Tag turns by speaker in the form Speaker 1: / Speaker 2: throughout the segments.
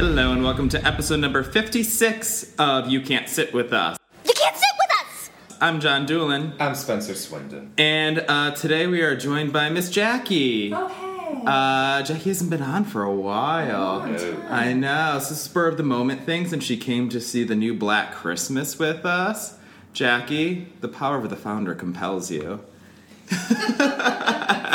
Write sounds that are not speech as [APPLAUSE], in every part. Speaker 1: welcome to episode number 56 of You Can't Sit With Us.
Speaker 2: You can't sit with us!
Speaker 1: I'm John Doolin,
Speaker 3: I'm Spencer Swindon.
Speaker 1: [LAUGHS] and uh, today we are joined by Miss Jackie.
Speaker 4: Oh, hey. Oh,
Speaker 1: Uh, Jackie hasn't been on for a while.
Speaker 4: Long
Speaker 3: no.
Speaker 4: time.
Speaker 1: I know, it's the spur of the moment things, and she came to see the new Black Christmas with us. Jackie, the power of the founder compels you.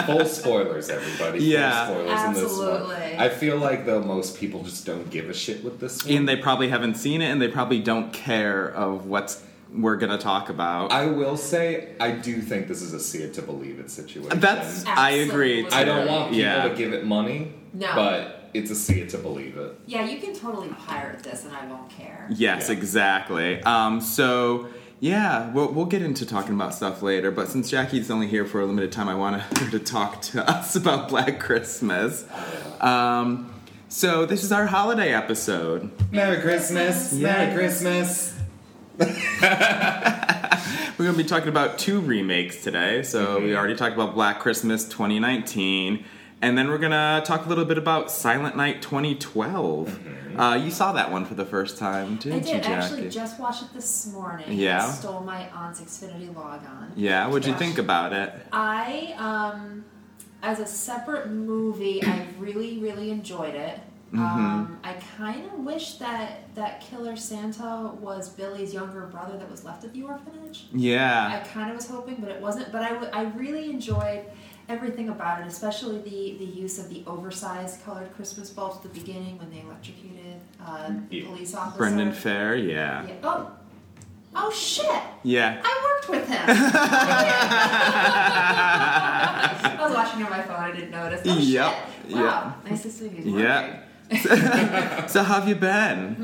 Speaker 3: Full spoilers, everybody. Full
Speaker 1: Yeah.
Speaker 3: spoilers in this
Speaker 4: Absolutely.
Speaker 3: one. I feel like though most people just don't give a shit with this one.
Speaker 1: And they probably haven't seen it, and they probably don't care of what's we're gonna talk about.
Speaker 3: I will say, I do think this is a see it to believe it situation.
Speaker 1: That's I agree.
Speaker 4: Absolutely.
Speaker 3: I don't want people
Speaker 1: Yeah.
Speaker 3: to give it money.
Speaker 4: No.
Speaker 3: But it's a see it to believe it.
Speaker 4: yeah, you can totally pirate this and I won't care.
Speaker 1: Yes,
Speaker 3: Yeah.
Speaker 1: exactly. Um, so yeah, we'll, we'll get into talking about stuff later. But since Jackie's only here for a limited time, I want [LAUGHS] her to talk to [LAUGHS] us about Black Christmas. Um, so this is our holiday episode.
Speaker 3: Merry Christmas. Merry
Speaker 1: Yeah.
Speaker 3: Christmas.
Speaker 1: We're going to be talking about two remakes today. So we
Speaker 3: Mhm.
Speaker 1: already talked about Black Christmas 2019. And then we're going to talk a little bit about Silent Night 2012. Uh, you saw that one for the first time,
Speaker 4: I
Speaker 1: didn't
Speaker 4: did
Speaker 1: you, Jackie?
Speaker 4: actually just watch it this morning.
Speaker 1: Yeah?
Speaker 4: I stole my aunt's Xfinity log on.
Speaker 1: yeah, what'd you
Speaker 4: Gosh.
Speaker 1: think about it?
Speaker 4: I, um, as a separate movie, I really, really enjoyed it.
Speaker 1: Mm-hmm.
Speaker 4: Um, I kind of wish that that killer Santa was Billy's younger brother that was left at the orphanage. I
Speaker 1: Yeah.
Speaker 4: kind of was hoping, but it wasn't. But I, w- I really enjoyed everything about it, especially the, the use of the oversized colored Christmas bulbs at the beginning when they electrocuted uh, the
Speaker 3: Yeah.
Speaker 4: police officer.
Speaker 1: Brendan Fair, yeah.
Speaker 4: Yeah. Oh. oh, shit!
Speaker 1: Yeah.
Speaker 4: I worked
Speaker 1: [LAUGHS]
Speaker 4: with him. I was watching on my phone. I didn't notice. Oh
Speaker 1: Yep,
Speaker 4: shit! Wow. Nice to see he's working.
Speaker 1: Yeah. so [LAUGHS] how have you been?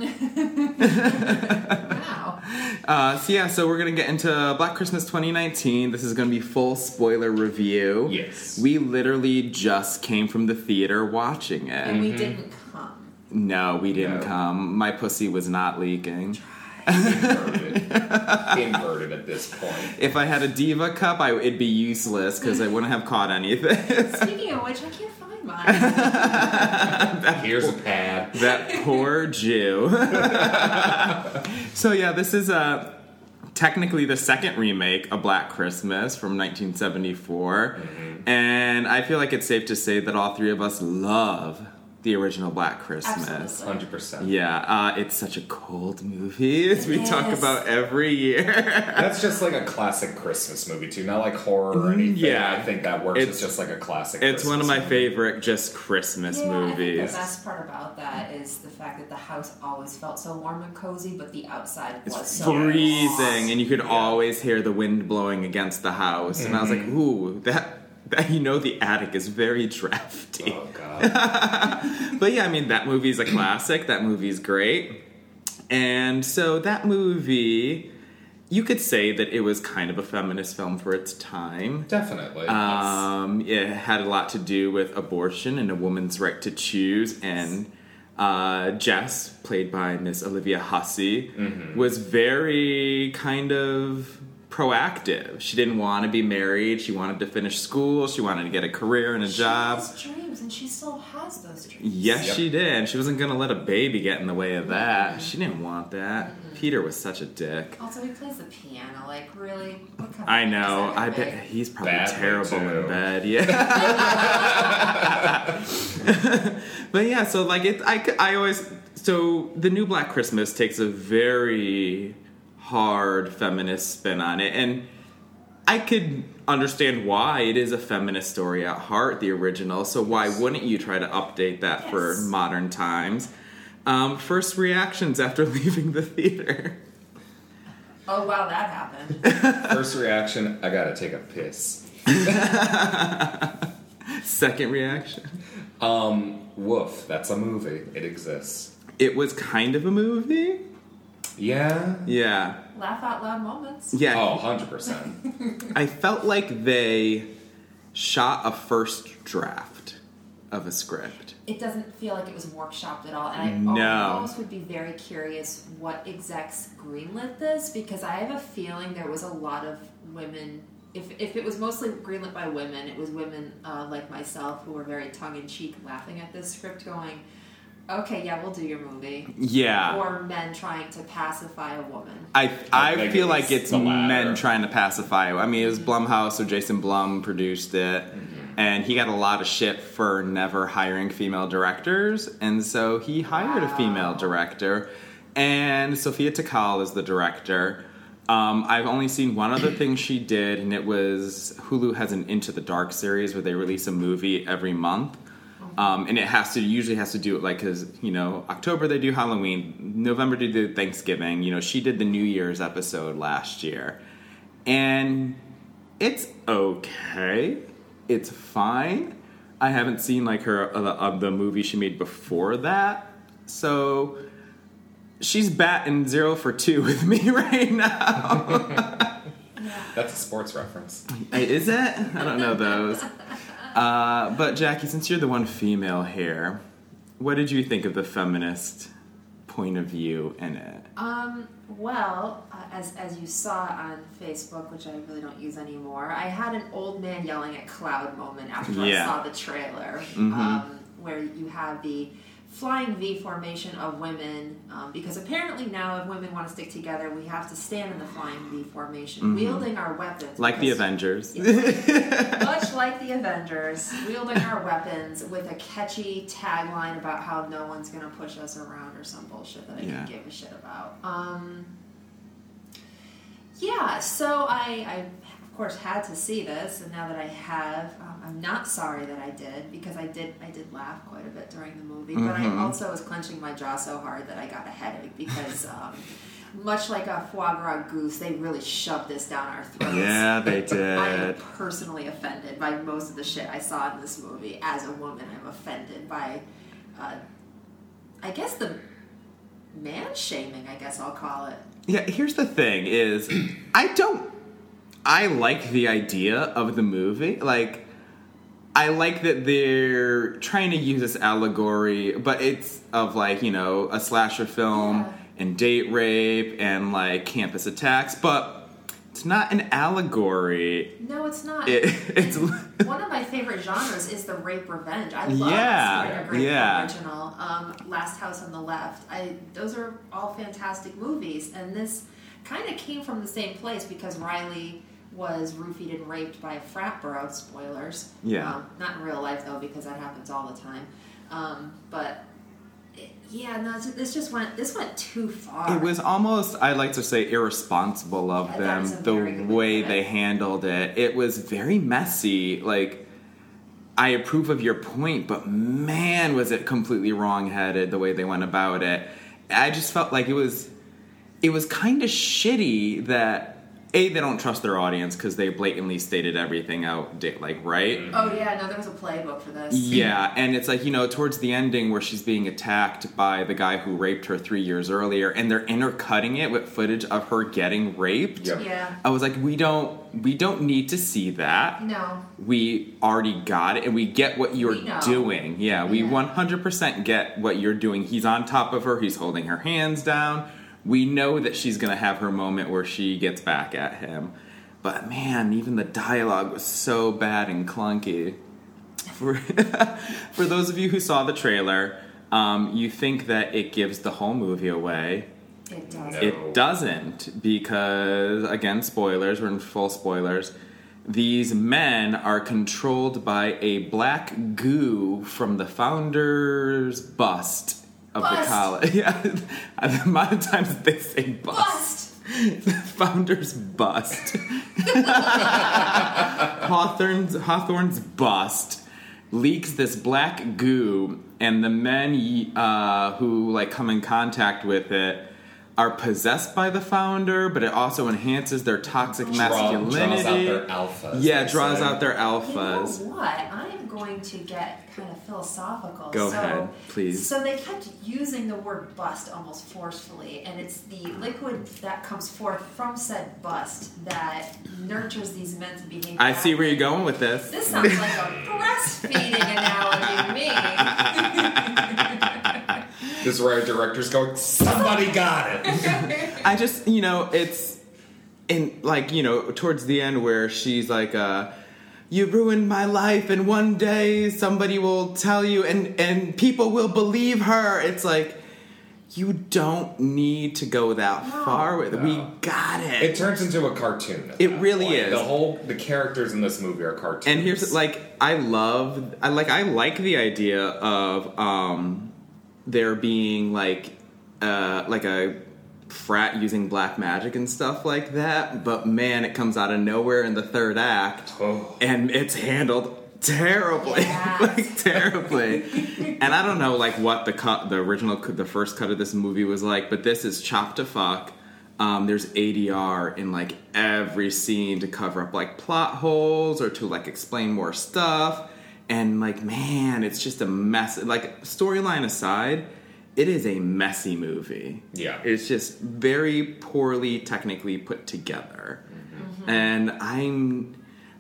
Speaker 4: Wow.
Speaker 1: Uh, so yeah, so we're gonna get into Black Christmas 2019. This is gonna be full spoiler review.
Speaker 3: Yes.
Speaker 1: We literally just came from the theater watching it.
Speaker 4: And we didn't come.
Speaker 1: No, we didn't
Speaker 3: No.
Speaker 1: come. My pussy was not leaking.
Speaker 3: Inverted. Inverted at this point.
Speaker 1: If I had a diva cup, I, it'd be useless because I wouldn't have caught anything.
Speaker 4: Speaking of which, I can't find mine.
Speaker 3: Here's a
Speaker 1: [LAUGHS]
Speaker 3: pad.
Speaker 1: that poor Jew. [LAUGHS] so yeah, this is uh, technically the second remake of Black Christmas from 1974, and I feel like it's safe to say that all three of us love the original Black [LAUGHS] Christmas.
Speaker 4: Absolutely.
Speaker 3: Hundred percent.
Speaker 1: Yeah, uh, it's such a cold movie [LAUGHS] as we talk
Speaker 4: Yes.
Speaker 1: about every year.
Speaker 3: That's just like a classic Christmas movie too, not like horror or anything.
Speaker 1: Mm, yeah.
Speaker 3: I think that works. It's,
Speaker 1: It's-
Speaker 3: just like a classic.
Speaker 1: It's one of
Speaker 3: Christmas
Speaker 1: my
Speaker 3: movie.
Speaker 1: favorite just Christmas
Speaker 4: Yeah, I think
Speaker 1: movies.
Speaker 4: the best part about that is the fact that the house always felt so warm and cozy, but the outside was
Speaker 1: It's
Speaker 4: so
Speaker 1: freezing,
Speaker 4: hot.
Speaker 1: and you could always hear the wind blowing against the house. And I was like, "Ooh, that, that you know, the attic is very [LAUGHS] drafty."
Speaker 3: Oh god.
Speaker 1: But yeah, I mean, that movie's a classic. That movie's great, and so that movie, you could say that it was kind of a feminist film for its time. [LAUGHS]
Speaker 3: Definitely.
Speaker 1: Um, it had a lot to do with abortion and a woman's right to choose. And uh, Jess, played by Miss Olivia Hussey, was very kind of proactive. She didn't want to be married. She wanted to finish school. She wanted to get a career and a
Speaker 4: She
Speaker 1: job.
Speaker 4: has dreams, and she still has those dreams.
Speaker 1: Yes,
Speaker 3: Yep.
Speaker 1: she did. She wasn't going to let a baby get in the way of that. She didn't want that. Peter was such a dick.
Speaker 4: Also, he plays the piano. Like, really? What kind of
Speaker 1: I
Speaker 4: man is
Speaker 1: know.
Speaker 4: that gonna
Speaker 1: I bet
Speaker 4: make?
Speaker 1: he's probably
Speaker 3: Badly,
Speaker 1: terrible in
Speaker 3: too.
Speaker 1: bed. Yeah. [LAUGHS] but yeah, so like it, I, c- I always so the new Black Christmas takes a very hard feminist spin on it, and I could understand why it is a feminist story at heart, the original. So why wouldn't you try to update that for
Speaker 4: Yes.
Speaker 1: modern times? Um, first reactions after [LAUGHS] leaving the theater.
Speaker 4: Oh wow, that happened.
Speaker 1: [LAUGHS]
Speaker 3: First reaction, I gotta take a piss.
Speaker 1: Second reaction.
Speaker 3: Um, woof, that's a movie. It exists.
Speaker 1: it was kind of a movie.
Speaker 3: Yeah.
Speaker 1: Yeah.
Speaker 4: Laugh out loud moments.
Speaker 1: Yeah.
Speaker 3: Oh, 100%.
Speaker 1: I felt like they shot a first draft of a script.
Speaker 4: It doesn't feel like it was workshopped at all, and I
Speaker 1: No.
Speaker 4: almost would be very curious what execs greenlit this because I have a feeling there was a lot of women. If, if it was mostly greenlit by women, it was women uh, like myself who were very tongue in cheek, laughing at this script, going, Okay, yeah, we'll do your movie.
Speaker 1: Yeah.
Speaker 4: Or men trying to pacify a woman.
Speaker 1: I
Speaker 3: I
Speaker 1: I
Speaker 3: think
Speaker 1: feel
Speaker 3: it
Speaker 1: like
Speaker 3: was
Speaker 1: it's
Speaker 3: the latter.
Speaker 1: men trying to pacify. I mean, it was Blumhouse, so Jason Blum produced it, and he got a lot of shit for never hiring female directors, and so he hired a female director, and Sophia Takal is the director. Um, I've only seen one other thing she did, and it was Hulu has an Into the Dark series where they release a movie every month. Um, and it has to usually has to do it like because you know October they do Halloween, November they do Thanksgiving. You know she did the New Year's episode last year, and it's okay, it's fine. I haven't seen like her uh, the, uh, the movie she made before that, so she's batting zero for two [LAUGHS] with me right now.
Speaker 3: That's a sports reference.
Speaker 1: Is it? I don't know those. Uh, but Jackie, since you're the one female here, what did you think of the feminist point of view in it?
Speaker 4: Um, well, uh, as, as you saw on Facebook, which I really don't use anymore, I had an old man yelling at cloud moment after
Speaker 1: Yeah. Mm-hmm.
Speaker 4: I saw the trailer, um, where you have the flying V formation of women, um, because apparently now if women want to stick together, we have to stand in the flying V formation, wielding our weapons.
Speaker 1: Mm-hmm. Like the
Speaker 4: because-
Speaker 1: Avengers.
Speaker 4: much like the Avengers, wielding our weapons with a catchy tagline about how no one's gonna push us around or some bullshit that I
Speaker 1: Yeah.
Speaker 4: can give a shit about. Um, yeah, so I, I of course had to see this, and now that I have, um, I'm not sorry that I did because I did I did laugh quite a bit during the movie, but
Speaker 1: Mm-hmm.
Speaker 4: I also was clenching my jaw so hard that I got a headache because. Um, much like a foie gras goose, they really shoved this down our
Speaker 1: [LAUGHS]
Speaker 4: throats.
Speaker 1: yeah, they
Speaker 4: I am
Speaker 1: did.
Speaker 4: personally offended by most of the shit I saw in this movie. As a woman, I'm offended by, uh, I guess the man shaming. I guess I'll call it.
Speaker 1: Yeah, here's the thing is I don't I like the idea of the movie. Like I like that they're trying to use this allegory, but it's of like, you know, a slasher film
Speaker 4: Yeah.
Speaker 1: Um, and date rape and like campus attacks, but it's not an allegory.
Speaker 4: No, it's not.
Speaker 1: It, [LAUGHS] it's
Speaker 4: One of my favorite genres is the rape revenge. I love
Speaker 1: Yeah,
Speaker 4: Snyder Grape
Speaker 1: yeah.
Speaker 4: original. Um, Last House on the Left. I those are all fantastic movies, and this kind of came from the same place because Riley was roofied and raped by a frat bro. Spoilers.
Speaker 1: Yeah.
Speaker 4: Um, not in real life though, because that happens all the time. Um, but it- yeah, no, it's- this just went this went too far.
Speaker 1: It was almost, I like to say, irresponsible of
Speaker 4: Yeah, that
Speaker 1: them
Speaker 4: is a
Speaker 1: the
Speaker 4: very good way to
Speaker 1: way
Speaker 4: put
Speaker 1: they
Speaker 4: it.
Speaker 1: handled it. It was very messy. Like, I approve of your point, but man, was it completely wrongheaded the way they went about it. I just felt like it was, it was kind of shitty that a they don't trust their audience because they blatantly stated everything out, di- like right.
Speaker 4: Oh yeah, no, there was a playbook for this.
Speaker 1: Yeah, and it's like, you know, towards the ending where she's being attacked by the guy who raped her three years earlier, and they're intercutting it with footage of her getting raped.
Speaker 3: Yep.
Speaker 4: Yeah.
Speaker 1: I was like, we don't we don't need to see that.
Speaker 4: No.
Speaker 1: We already got it and we get what you're
Speaker 4: We know.
Speaker 1: doing. Yeah, we
Speaker 4: Yeah.
Speaker 1: 100% get what you're doing. He's on top of her, he's holding her hands down. We know that she's going to have her moment where she gets back at him. But man, even the dialogue was so bad and clunky. For, [LAUGHS] for those of you who saw the trailer, um, you think that it gives the whole movie away.
Speaker 4: It does.
Speaker 3: No.
Speaker 1: It doesn't because again, spoilers. We're in full spoilers. These men are controlled by a black goo from the founder's bust of the
Speaker 4: Bust.
Speaker 1: college. [LAUGHS] Yeah, the amount of times they say bust.
Speaker 4: Bust.
Speaker 1: The founder's bust. Hawthorne's, Hawthorne's bust leaks this black goo, and the men ye- uh, who like come in contact with it are possessed by the founder, but it also enhances their toxic
Speaker 3: Draw-
Speaker 1: masculinity.
Speaker 3: draws out their alpha. as
Speaker 1: yeah,
Speaker 3: they
Speaker 1: draws
Speaker 3: say.
Speaker 1: out their
Speaker 4: You know
Speaker 1: alphas.
Speaker 4: what? I'm going to get kind of philosophical.
Speaker 1: Go
Speaker 4: so,
Speaker 1: ahead, please.
Speaker 4: So they kept using the word bust almost forcefully, and it's the liquid that comes forth from said bust that nurtures these men to behave.
Speaker 1: I see where
Speaker 4: badly.
Speaker 1: you're going with this.
Speaker 4: This sounds
Speaker 1: [LAUGHS]
Speaker 4: like a breastfeeding analogy to me.
Speaker 3: This is where our director's going. Somebody got it.
Speaker 1: I just, you know, it's in like, you know, towards the end where she's like, uh, you ruined my life and one day somebody will tell you and and people will believe her it's like you don't need to go that
Speaker 4: No.
Speaker 1: far with it. we
Speaker 3: No.
Speaker 1: got it,
Speaker 3: It turns into a cartoon. at
Speaker 1: It
Speaker 3: that
Speaker 1: really
Speaker 3: point.
Speaker 1: is.
Speaker 3: The whole the characters in this movie are cartoons.
Speaker 1: and here's like i love i like i like the idea of um there being like uh like a frat using black magic and stuff like that but man it comes out of nowhere in the third act
Speaker 3: oh,
Speaker 1: and it's handled terribly [LAUGHS]
Speaker 4: Yes.
Speaker 1: like terribly and i don't know like what the cut the original cut- the first cut of this movie was like but this is chop to fuck um, there's adr in like every scene to cover up like plot holes or to like explain more stuff and like man it's just a mess like storyline aside it is a messy movie
Speaker 3: Yeah.
Speaker 1: it's just very poorly technically put together and i'm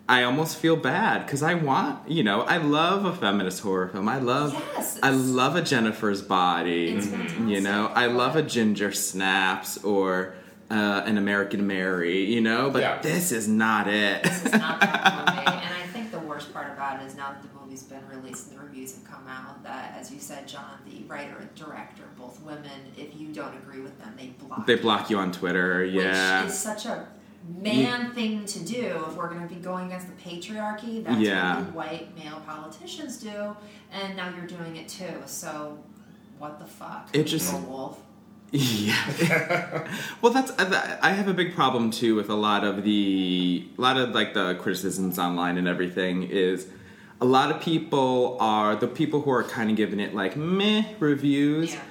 Speaker 1: i almost feel bad because i want you know i love a feminist horror film i love
Speaker 4: Yes,
Speaker 1: i
Speaker 4: it's-
Speaker 1: love a jennifer's body
Speaker 4: It's
Speaker 1: you know i love a ginger snaps or uh, an american mary you know but
Speaker 3: Yeah.
Speaker 1: this is not it [LAUGHS]
Speaker 4: It's not that movie, and I think the worst part about it is now that the movie's been released and the reviews have come out that, as you said, John, the writer and director, both women, if you don't agree with them, they block.
Speaker 1: they
Speaker 4: you.
Speaker 1: block you on twitter yeah
Speaker 4: Which is such a man thing to do if we're going to be going against the patriarchy. That's
Speaker 1: Yeah.
Speaker 4: what the white male politicians do, and now you're doing it too. So, what the fuck?
Speaker 1: It just-
Speaker 4: Little wolf.
Speaker 1: Yeah. [LAUGHS] well, that's I I have a big problem too with a lot of the a lot of like the criticisms online and everything is a lot of people are the people who are kind of giving it like meh reviews.
Speaker 4: Yeah.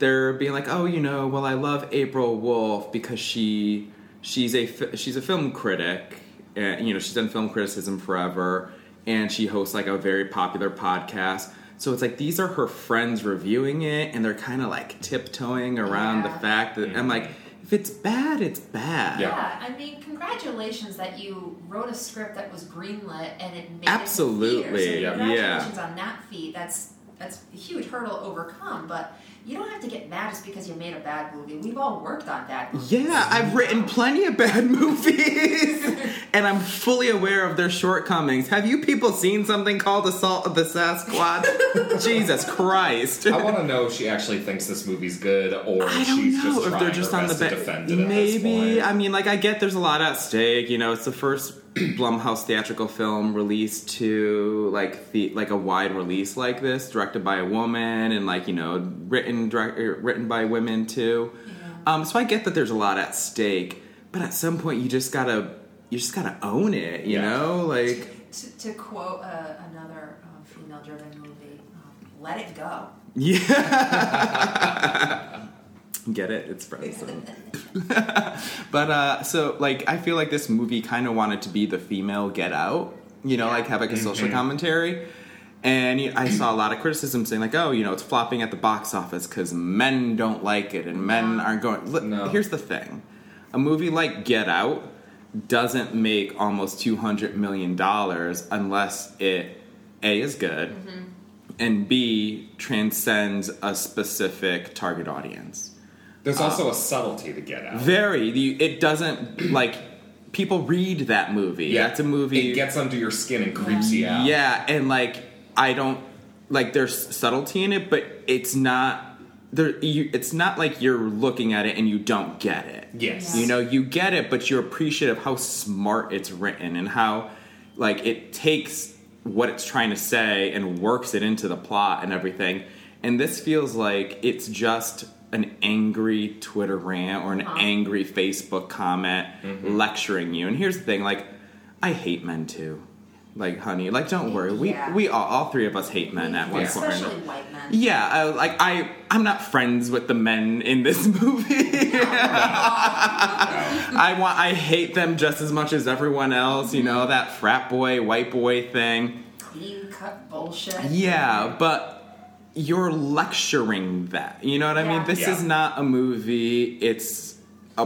Speaker 1: They're being like, oh, you know, well, I love April Wolf because she she's a fi- she's a film critic. And, you know, she's done film criticism forever, and she hosts like a very popular podcast. So it's like these are her friends reviewing it, and they're kind of like tiptoeing around
Speaker 4: Yeah.
Speaker 1: the fact that I'm like, if it's bad, it's bad.
Speaker 3: Yeah.
Speaker 4: Yeah, I mean, congratulations that you wrote a script that was greenlit and it made
Speaker 1: Absolutely,
Speaker 4: It to theaters.
Speaker 1: yeah.
Speaker 4: so congratulations on that feat. That's that's a huge hurdle overcome, but you don't have to get mad just because you made a bad movie. We've all worked on bad movies.
Speaker 1: Yeah, I've written plenty of bad [LAUGHS] movies, and I'm fully aware of their shortcomings. Have you people seen something called Assault of the Sasquatch? Jesus Christ!
Speaker 3: I want to know if she actually thinks this movie's good or
Speaker 1: I
Speaker 3: if
Speaker 1: don't
Speaker 3: she's
Speaker 1: know
Speaker 3: just
Speaker 1: if
Speaker 3: trying
Speaker 1: they're just
Speaker 3: her
Speaker 1: on the
Speaker 3: best to defend
Speaker 1: bed.
Speaker 3: it. at this
Speaker 1: Maybe
Speaker 3: point.
Speaker 1: I mean, like I get there's a lot at stake. You know, it's the first [CLEARS THROAT] Blumhouse theatrical film released to like the like a wide release like this, directed by a woman and like you know written direct, er, written by women too. Um, so I get that there's a lot at stake, but at some point you just gotta you just gotta own it. You
Speaker 3: Yeah.
Speaker 1: know, like
Speaker 4: To, to quote uh, another um, female-driven movie, um, "Let It Go."
Speaker 1: Yeah. [LAUGHS] Get it? It's Frozen. [LAUGHS] but uh so like I feel like this movie kind of wanted to be the female Get Out, you know, like have like a social commentary. And you- I saw a lot of criticism saying like, "Oh, you know, it's flopping at the box office cuz men don't like it and men aren't going." Look,
Speaker 3: No.
Speaker 1: here's the thing. A movie like Get Out doesn't make almost 200 million dollars unless it A is good and B transcends a specific target audience. uh,
Speaker 3: There's also a subtlety to get out.
Speaker 1: Very, the, it doesn't like people read that movie. that's a movie. Um,
Speaker 3: It gets under your skin and creeps you out.
Speaker 1: yeah, and like I don't like there's subtlety in it, but it's not there. You, it's not like you're looking at it and you don't get it.
Speaker 3: Yes.
Speaker 1: You know, you get it, but you're appreciative how smart it's written and how like it takes what it's trying to say and works it into the plot and everything. And this feels like it's just an angry Twitter rant or an
Speaker 4: Uh-huh.
Speaker 1: angry Facebook comment lecturing you. And here's the thing, like I hate men too. Like honey, like don't worry. We
Speaker 4: Yeah.
Speaker 1: we all, all three of us hate men at one point. or another.
Speaker 4: Especially white men.
Speaker 1: Yeah, I, like I, I'm not friends with the men in this [LAUGHS] movie. I want, I hate them just as much as everyone else. You know that frat boy, white boy thing.
Speaker 4: Clean cut bullshit.
Speaker 1: Yeah, but you're lecturing that. You know what I
Speaker 4: Yeah.
Speaker 1: mean? This
Speaker 3: Yeah.
Speaker 1: is not a movie. It's a,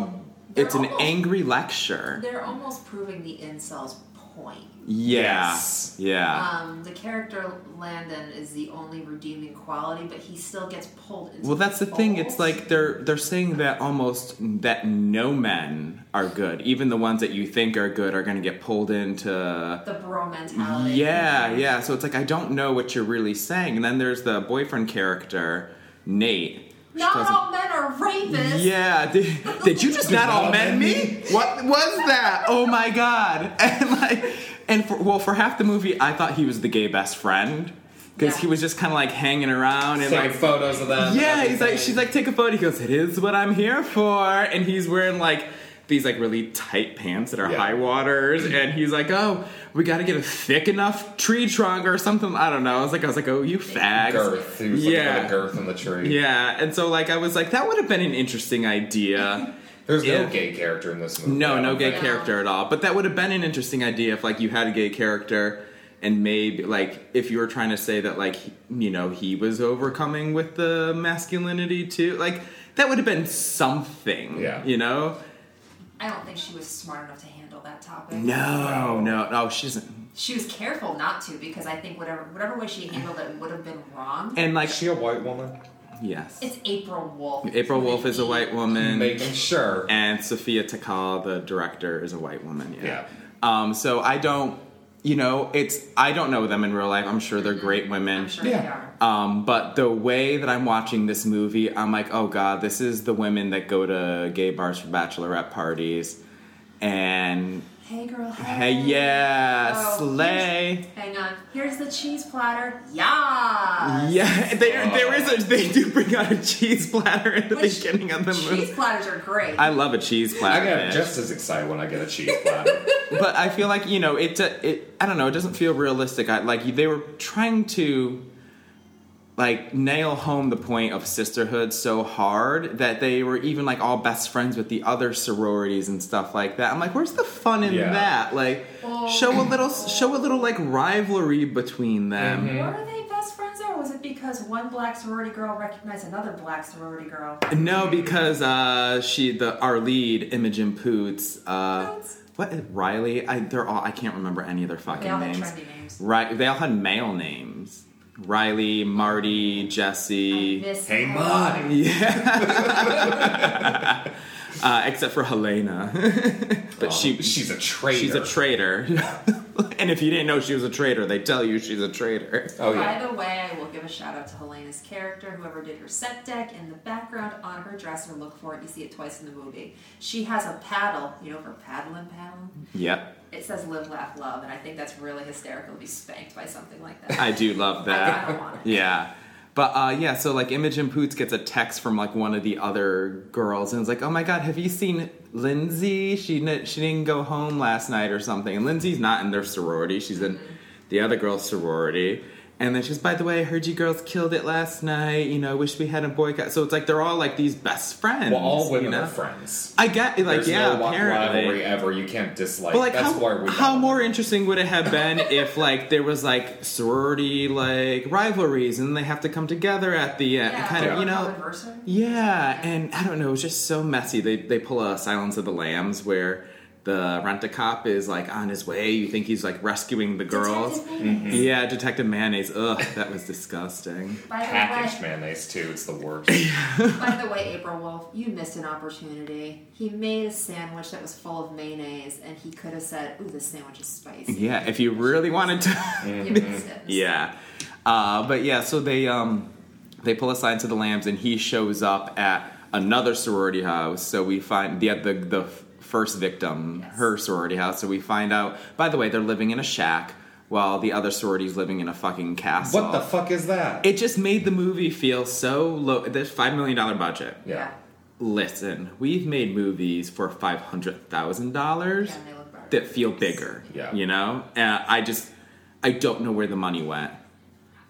Speaker 4: They're
Speaker 1: it's an
Speaker 4: almost-
Speaker 1: angry lecture.
Speaker 4: They're almost proving the incels point.
Speaker 1: Yeah.
Speaker 3: Yes.
Speaker 1: Yeah.
Speaker 4: Um, the character Landon is the only redeeming quality, but he still gets pulled into
Speaker 1: Well, that's the thing. It's
Speaker 4: folds.
Speaker 1: like they're they're saying that almost that no men are good. Even the ones that you think are good are going to get pulled into.
Speaker 4: the bro mentality.
Speaker 1: Yeah, yeah. So it's like I don't know what you're really saying. And then there's the boyfriend character, Nate. She
Speaker 4: Not
Speaker 1: doesn't-
Speaker 4: all men are rapists.
Speaker 1: Yeah, did, did you just not all men me? What was that? Oh my god! [LAUGHS] And like, and for, well, for half the movie, I thought he was the gay best friend because
Speaker 4: Yeah.
Speaker 1: he was just kind of like hanging around and
Speaker 3: Taking
Speaker 1: like.
Speaker 3: photos of them.
Speaker 1: Yeah, he's like, she's like, take a photo. He goes, it is what I'm here for. And he's wearing like these like really tight pants that are
Speaker 3: Yeah.
Speaker 1: high waters. And he's like, oh, we got to get a thick enough tree trunk or something. I don't know. I was like, I was like, oh, you fags.
Speaker 3: girth. He was
Speaker 1: Yeah.
Speaker 3: looking for the girth in the tree.
Speaker 1: Yeah, and so like I was like, that would have been an interesting idea.
Speaker 3: There's no
Speaker 1: Yeah.
Speaker 3: gay character in this movie. I
Speaker 1: No,
Speaker 3: don't
Speaker 1: no gay
Speaker 3: think.
Speaker 1: character at all. But that would have been an interesting idea if like you had a gay character and maybe like if you were trying to say that like he- you know he was overcoming with the masculinity too. Like that would have been something.
Speaker 3: Yeah.
Speaker 1: You know?
Speaker 4: I don't think she was smart enough to handle that topic.
Speaker 1: No, no, no, she doesn't.
Speaker 4: She was careful not to because I think whatever whatever way she handled it would have been wrong.
Speaker 1: And like
Speaker 3: Is she a white woman?
Speaker 1: yes.
Speaker 4: It's April Wolf.
Speaker 1: April Wolf is a white woman.
Speaker 3: Making sure.
Speaker 1: and Sophia Takal, the director, is a white woman.
Speaker 3: Yeah.
Speaker 1: Yeah. Um, so I don't, you know, it's I don't know them in real life. I'm sure they're great women.
Speaker 4: I'm sure
Speaker 3: Yeah.
Speaker 4: they are.
Speaker 1: Um, but the way that I'm watching this movie, I'm like, oh god, this is the women that go to gay bars for bachelorette parties, and
Speaker 4: Hey girl.
Speaker 1: hey,
Speaker 4: Hey.
Speaker 1: yeah,
Speaker 4: Oh,
Speaker 1: slay.
Speaker 4: Hang on. Here's the cheese platter.
Speaker 1: [LAUGHS]
Speaker 4: Yeah.
Speaker 1: Yeah, there, there is a, they do bring out a cheese platter at the
Speaker 4: Which
Speaker 1: beginning of the
Speaker 4: Cheese
Speaker 1: movie.
Speaker 4: platters are great.
Speaker 1: I love a cheese
Speaker 3: I
Speaker 1: platter.
Speaker 3: get
Speaker 1: bitch.
Speaker 3: just as excited when I get a cheese platter.
Speaker 1: but I feel like you know it. do- It I don't know. It doesn't feel realistic. I, like they were trying to like nail home the point of sisterhood so hard that they were even like all best friends with the other sororities and stuff like that. I'm like, where's the fun in
Speaker 3: Yeah.
Speaker 1: that? Like,
Speaker 4: Oh.
Speaker 1: show a little, show a little like rivalry between them.
Speaker 4: Were they best friends or was it because one black sorority girl recognized another black sorority girl?
Speaker 1: No, because uh, she the our lead Imogen Poots. Uh,
Speaker 4: Poots?
Speaker 1: what is- Riley? I they're all I can't remember any of their fucking
Speaker 4: They all had
Speaker 1: names.
Speaker 4: trendy names.
Speaker 1: Right, they all had male names. Riley, Marty, Jesse. [LAUGHS]
Speaker 4: Miss
Speaker 3: hey, Marty.
Speaker 1: Yeah. uh, except for Helena, [LAUGHS] [LAUGHS] but
Speaker 3: Oh,
Speaker 1: she
Speaker 3: she's a traitor.
Speaker 1: she's a traitor. [LAUGHS] and if you didn't know she was a traitor, they tell you she's a
Speaker 3: [LAUGHS]
Speaker 1: traitor.
Speaker 3: Oh yeah.
Speaker 4: By the way, I will give a shout out to Helena's character, whoever did her set deck in the background on her dresser. Look for it; you see it twice in the movie. She has a paddle, you know, for paddling, paddling.
Speaker 1: Yep,
Speaker 4: It says "Live, Laugh, Love," and I think that's really hysterical to be spanked by something like that.
Speaker 1: [LAUGHS] I do love that.
Speaker 4: I don't want it.
Speaker 1: Yeah. But uh, yeah, so like Imogen Poots gets a text from like one of the other girls and it's like, oh my god, have you seen Lindsay? She kn- she didn't go home last night or something. And Lindsay's not in their sorority; she's in the other girl's sorority. And then she's, by the way, I heard you girls killed it last night. You know, wish we had a boycott. So it's like they're all like these best friends.
Speaker 3: Well, all women
Speaker 1: you know?
Speaker 3: are friends.
Speaker 1: I get like
Speaker 3: There's
Speaker 1: yeah,
Speaker 3: no wa-
Speaker 1: apparently.
Speaker 3: rivalry ever. You can't dislike.
Speaker 1: But like,
Speaker 3: That's
Speaker 1: how,
Speaker 3: why we.
Speaker 1: how more interesting would it have
Speaker 3: [LAUGHS]
Speaker 1: been if like there was like sorority like rivalries and they have to come together at the end,
Speaker 4: Yeah,
Speaker 1: kind of you know.
Speaker 4: Converser?
Speaker 1: Yeah, and I don't know, it was just so messy. They they pull a Silence of the Lambs where the rent a cop is like on his way. You think he's like rescuing the girls. Mm-hmm.
Speaker 4: Detective Mayonnaise.
Speaker 1: Yeah, Detective Mayonnaise. Ugh, that was disgusting.
Speaker 4: By the
Speaker 3: packaged
Speaker 4: way,
Speaker 3: mayonnaise too. It's
Speaker 1: [LAUGHS]
Speaker 3: the worst.
Speaker 4: [LAUGHS] by the way, April Wolf, you missed an opportunity. He made a sandwich that was full of mayonnaise, and he could have said, "Ooh, this sandwich is spicy."
Speaker 1: Yeah, if you really wanted to.
Speaker 4: You missed it.
Speaker 1: Yeah. Uh, but yeah, so they um, they pull aside to the lambs, and he shows up at another sorority house. So we find the the the f- first victim,
Speaker 4: Yes.
Speaker 1: her sorority house. So we find out. By the way, they're living in a shack, while the other sorority's living in a fucking castle.
Speaker 3: What the fuck is that?
Speaker 1: It just made the movie feel so low. There's five million dollar budget.
Speaker 3: yeah.
Speaker 1: Listen, we've made movies for five hundred thousand
Speaker 4: Yeah,
Speaker 1: dollars
Speaker 4: and they look better.
Speaker 1: that feel bigger.
Speaker 3: Yeah.
Speaker 1: You know, uh, I just I don't know where the money went.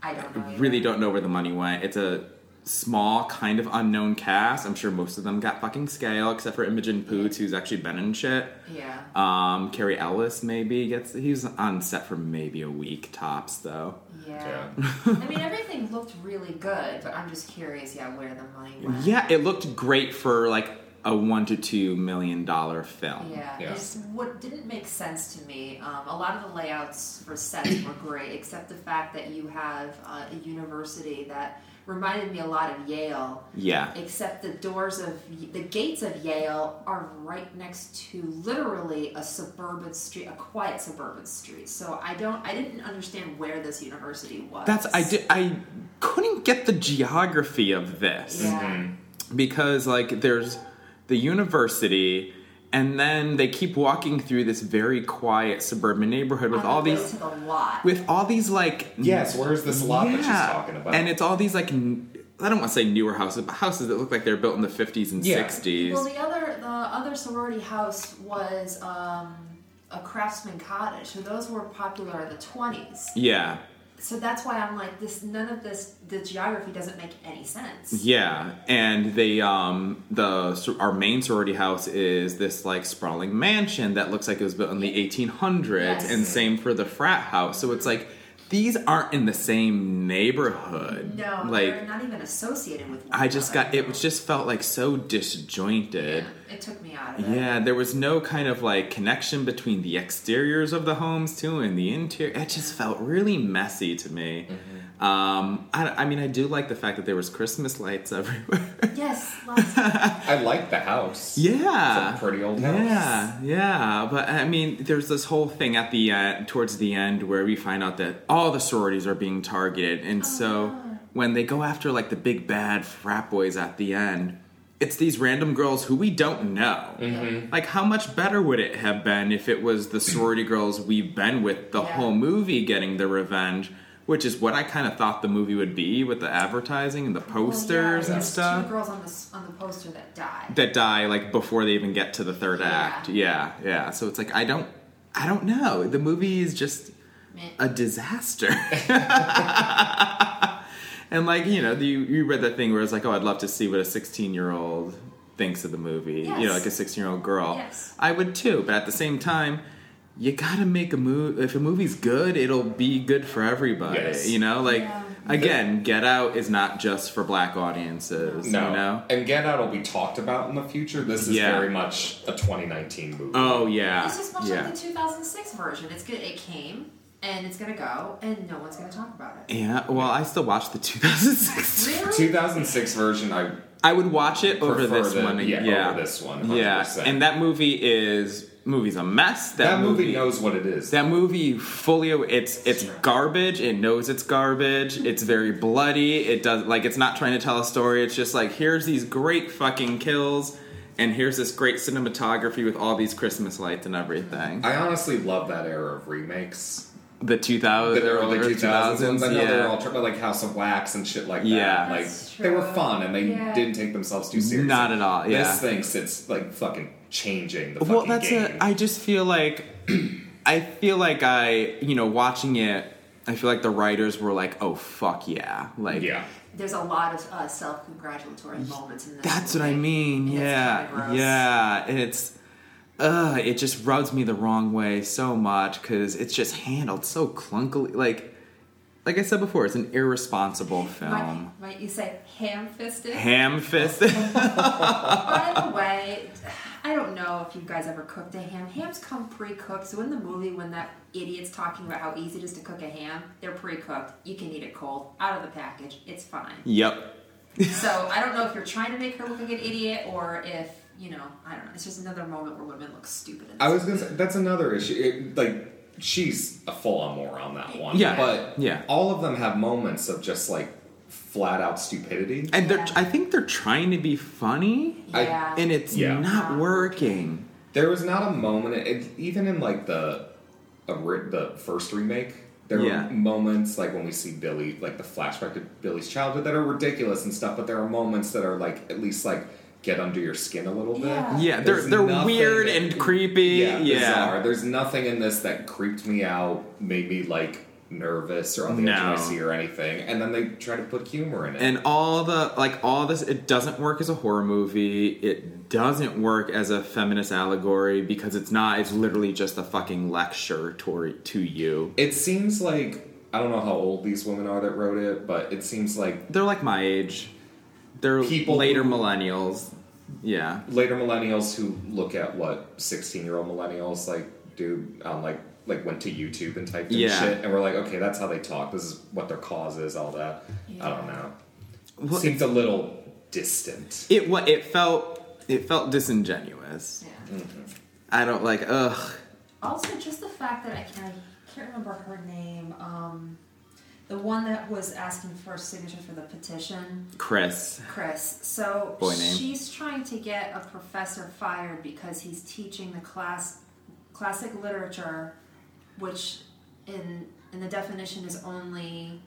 Speaker 4: I don't know. either.
Speaker 1: really don't know where the money went. It's a small, kind of unknown cast. I'm sure most of them got fucking scale, except for Imogen Poots, who's actually been in shit.
Speaker 4: Yeah.
Speaker 1: Um, Carrie Ellis maybe gets. He was on set for maybe a week tops, though.
Speaker 4: Yeah.
Speaker 3: Yeah.
Speaker 4: I mean, everything looked really good, but I'm just curious, yeah, where the money went.
Speaker 1: Yeah, it looked great for like a one to two million dollar film.
Speaker 4: Yeah,
Speaker 3: Yeah.
Speaker 4: it just what didn't make sense to me. Um, a lot of the layouts for sets were great, except the fact that you have uh, a university that reminded me a lot of Yale.
Speaker 1: Yeah.
Speaker 4: Except the doors of the gates of Yale are right next to literally a suburban street, a quiet suburban street. So I don't, I didn't understand where this university was.
Speaker 1: That's I did I couldn't get the geography of this.
Speaker 4: Yeah.
Speaker 1: because like there's the university and then they keep walking through this very quiet suburban neighborhood with
Speaker 4: On
Speaker 1: all
Speaker 4: the way
Speaker 1: these
Speaker 4: to the lot.
Speaker 1: with all these like
Speaker 3: Yes, where's this lot that she's talking about?
Speaker 1: and it's all these like n- i don't want to say newer houses but houses that look like they're built in the 50s and
Speaker 3: Yeah.
Speaker 1: 60s
Speaker 4: Well, the other the other sorority house was um, a craftsman cottage, so those were popular in the twenties.
Speaker 1: yeah
Speaker 4: So that's why I'm like this. None of this the geography doesn't make any sense.
Speaker 1: yeah and they um the sor- our main sorority house is this like sprawling mansion that looks like it was built in the 1800s
Speaker 4: Yes.
Speaker 1: and same for the frat house so it's like these aren't in the same neighborhood
Speaker 4: No,
Speaker 1: like
Speaker 4: they're not even associated with. One
Speaker 1: I just
Speaker 4: another.
Speaker 1: got it was just felt like so disjointed.
Speaker 4: Yeah, it took me out of
Speaker 1: Yeah.
Speaker 4: it.
Speaker 1: there was no kind of like connection between the exteriors of the homes too and the interior. It just felt really messy to me.
Speaker 4: Mm-hmm.
Speaker 1: Um, I, I mean, I do like the fact that there was Christmas lights [LAUGHS] everywhere. [LAUGHS]
Speaker 4: Yes, lots of-
Speaker 3: I like the house.
Speaker 1: yeah,
Speaker 3: It's a pretty old house.
Speaker 1: Yeah, yeah, but I mean, there's this whole thing at the uh, towards the end where we find out that all the sororities are being targeted, and so
Speaker 4: Ah.
Speaker 1: when they go after like the big bad frat boys at the end, it's these random girls who we don't know.
Speaker 3: Mm-hmm.
Speaker 1: Like, how much better would it have been if it was the sorority girls we've been with the
Speaker 4: Yeah.
Speaker 1: whole movie getting the revenge? Which is what I kind of thought the movie would be with the advertising and the
Speaker 4: Well, yeah,
Speaker 1: posters and
Speaker 4: there's
Speaker 1: stuff
Speaker 4: Two girls on the s- on the poster that died.
Speaker 1: that die like before they even get to the third
Speaker 4: Yeah.
Speaker 1: act. Yeah, yeah. So it's like I don't I don't know. The movie is just
Speaker 4: Meh.
Speaker 1: a disaster. [LAUGHS] and like, you know, you, you read that thing where it's like, oh, I'd love to see what a 16-year-old thinks of the movie. You
Speaker 4: Yes.
Speaker 1: know, like a 16-year-old girl.
Speaker 4: Yes.
Speaker 1: I would too, but at the same time, you gotta make a movie. If a movie's good, it'll be good for everybody.
Speaker 3: Yes.
Speaker 1: You know, like
Speaker 4: Yeah.
Speaker 1: again, Get Out is not just for black audiences.
Speaker 3: No.
Speaker 1: You know?
Speaker 3: And Get Out will be talked about in the future. This is
Speaker 1: Yeah.
Speaker 3: very much a 2019 movie.
Speaker 1: Oh yeah.
Speaker 4: It's just much
Speaker 1: yeah.
Speaker 4: like the 2006 version. It's good. It came and it's gonna go, and no one's gonna talk about it.
Speaker 1: Yeah, well, I still watch the 2006.
Speaker 4: Really?
Speaker 3: 2006 version, I
Speaker 1: I would watch it over
Speaker 3: prefer
Speaker 1: this
Speaker 3: the-
Speaker 1: one.
Speaker 3: Yeah,
Speaker 1: Yeah,
Speaker 3: over this one.
Speaker 1: Yeah,
Speaker 3: 100%.
Speaker 1: and that movie is movie's a mess. That,
Speaker 3: that movie knows what it is.
Speaker 1: that movie fully. It's it's garbage. It knows it's garbage. It's very bloody. It does like it's not trying to tell a story. It's just like here's these great fucking kills, and here's this great cinematography with all these Christmas lights and everything.
Speaker 3: I honestly love that era of remakes.
Speaker 1: The 2000s,
Speaker 3: The early
Speaker 1: earlier
Speaker 3: 2000s,
Speaker 1: 2000s,
Speaker 3: I know
Speaker 1: yeah.
Speaker 3: they're all tri- like House of Wax and shit like that.
Speaker 1: Yeah.
Speaker 3: like
Speaker 4: That's
Speaker 3: they were
Speaker 4: true.
Speaker 3: fun and they
Speaker 4: Yeah.
Speaker 3: didn't take themselves too seriously.
Speaker 1: Not at all, yeah.
Speaker 3: this thing sits like fucking changing the fucking
Speaker 1: well that's
Speaker 3: game.
Speaker 1: it. I just feel like i feel like i you know watching it i feel like the writers were like oh fuck yeah like
Speaker 3: yeah,
Speaker 4: There's a lot of uh, self-congratulatory moments in this.
Speaker 1: that's what i
Speaker 4: movie.
Speaker 1: mean
Speaker 4: And it's kinda
Speaker 1: yeah
Speaker 4: gross.
Speaker 1: yeah and it's uh it just rubs me the wrong way so much because it's just handled so clunkily like like i said before it's an irresponsible
Speaker 4: Might,
Speaker 1: film
Speaker 4: might you say
Speaker 1: [LAUGHS]
Speaker 4: ham-fisted?
Speaker 1: ham-fisted
Speaker 4: By the way, I don't know if you guys ever cooked a ham. Hams come pre-cooked, so in the movie when that idiot's talking about how easy it is to cook a ham, they're pre-cooked. You can eat it cold, out of the package. It's fine.
Speaker 1: yep
Speaker 4: so I don't know if you're trying to make her look like an idiot or if you know. I don't know. It's just another moment where women look stupid. In
Speaker 3: I
Speaker 4: this
Speaker 3: was gonna say that's another issue. It, like she's a full on moron that one.
Speaker 1: Yeah,
Speaker 3: but
Speaker 1: yeah.
Speaker 3: all of them have moments of just like flat out stupidity.
Speaker 1: and they're
Speaker 4: Yeah.
Speaker 1: i think they're trying to be funny
Speaker 3: I-
Speaker 4: yeah.
Speaker 1: and it's
Speaker 3: Yeah.
Speaker 1: not working
Speaker 3: There was not a moment, it, even in like the a re- the first remake. There
Speaker 1: Yeah.
Speaker 3: were moments like when we see Billy, like the flashback of Billy's childhood, that are ridiculous and stuff. But there are moments that are like at least like get under your skin a little bit.
Speaker 4: Yeah.
Speaker 1: Yeah, they're
Speaker 3: There's
Speaker 1: they're
Speaker 3: nothing
Speaker 1: weird
Speaker 3: that-
Speaker 1: and creepy. Yeah,
Speaker 3: bizarre. There's nothing in this that creeped me out, made me like nervous or on the edge of my
Speaker 1: No.
Speaker 3: seat or anything. And then they try to put humor in it.
Speaker 1: and all the like all this it doesn't work as a horror movie. It doesn't work as a feminist allegory because it's not. It's literally just a fucking lecture to to you.
Speaker 3: it seems like I don't know how old these women are that wrote it, but it seems like
Speaker 1: They're like my age. They're
Speaker 3: People
Speaker 1: later
Speaker 3: who-
Speaker 1: millennials. Yeah.
Speaker 3: later millennials who look at what 16 year old millennials like do um, like like went to youtube and typed in
Speaker 1: Yeah.
Speaker 3: shit and we're like okay that's how they talk this is what their cause is all that i don't know
Speaker 1: Well,
Speaker 3: seems a little distant
Speaker 1: It wa it felt it felt disingenuous.
Speaker 4: Yeah.
Speaker 1: I don't like ugh.
Speaker 4: Also, just the fact that I can't, I can't remember her name. Um, the one that was asking for a signature for the petition,
Speaker 1: Chris.
Speaker 4: Chris. So
Speaker 1: Boy name.
Speaker 4: she's trying to get a professor fired because he's teaching the class classic literature, which in in the definition is only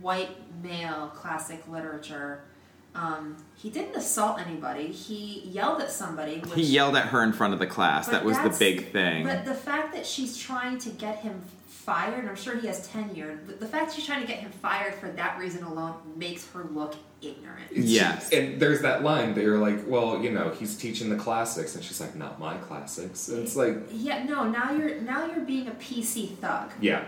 Speaker 4: white male classic literature. Um, he didn't assault anybody. He yelled at somebody. Which
Speaker 1: He yelled at her in front of the class.
Speaker 4: but
Speaker 1: that was the
Speaker 4: that's-
Speaker 1: big thing.
Speaker 4: But the fact that she's trying to get him fired, and I'm sure he has tenure, but the fact she's trying to get him fired for that reason alone makes her look ignorant.
Speaker 1: Yes.
Speaker 3: and there's that line that you're like well you know he's teaching the classics and she's like not my classics and it's like
Speaker 4: Yeah, no, now you're now you're being a
Speaker 1: [LAUGHS]
Speaker 4: PC thug.
Speaker 3: yeah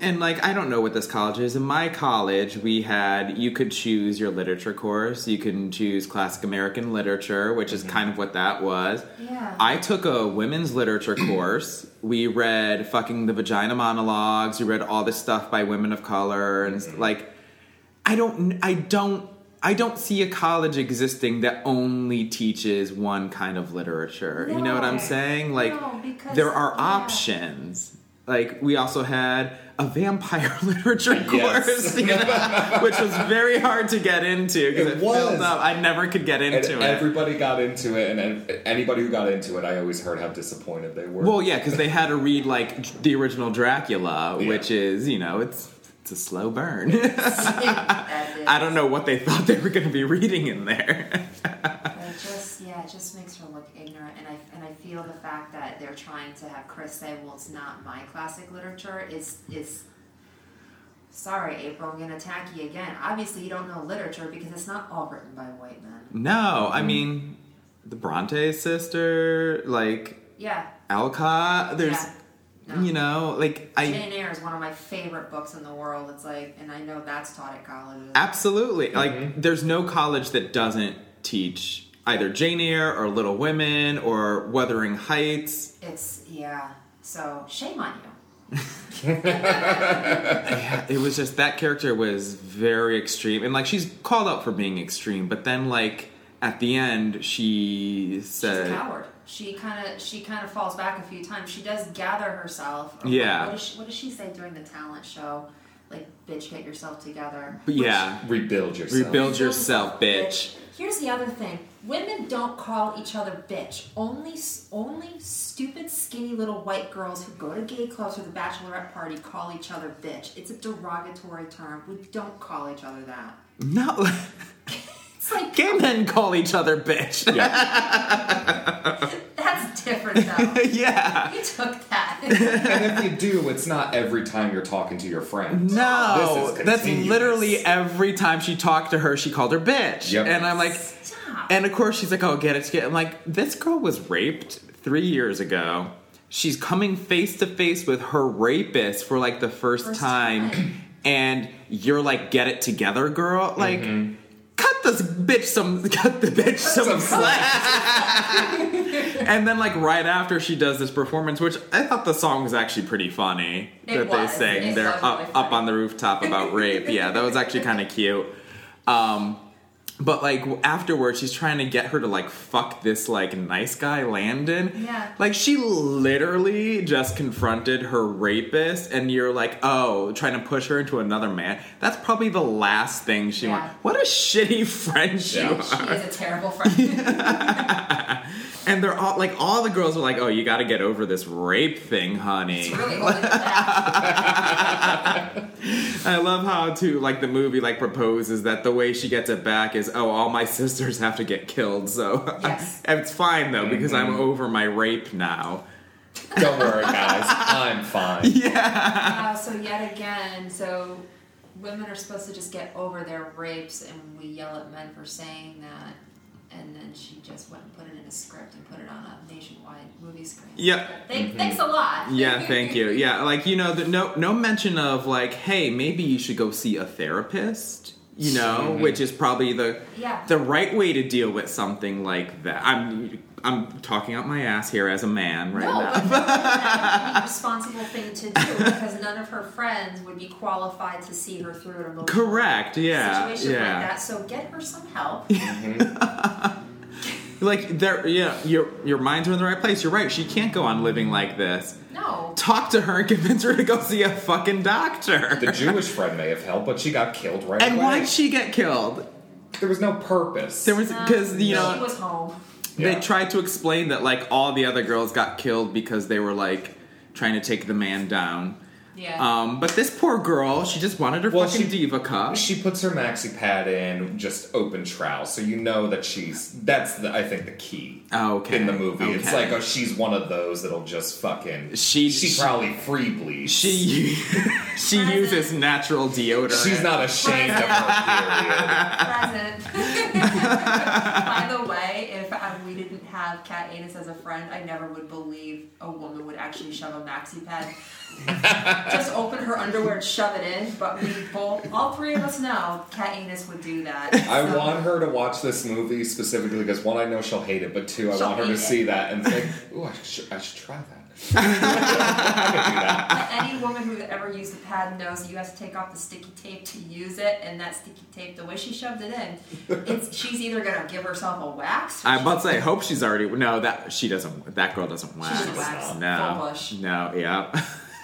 Speaker 1: And like I don't know what this college is. In my college, we had you could choose your literature course. You can choose classic American literature, which is kind of what that was.
Speaker 4: Yeah.
Speaker 1: I took a women's
Speaker 4: [CLEARS THROAT]
Speaker 1: literature course. We read fucking the vagina monologues. We read all this stuff by women of color and
Speaker 4: Mm-hmm.
Speaker 1: like I don't I don't I don't see a college existing that only teaches one kind of literature. You know what I'm
Speaker 4: No.
Speaker 1: saying? Like
Speaker 4: No, because-
Speaker 1: there are
Speaker 4: yeah.
Speaker 1: options. Like we also had a vampire [LAUGHS] literature
Speaker 3: Yes.
Speaker 1: course, [LAUGHS] you know, which was very hard to get into because
Speaker 3: It
Speaker 1: it, filled
Speaker 3: was.
Speaker 1: up. I never could get
Speaker 3: and
Speaker 1: into it.
Speaker 3: everybody got into it and and anybody who got into it i always heard how disappointed they were
Speaker 1: Well, yeah, because they had to read like d- the original Dracula,
Speaker 3: Yeah.
Speaker 1: which is you know it's it's a slow burn. [LAUGHS]
Speaker 4: That is-
Speaker 1: I don't know what they thought they were going to be reading in there. [LAUGHS]
Speaker 4: It just yeah, it just makes her look ignorant, and I and I feel the fact that they're trying to have Chris say, "Well, it's not my classic literature." Is is sorry, April, I'm gonna attack you again. Obviously, you don't know literature because it's not all written by white men.
Speaker 1: no,
Speaker 3: Mm.
Speaker 1: I mean the Bronte sister, like
Speaker 4: Yeah,
Speaker 1: Alcott. There's
Speaker 4: yeah. No.
Speaker 1: you know like I.
Speaker 4: Jane Eyre is one of my favorite books in the world. It's like, and I know that's taught at colleges.
Speaker 1: Absolutely.
Speaker 3: Mm-hmm.
Speaker 1: Like, there's no college that doesn't teach either Jane Eyre or Little Women or Wuthering Heights.
Speaker 4: It's yeah. So shame on you.
Speaker 1: It was just that character was very extreme. And, like, she's called out for being extreme, but then, like, at the end, she
Speaker 4: She's a
Speaker 1: said.
Speaker 4: coward. She kind of she kind of falls back a few times. She does gather herself. Or
Speaker 1: Yeah.
Speaker 4: What, does she, what does she say during the talent show? Like, bitch, get yourself together.
Speaker 1: But yeah,
Speaker 3: rebuild yourself
Speaker 1: rebuild yourself, bitch.
Speaker 4: Here's the other thing: women don't call each other bitch. Only, s- only stupid, skinny little white girls who go to gay clubs or the bachelorette party call each other bitch. It's a derogatory term. We don't call each other that.
Speaker 1: No. [LAUGHS]
Speaker 4: It's like
Speaker 1: Gay men call each other bitch. [LAUGHS]
Speaker 3: yeah
Speaker 4: that's
Speaker 1: [LAUGHS]
Speaker 4: different though.
Speaker 1: yeah.
Speaker 4: you took that.
Speaker 3: And if you do, it's not every time you're talking to your friend.
Speaker 1: [LAUGHS] No,
Speaker 3: This is
Speaker 1: that's
Speaker 3: continuous.
Speaker 1: literally every time she talked to her, she called her bitch.
Speaker 3: Yep.
Speaker 1: And I'm like,
Speaker 4: Stop.
Speaker 1: And of course, she's like, "Oh, get it together." I'm like, "This girl was raped three years ago. She's coming face to face with her rapist for like the first,
Speaker 4: First
Speaker 1: time,
Speaker 4: time.
Speaker 1: [CLEARS THROAT] and you're like, "Get it together, girl!" Like, cut this bitch some, [LAUGHS] cut the bitch some
Speaker 3: some
Speaker 1: slack. [LAUGHS] and then, like, right after she does this performance, which I thought the song was actually pretty funny
Speaker 4: It
Speaker 1: that
Speaker 4: was.
Speaker 1: they sang.
Speaker 4: It
Speaker 1: They're
Speaker 4: was
Speaker 1: up,
Speaker 4: really
Speaker 1: up
Speaker 4: funny.
Speaker 1: on the rooftop about rape. Yeah, that was actually kind of cute. Um, but like w- afterwards, she's trying to get her to like fuck this like nice guy Landon.
Speaker 4: Yeah.
Speaker 1: Like she literally just confronted her rapist, and you're like, oh, trying to push her into another man. That's probably the last thing she
Speaker 4: Yeah.
Speaker 1: wants. What a shitty [LAUGHS] friend she
Speaker 3: Yeah.
Speaker 1: was.
Speaker 4: she is a terrible friend.
Speaker 1: And they're all like, all the girls were like, oh, you got to get over this rape thing, honey.
Speaker 4: really holding it back.
Speaker 1: I love how to like the movie like proposes that the way she gets it back is oh all my [LAUGHS] sisters have to get killed so
Speaker 4: Yes.
Speaker 1: [LAUGHS] it's fine though because I'm over my rape now.
Speaker 3: Don't worry, guys. I'm fine.
Speaker 1: Yeah.
Speaker 4: Uh, so yet again, so women are supposed to just get over their rapes, and we yell at men for saying that. And then she just went and put it in a script and put it on a nationwide movie screen.
Speaker 1: Yeah. Mm-hmm.
Speaker 4: Thank, Thanks a lot.
Speaker 1: Yeah, thank you. Yeah, like you know the, no no mention of like hey maybe you should go see a therapist. you know, which is probably the
Speaker 4: Yeah.
Speaker 1: the right way to deal with something like that. I'm I'm talking out my ass here as a man right [LAUGHS]
Speaker 4: [LAUGHS] No,
Speaker 1: now.
Speaker 4: but that's an irresponsible thing to do because none of her friends would be qualified to see her through an emotional
Speaker 1: Correct. Yeah.
Speaker 4: situation
Speaker 1: yeah.
Speaker 4: like that. So get her some help.
Speaker 1: [LAUGHS] Like there, yeah. Your your minds are in the right place. You're right. She can't go on living like this.
Speaker 4: No.
Speaker 1: Talk to her and [LAUGHS] convince her to go see a fucking doctor.
Speaker 3: The Jewish friend may have helped, but she got killed right
Speaker 1: and
Speaker 3: away.
Speaker 1: why'd she get killed?
Speaker 3: There was no purpose.
Speaker 1: There was because you
Speaker 4: No,
Speaker 1: know
Speaker 4: Um, she was home.
Speaker 1: they
Speaker 3: Yeah.
Speaker 1: tried to explain that like all the other girls got killed because they were like trying to take the man down.
Speaker 4: Yeah.
Speaker 1: Um, but this poor girl, she just wanted her
Speaker 3: Well,
Speaker 1: fucking
Speaker 3: she-
Speaker 1: diva cup.
Speaker 3: She puts her maxi pad in just open trowel, so you know that she's. That's the, I think the key.
Speaker 1: Oh, okay.
Speaker 3: In the movie, it's
Speaker 1: Okay.
Speaker 3: like oh, she's one of those that'll just fucking.
Speaker 1: She-
Speaker 3: she,
Speaker 1: she-
Speaker 3: probably free bleeds. [LAUGHS]
Speaker 1: she [LAUGHS] she
Speaker 4: Present.
Speaker 1: uses natural deodorant.
Speaker 3: she's not ashamed of her
Speaker 4: Present. By the way, if uh, we didn't have Cat Anus as a friend, I never would believe a woman would actually shove a maxi pad. Just open her underwear and shove it in. But we both, all three of us know, Cat Anus would do that.
Speaker 3: period.
Speaker 1: [LAUGHS]
Speaker 3: I
Speaker 4: So-
Speaker 3: want her to watch this movie specifically because one, I know she'll hate it, but two, I
Speaker 4: She'll
Speaker 3: want her
Speaker 4: hate
Speaker 3: to
Speaker 4: it.
Speaker 3: see that and think, "Ooh, I should, I should try that." I could do that.
Speaker 4: Any woman who's ever used a pad knows you have to take off the sticky tape to use it, and that sticky tape, the way she shoved it in, it's she's either gonna give herself a wax. or
Speaker 1: I'm about to say, I hope she's already. No, that she doesn't. That girl doesn't wax.
Speaker 4: doesn't wax.
Speaker 1: No,
Speaker 4: Full bush.
Speaker 1: no, yeah.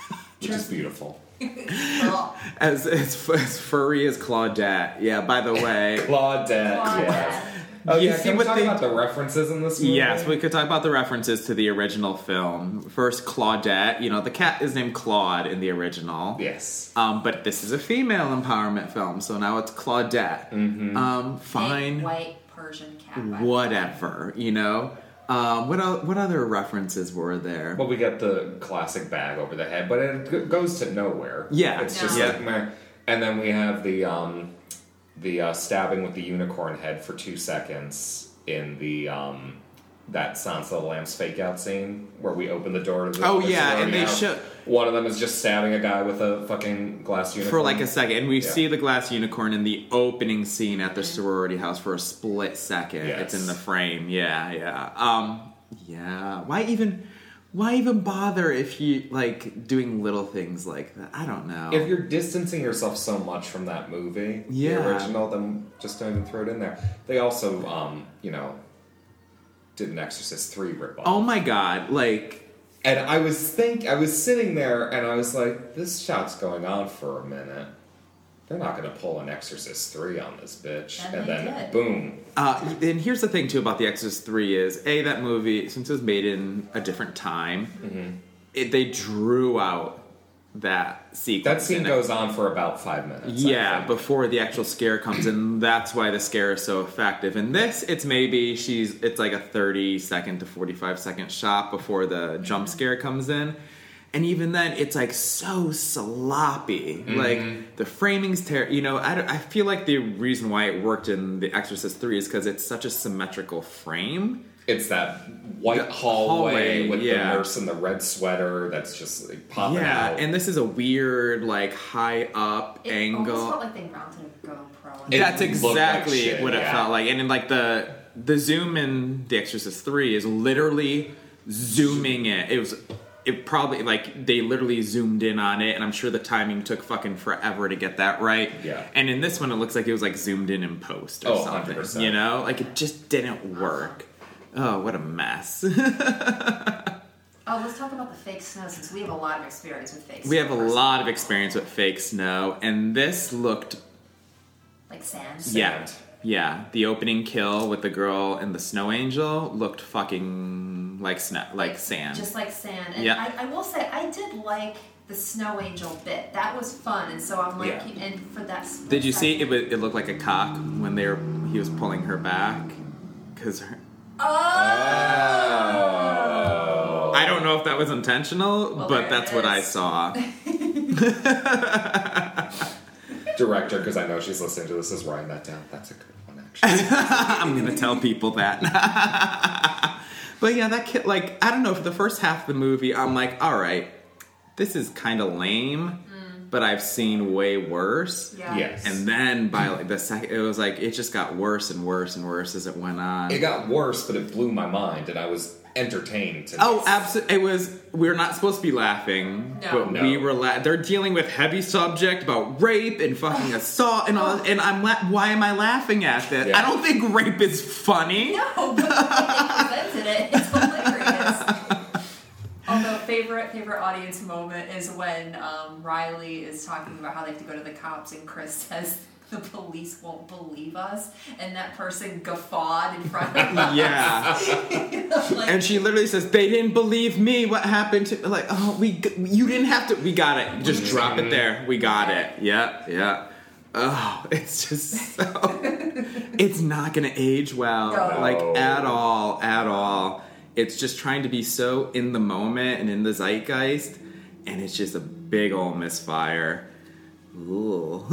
Speaker 1: [LAUGHS]
Speaker 3: Which is beautiful.
Speaker 4: she's little.
Speaker 1: As as, as furry as Claudette. Yeah. By the way,
Speaker 3: Claudette.
Speaker 4: Claudette.
Speaker 3: Yes. Oh,
Speaker 1: You
Speaker 3: yeah,
Speaker 1: see
Speaker 3: can we
Speaker 1: what
Speaker 3: talk
Speaker 1: they-
Speaker 3: about the references in this movie?
Speaker 1: yes, we could talk about the references to the original film. First, Claudette. You know, the cat is named Claude in the original.
Speaker 3: Yes.
Speaker 1: Um, but this is a female empowerment film, so now it's Claudette. Um,
Speaker 4: Big
Speaker 1: fine,
Speaker 4: white Persian cat. by the way.
Speaker 1: whatever. You know. Um, what el- what other references were there?
Speaker 3: Well, we got the classic bag over the head, but it g- goes to nowhere.
Speaker 1: Yeah.
Speaker 3: It's just
Speaker 1: No.
Speaker 3: like, meh. and then we have the um, the uh, stabbing with the unicorn head for two seconds in the um, that Sansa the Lamb's fake out scene where we open the door to the.
Speaker 1: Oh,
Speaker 3: the
Speaker 1: yeah, and
Speaker 3: sorority
Speaker 1: they
Speaker 3: house.
Speaker 1: show-
Speaker 3: one of them is just stabbing a guy with a fucking glass unicorn
Speaker 1: for like a second, and we
Speaker 3: Yeah.
Speaker 1: see the glass unicorn in the opening scene at the sorority house for a split second. It's in
Speaker 3: Yes.
Speaker 1: the frame. Yeah, yeah, um, yeah. Why even? Why even bother if you like doing little things like that? I don't know.
Speaker 3: If you're distancing yourself so much from that movie,
Speaker 1: Yeah.
Speaker 3: the original, then just don't even throw it in there. They also, um, you know, did an Exorcist three ripoff.
Speaker 1: oh my god! Like
Speaker 3: And I was think I was sitting there, and I was like, this shot's going on for a minute. They're not going to pull an Exorcist three on this bitch,
Speaker 4: And
Speaker 3: and,
Speaker 4: they
Speaker 3: then
Speaker 4: did.
Speaker 3: boom.
Speaker 1: Uh, and here's the thing too about The Exorcist Three is a that movie since it was made in a different time,
Speaker 3: Mm-hmm.
Speaker 1: it, they drew out that sequence.
Speaker 3: That scene
Speaker 1: in it.
Speaker 3: goes on for about five minutes. I
Speaker 1: yeah
Speaker 3: think.
Speaker 1: before the actual scare comes, and that's why the scare is so effective. In this, it's maybe she's it's like a thirty second to forty five second shot before the
Speaker 4: Mm-hmm.
Speaker 1: jump scare comes in. And even then, it's like so sloppy.
Speaker 4: Mm-hmm.
Speaker 1: Like the framing's terrible. You know, I, don't- I feel like the reason why it worked in The Exorcist 3 is because it's such a symmetrical frame.
Speaker 3: it's that white
Speaker 1: The
Speaker 3: hallway,
Speaker 1: hallway,
Speaker 3: with
Speaker 1: yeah.
Speaker 3: the nurse in the red sweater that's just like,
Speaker 4: Oh,
Speaker 3: popping
Speaker 1: yeah,
Speaker 3: out.
Speaker 1: and this is a weird, like high up
Speaker 4: It almost
Speaker 1: angle.
Speaker 4: felt like they mounted a GoPro. on
Speaker 3: It
Speaker 4: it.
Speaker 1: That's
Speaker 3: looked
Speaker 1: exactly
Speaker 3: like shit,
Speaker 1: what it
Speaker 3: yeah.
Speaker 1: felt like. And in like the the zoom in The Exorcist Three is literally zooming it. It was it probably like they literally zoomed in on it, and I'm sure the timing took fucking forever to get that right.
Speaker 3: Yeah.
Speaker 1: And in this one, it looks like it was like zoomed in in post or
Speaker 3: Oh,
Speaker 1: something.
Speaker 3: 100%.
Speaker 1: You know, like it just didn't work. Oh, what a mess. [LAUGHS]
Speaker 4: Oh, let's talk about the fake snow since we have a lot of experience with fake.
Speaker 1: we
Speaker 4: snow
Speaker 1: have a
Speaker 4: personally.
Speaker 1: lot of experience with fake snow, and this looked
Speaker 4: Like sand.
Speaker 1: Yeah.
Speaker 3: Sand.
Speaker 1: Yeah. The opening kill with the girl and the snow angel looked fucking like snow, like sand.
Speaker 4: Just like sand. And
Speaker 1: Yeah.
Speaker 4: I, I will say, I did like the snow angel bit. That was fun. And so I'm like,
Speaker 3: Yeah.
Speaker 4: and for that. split
Speaker 1: Did you see it?
Speaker 4: second-
Speaker 1: wa- It looked like a cock when they were he was pulling her back because
Speaker 4: Oh!
Speaker 1: I don't know if that was intentional,
Speaker 4: Well,
Speaker 1: but
Speaker 4: there it
Speaker 1: that's what I
Speaker 4: is. [LAUGHS]
Speaker 1: saw. [LAUGHS]
Speaker 3: director because I know she's listening to this is writing that down. That's a good one, actually.
Speaker 1: I'm gonna tell people that. [LAUGHS] but yeah, that kid, like, I don't know. For the first half of the movie, I'm like, all right, this is kind of lame. but I've seen way worse.
Speaker 4: Mm. Yeah.
Speaker 3: Yes.
Speaker 1: And then by like the second, it was like it just got worse and worse and worse as it went on.
Speaker 3: It got worse, but it blew my mind, and I was entertained. To
Speaker 1: Oh, absolutely! It was. We are not supposed to be laughing,
Speaker 4: No.
Speaker 1: but
Speaker 3: No.
Speaker 1: we were. La- they're dealing with heavy subject about rape and fucking assault and all. And I'm. La- why am I laughing at this?
Speaker 3: Yeah.
Speaker 1: I don't think rape is funny.
Speaker 4: [LAUGHS] No, but I presented it. It's hilarious. [LAUGHS] Although favorite favorite audience moment is when um, Riley is talking about how they have to go to the cops, and Chris [LAUGHS] says the police won't believe us, and that person guffawed in front
Speaker 1: [LAUGHS]
Speaker 4: of us.
Speaker 1: Yeah.
Speaker 4: Like,
Speaker 1: And she literally says, "They didn't believe me. What happened to like? Oh, we g- you didn't have to. We got it. Just drop it there. We got it. Yep, yep. Oh, it's just so. [LAUGHS] it's not gonna age well,
Speaker 4: No.
Speaker 1: like
Speaker 3: No.
Speaker 1: at all, at all. It's just trying to be so in the moment and in the zeitgeist, and it's just a big old misfire. Ooh, [LAUGHS]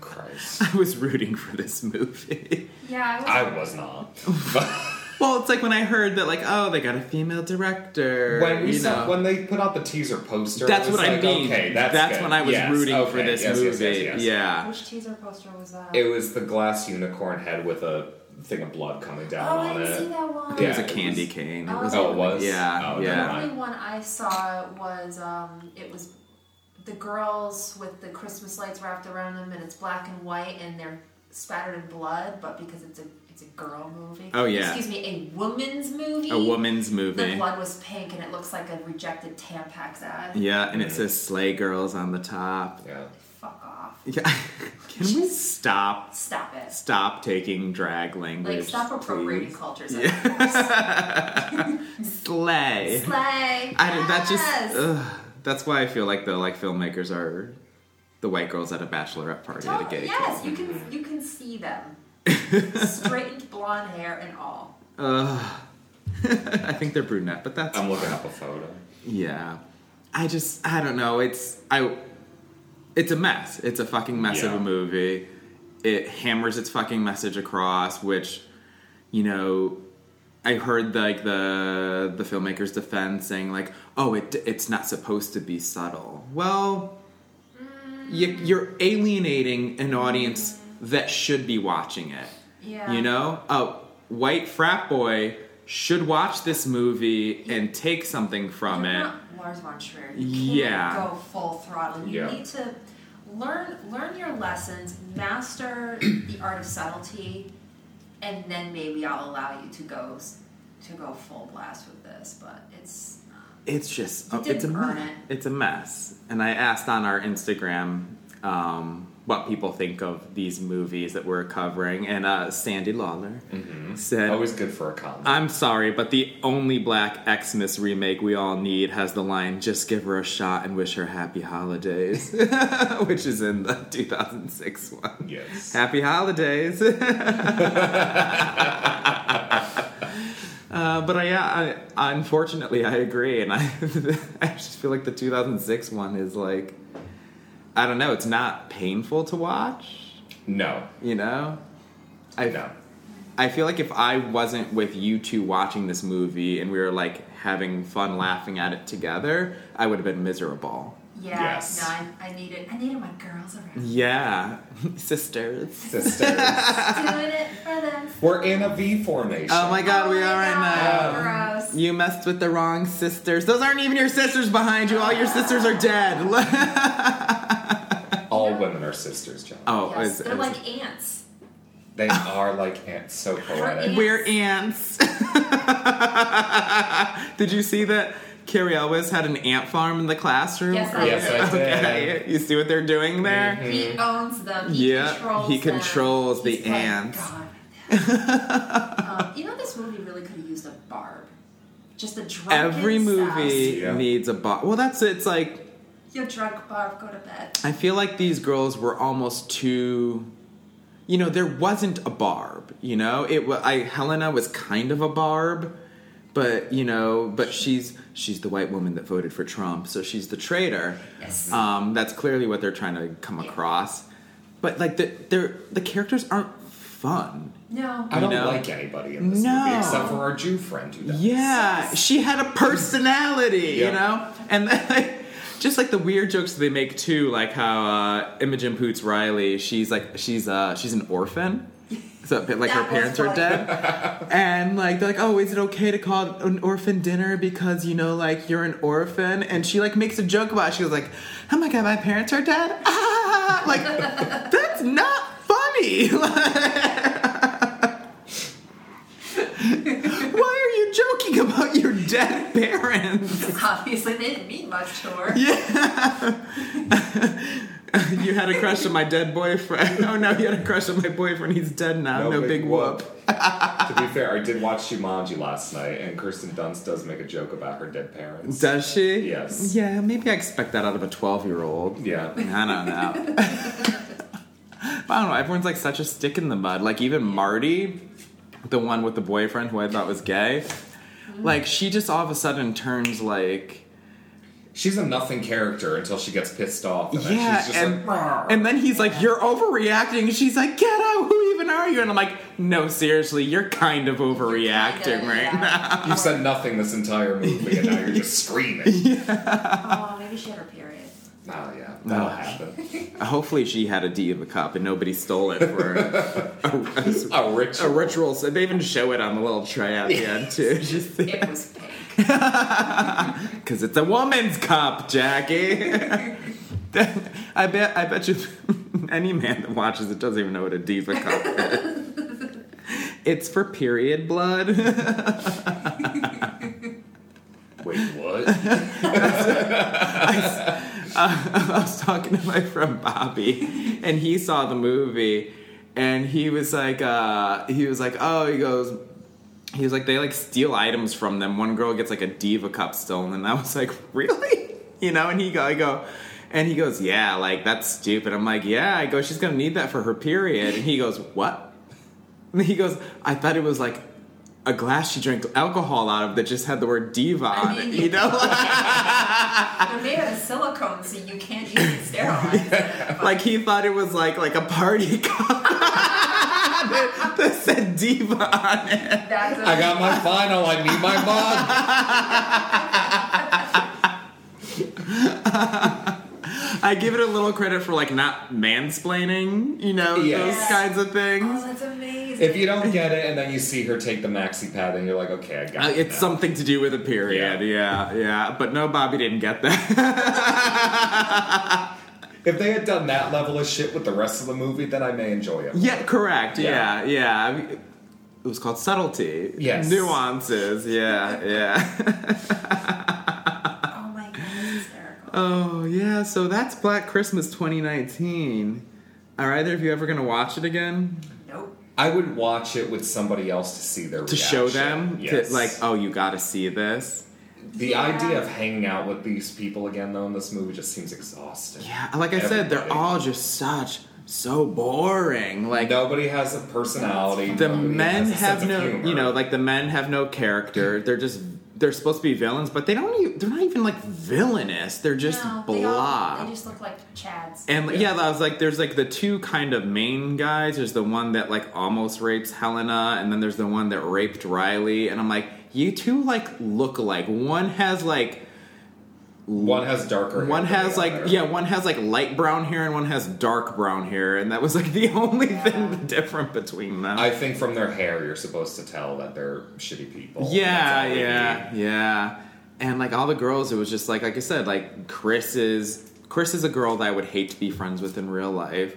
Speaker 3: Christ.
Speaker 1: I was rooting for this movie. [LAUGHS]
Speaker 4: yeah, I
Speaker 3: I was
Speaker 4: was,
Speaker 3: not. But
Speaker 1: Well, it's like when I heard that, like, oh, they got a female director.
Speaker 3: when we
Speaker 1: you
Speaker 3: saw,
Speaker 1: know.
Speaker 3: when they put out the teaser poster,
Speaker 1: That's
Speaker 3: it was
Speaker 1: what I
Speaker 3: like,
Speaker 1: mean.
Speaker 3: Okay, that's good.
Speaker 1: when I was
Speaker 3: Yes,
Speaker 1: rooting for
Speaker 3: okay,
Speaker 1: this
Speaker 3: yes, yes,
Speaker 1: movie.
Speaker 3: yes, yes.
Speaker 1: Yeah.
Speaker 4: which teaser poster was that?
Speaker 3: It was the glass unicorn head with a thing of blood coming down
Speaker 4: oh, I
Speaker 3: on
Speaker 4: didn't
Speaker 3: it.
Speaker 4: see that one.
Speaker 1: It was a
Speaker 3: it
Speaker 1: candy
Speaker 3: was-
Speaker 1: cane. It
Speaker 4: Oh.
Speaker 1: was
Speaker 4: Oh, it
Speaker 3: was?
Speaker 1: Yeah.
Speaker 3: Oh, never
Speaker 4: The
Speaker 1: yeah.
Speaker 3: mind.
Speaker 4: only one I saw was um, it was the girls with the Christmas lights wrapped around them, and it's black and white, and they're spattered in blood. But because it's a it's a girl movie.
Speaker 1: Oh, yeah.
Speaker 4: Excuse me, a woman's movie.
Speaker 1: A woman's
Speaker 4: The
Speaker 1: movie.
Speaker 4: blood was pink, and it looks like a rejected Tampax ad.
Speaker 1: Yeah, and it says Slay Girls on the top. [LAUGHS]
Speaker 3: Yeah.
Speaker 4: Fuck off.
Speaker 1: Yeah. Can we stop
Speaker 4: Stop it.
Speaker 1: stop taking drag language?
Speaker 4: Like stop appropriating
Speaker 1: please?
Speaker 4: cultures. Yeah.
Speaker 1: Slay.
Speaker 4: Slay.
Speaker 1: [LAUGHS] I don't- that
Speaker 4: Yes!
Speaker 1: just ugh, that's why I feel like the like filmmakers are the white girls at a bachelorette party at a
Speaker 4: Totally,
Speaker 1: gay
Speaker 4: yes,
Speaker 1: club.
Speaker 4: you can you can
Speaker 1: [LAUGHS]
Speaker 4: see them. Straightened blonde hair and all.
Speaker 1: Ugh. I think they're brunette, but that's
Speaker 3: I'm looking up a photo.
Speaker 1: Yeah. I just I don't know. It's I it's a mess. It's a fucking mess of
Speaker 3: Yeah.
Speaker 1: a movie. It hammers its fucking message across, which you know, I heard like the the filmmaker's defense saying like, "Oh, it it's not supposed to be subtle." Well, you, you're alienating an audience that should be watching it.
Speaker 4: Yeah.
Speaker 1: You know, a white frat boy should watch this movie and take something from
Speaker 4: You're
Speaker 1: it.
Speaker 4: not Lars von Trier. You
Speaker 1: Yeah.
Speaker 4: can't go full throttle. You
Speaker 3: Yeah.
Speaker 4: need to learn learn your lessons, master the art of subtlety, and then maybe I'll allow you to go s- to go full blast with this. But it's
Speaker 1: It's just,
Speaker 4: You
Speaker 1: oh, it's a
Speaker 4: didn't earn
Speaker 1: mess.
Speaker 4: it.
Speaker 1: It's a mess. And I asked on our Instagram um, what people think of these movies that we're covering, and uh, Sandy Lawler said,
Speaker 3: Always good for a comment.
Speaker 1: I'm sorry, but the only black Xmas remake we all need has the line, just give her a shot and wish her happy holidays, [LAUGHS] which is in the 2006 one.
Speaker 3: yes.
Speaker 1: Happy holidays. [LAUGHS] Uh, but I, yeah, I, unfortunately, I agree, and I, [LAUGHS] I just feel like the 2006 one is like, I don't know, it's not painful to watch,
Speaker 3: No.
Speaker 1: you know. I
Speaker 3: No.
Speaker 1: I feel like if I wasn't with you two watching this movie and we were like having fun laughing at it together, I would have been miserable.
Speaker 4: yeah,
Speaker 3: Yes.
Speaker 4: no, I, I needed I needed
Speaker 1: [LAUGHS]
Speaker 4: my girls around.
Speaker 1: Yeah, sisters.
Speaker 3: Sisters.
Speaker 4: Doing it for them.
Speaker 3: We're in a V formation.
Speaker 1: Oh my god, we
Speaker 4: Oh my
Speaker 1: are uh, right now.
Speaker 4: God, Gross.
Speaker 1: You messed with the wrong sisters. Those aren't even your sisters behind you. All your sisters are dead. [LAUGHS]
Speaker 3: All women are sisters, John.
Speaker 1: oh,
Speaker 4: Yes,
Speaker 1: it's-
Speaker 4: they're
Speaker 1: it's-
Speaker 4: like ants.
Speaker 3: They are like ants. So poetic.
Speaker 1: we're ants. [LAUGHS] Did you see that? Carrie Elwes had an ant farm in the classroom.
Speaker 4: Yes, I
Speaker 1: earlier?
Speaker 4: did. Yes,
Speaker 3: I did.
Speaker 1: Okay, you see what they're doing there?
Speaker 4: He owns them. He
Speaker 1: Yeah,
Speaker 4: controls
Speaker 1: he
Speaker 4: them.
Speaker 1: controls the
Speaker 4: He's like,
Speaker 1: ants.
Speaker 4: "God,
Speaker 1: [LAUGHS]
Speaker 4: um, you know, this movie really could have used a barb. Just a drunk.
Speaker 1: Every movie
Speaker 3: Yeah.
Speaker 1: needs a bar. Well, that's it. It's like
Speaker 4: Your drunk barb, go to bed.
Speaker 1: I feel like these girls were almost too. You know, there wasn't a barb. You know, it was. I Helena was kind of a barb, but you know, but she's she's the white woman that voted for Trump, so she's the traitor.
Speaker 4: Yes.
Speaker 1: Um, that's clearly what they're trying to come
Speaker 4: Yeah.
Speaker 1: across. But like the they're, the characters aren't fun.
Speaker 4: No.
Speaker 3: I don't
Speaker 1: No.
Speaker 3: like anybody in this
Speaker 1: No.
Speaker 3: movie except for our Jew friend who does.
Speaker 1: Yeah, she had a personality, you
Speaker 3: Yeah.
Speaker 1: know? And then, [LAUGHS] like, just like the weird jokes they make too, like how uh, Imogen Poots Riley, she's like she's uh she's an orphan. So like her
Speaker 4: That was
Speaker 1: parents are
Speaker 4: funny. [LAUGHS]
Speaker 1: dead, and like they're like, oh, is it okay to call it an orphan dinner because you know like you're an orphan? And she like makes a joke about it. she was like, oh my god, my parents are dead. [LAUGHS] Ah! Like that's not funny. [LAUGHS] Why are you joking about your dead parents?
Speaker 4: Obviously, they didn't mean much to her.
Speaker 1: Yeah. [LAUGHS] you had a crush on my dead boyfriend. Oh no, you had a crush on my boyfriend. He's dead now. No, big, whoop. [LAUGHS]
Speaker 3: to be fair, I did watch Jumanji last night, and Kirsten Dunst does make a joke about her dead parents.
Speaker 1: Does she?
Speaker 3: Yes.
Speaker 1: Yeah, maybe I expect that out of a 12 year old.
Speaker 3: yeah.
Speaker 1: I don't know.
Speaker 3: [LAUGHS]
Speaker 1: [LAUGHS] I don't know. Everyone's like such a stick in the mud. Like even Marty, the one with the boyfriend who I thought was gay,
Speaker 3: Mm-hmm.
Speaker 1: like she just all of a sudden turns like.
Speaker 3: She's a nothing character until she gets pissed off, and then
Speaker 1: Yeah,
Speaker 3: she's just
Speaker 1: and,
Speaker 3: like, "Rawr."
Speaker 1: and then he's like, "You're overreacting." And she's like, "Get out! Who even are you?" And I'm like, "No, seriously, you're kind of overreacting
Speaker 4: Kinda,
Speaker 1: right
Speaker 4: yeah.
Speaker 1: now." [LAUGHS]
Speaker 3: You've said nothing this entire movie, and now you're just screaming.
Speaker 1: [LAUGHS]
Speaker 4: Oh, maybe she had her period.
Speaker 3: Oh, yeah.
Speaker 1: [LAUGHS]
Speaker 3: That'll happen.
Speaker 1: Hopefully, she had a D of a cup and nobody stole it
Speaker 3: [LAUGHS]
Speaker 1: for a, a,
Speaker 3: A rich.
Speaker 1: a ritual. So they even show it on the little tray at the end too, just
Speaker 4: It was pink.
Speaker 1: because it's a woman's cup, Jackie. [LAUGHS] I bet. I bet you [LAUGHS] any man that watches it doesn't even know what a D of a cup is. It's for period blood. [LAUGHS]
Speaker 3: Wait, what?
Speaker 1: [LAUGHS] I was talking to my friend Bobby, and he saw the movie, and he was like, uh, he was like, oh, he goes, he was like, they like steal items from them. One girl gets like a diva cup stolen, and I was like, [LAUGHS] really? You know? And he go, I go, and he goes, yeah, like that's stupid. I'm like, yeah. I go, she's gonna need that for her period, and he goes, what? And he goes, I thought it was like. A glass she drank alcohol out of that just had the word diva on it, you know?
Speaker 4: They're made out of silicone, so you can't use it sterilized.
Speaker 1: Like he thought it was like like a party [LAUGHS] cup that, that said diva on it.
Speaker 4: That's a-
Speaker 3: I got my final. I need my mug.
Speaker 1: I give it a little credit for like not mansplaining, you know, those
Speaker 3: Yes.
Speaker 1: kinds of
Speaker 4: Oh,
Speaker 1: things.
Speaker 4: that's amazing.
Speaker 3: If you don't get it, and then you see her take the maxi pad, and you're like, okay, I got
Speaker 1: Uh,
Speaker 3: it.
Speaker 1: it's
Speaker 3: now.
Speaker 1: something to do with a period, yeah. yeah, But no, Bobby didn't get that. [LAUGHS]
Speaker 3: If they had done that level of shit with the rest of the movie, then I may enjoy it.
Speaker 1: yeah, correct. Yeah,
Speaker 3: Yeah.
Speaker 1: yeah. I mean, It was called subtlety,
Speaker 3: Yes.
Speaker 1: nuances. Yeah, yeah. [LAUGHS]
Speaker 4: oh my god, that's hysterical.
Speaker 1: Oh yeah. So that's Black Christmas 2019. Are either of you ever gonna watch it again?
Speaker 4: nope.
Speaker 3: I would watch it with somebody else to see their
Speaker 1: to show them
Speaker 3: Yes.
Speaker 1: to like oh you gotta see this
Speaker 3: the
Speaker 4: Yeah.
Speaker 3: idea of hanging out with these people again though in this movie just seems exhausting.
Speaker 1: yeah like i said they're
Speaker 3: Everybody.
Speaker 1: all just such so boring like
Speaker 3: Nobody has a personality.
Speaker 1: the
Speaker 3: nobody
Speaker 1: men
Speaker 3: has a sense
Speaker 1: have
Speaker 3: of
Speaker 1: no
Speaker 3: humor.
Speaker 1: you know like the men have no [LAUGHS] character they're just they're supposed to be villains but they don't even they're not even like villainous they're just
Speaker 4: no, They, all,
Speaker 1: blah
Speaker 4: they just look like Chads.
Speaker 1: and
Speaker 3: Yeah.
Speaker 1: yeah. I was like, there's like the two kind of main guys. There's the one that like almost rapes Helena, and then there's the one that raped Riley. And I'm like, you two like look alike. One has like
Speaker 3: one has darker. hair
Speaker 1: One
Speaker 3: than
Speaker 1: has
Speaker 3: the
Speaker 1: like
Speaker 3: other.
Speaker 1: yeah, one has like light brown hair and one has dark brown hair, and that was like [LAUGHS] the only thing different between them.
Speaker 3: I think from their hair you're supposed to tell that they're shitty people.
Speaker 1: yeah,
Speaker 3: That's all we
Speaker 1: yeah, yeah. And like all the girls, it was just like like I said, like Chris is Chris is a girl that I would hate to be friends with in real life.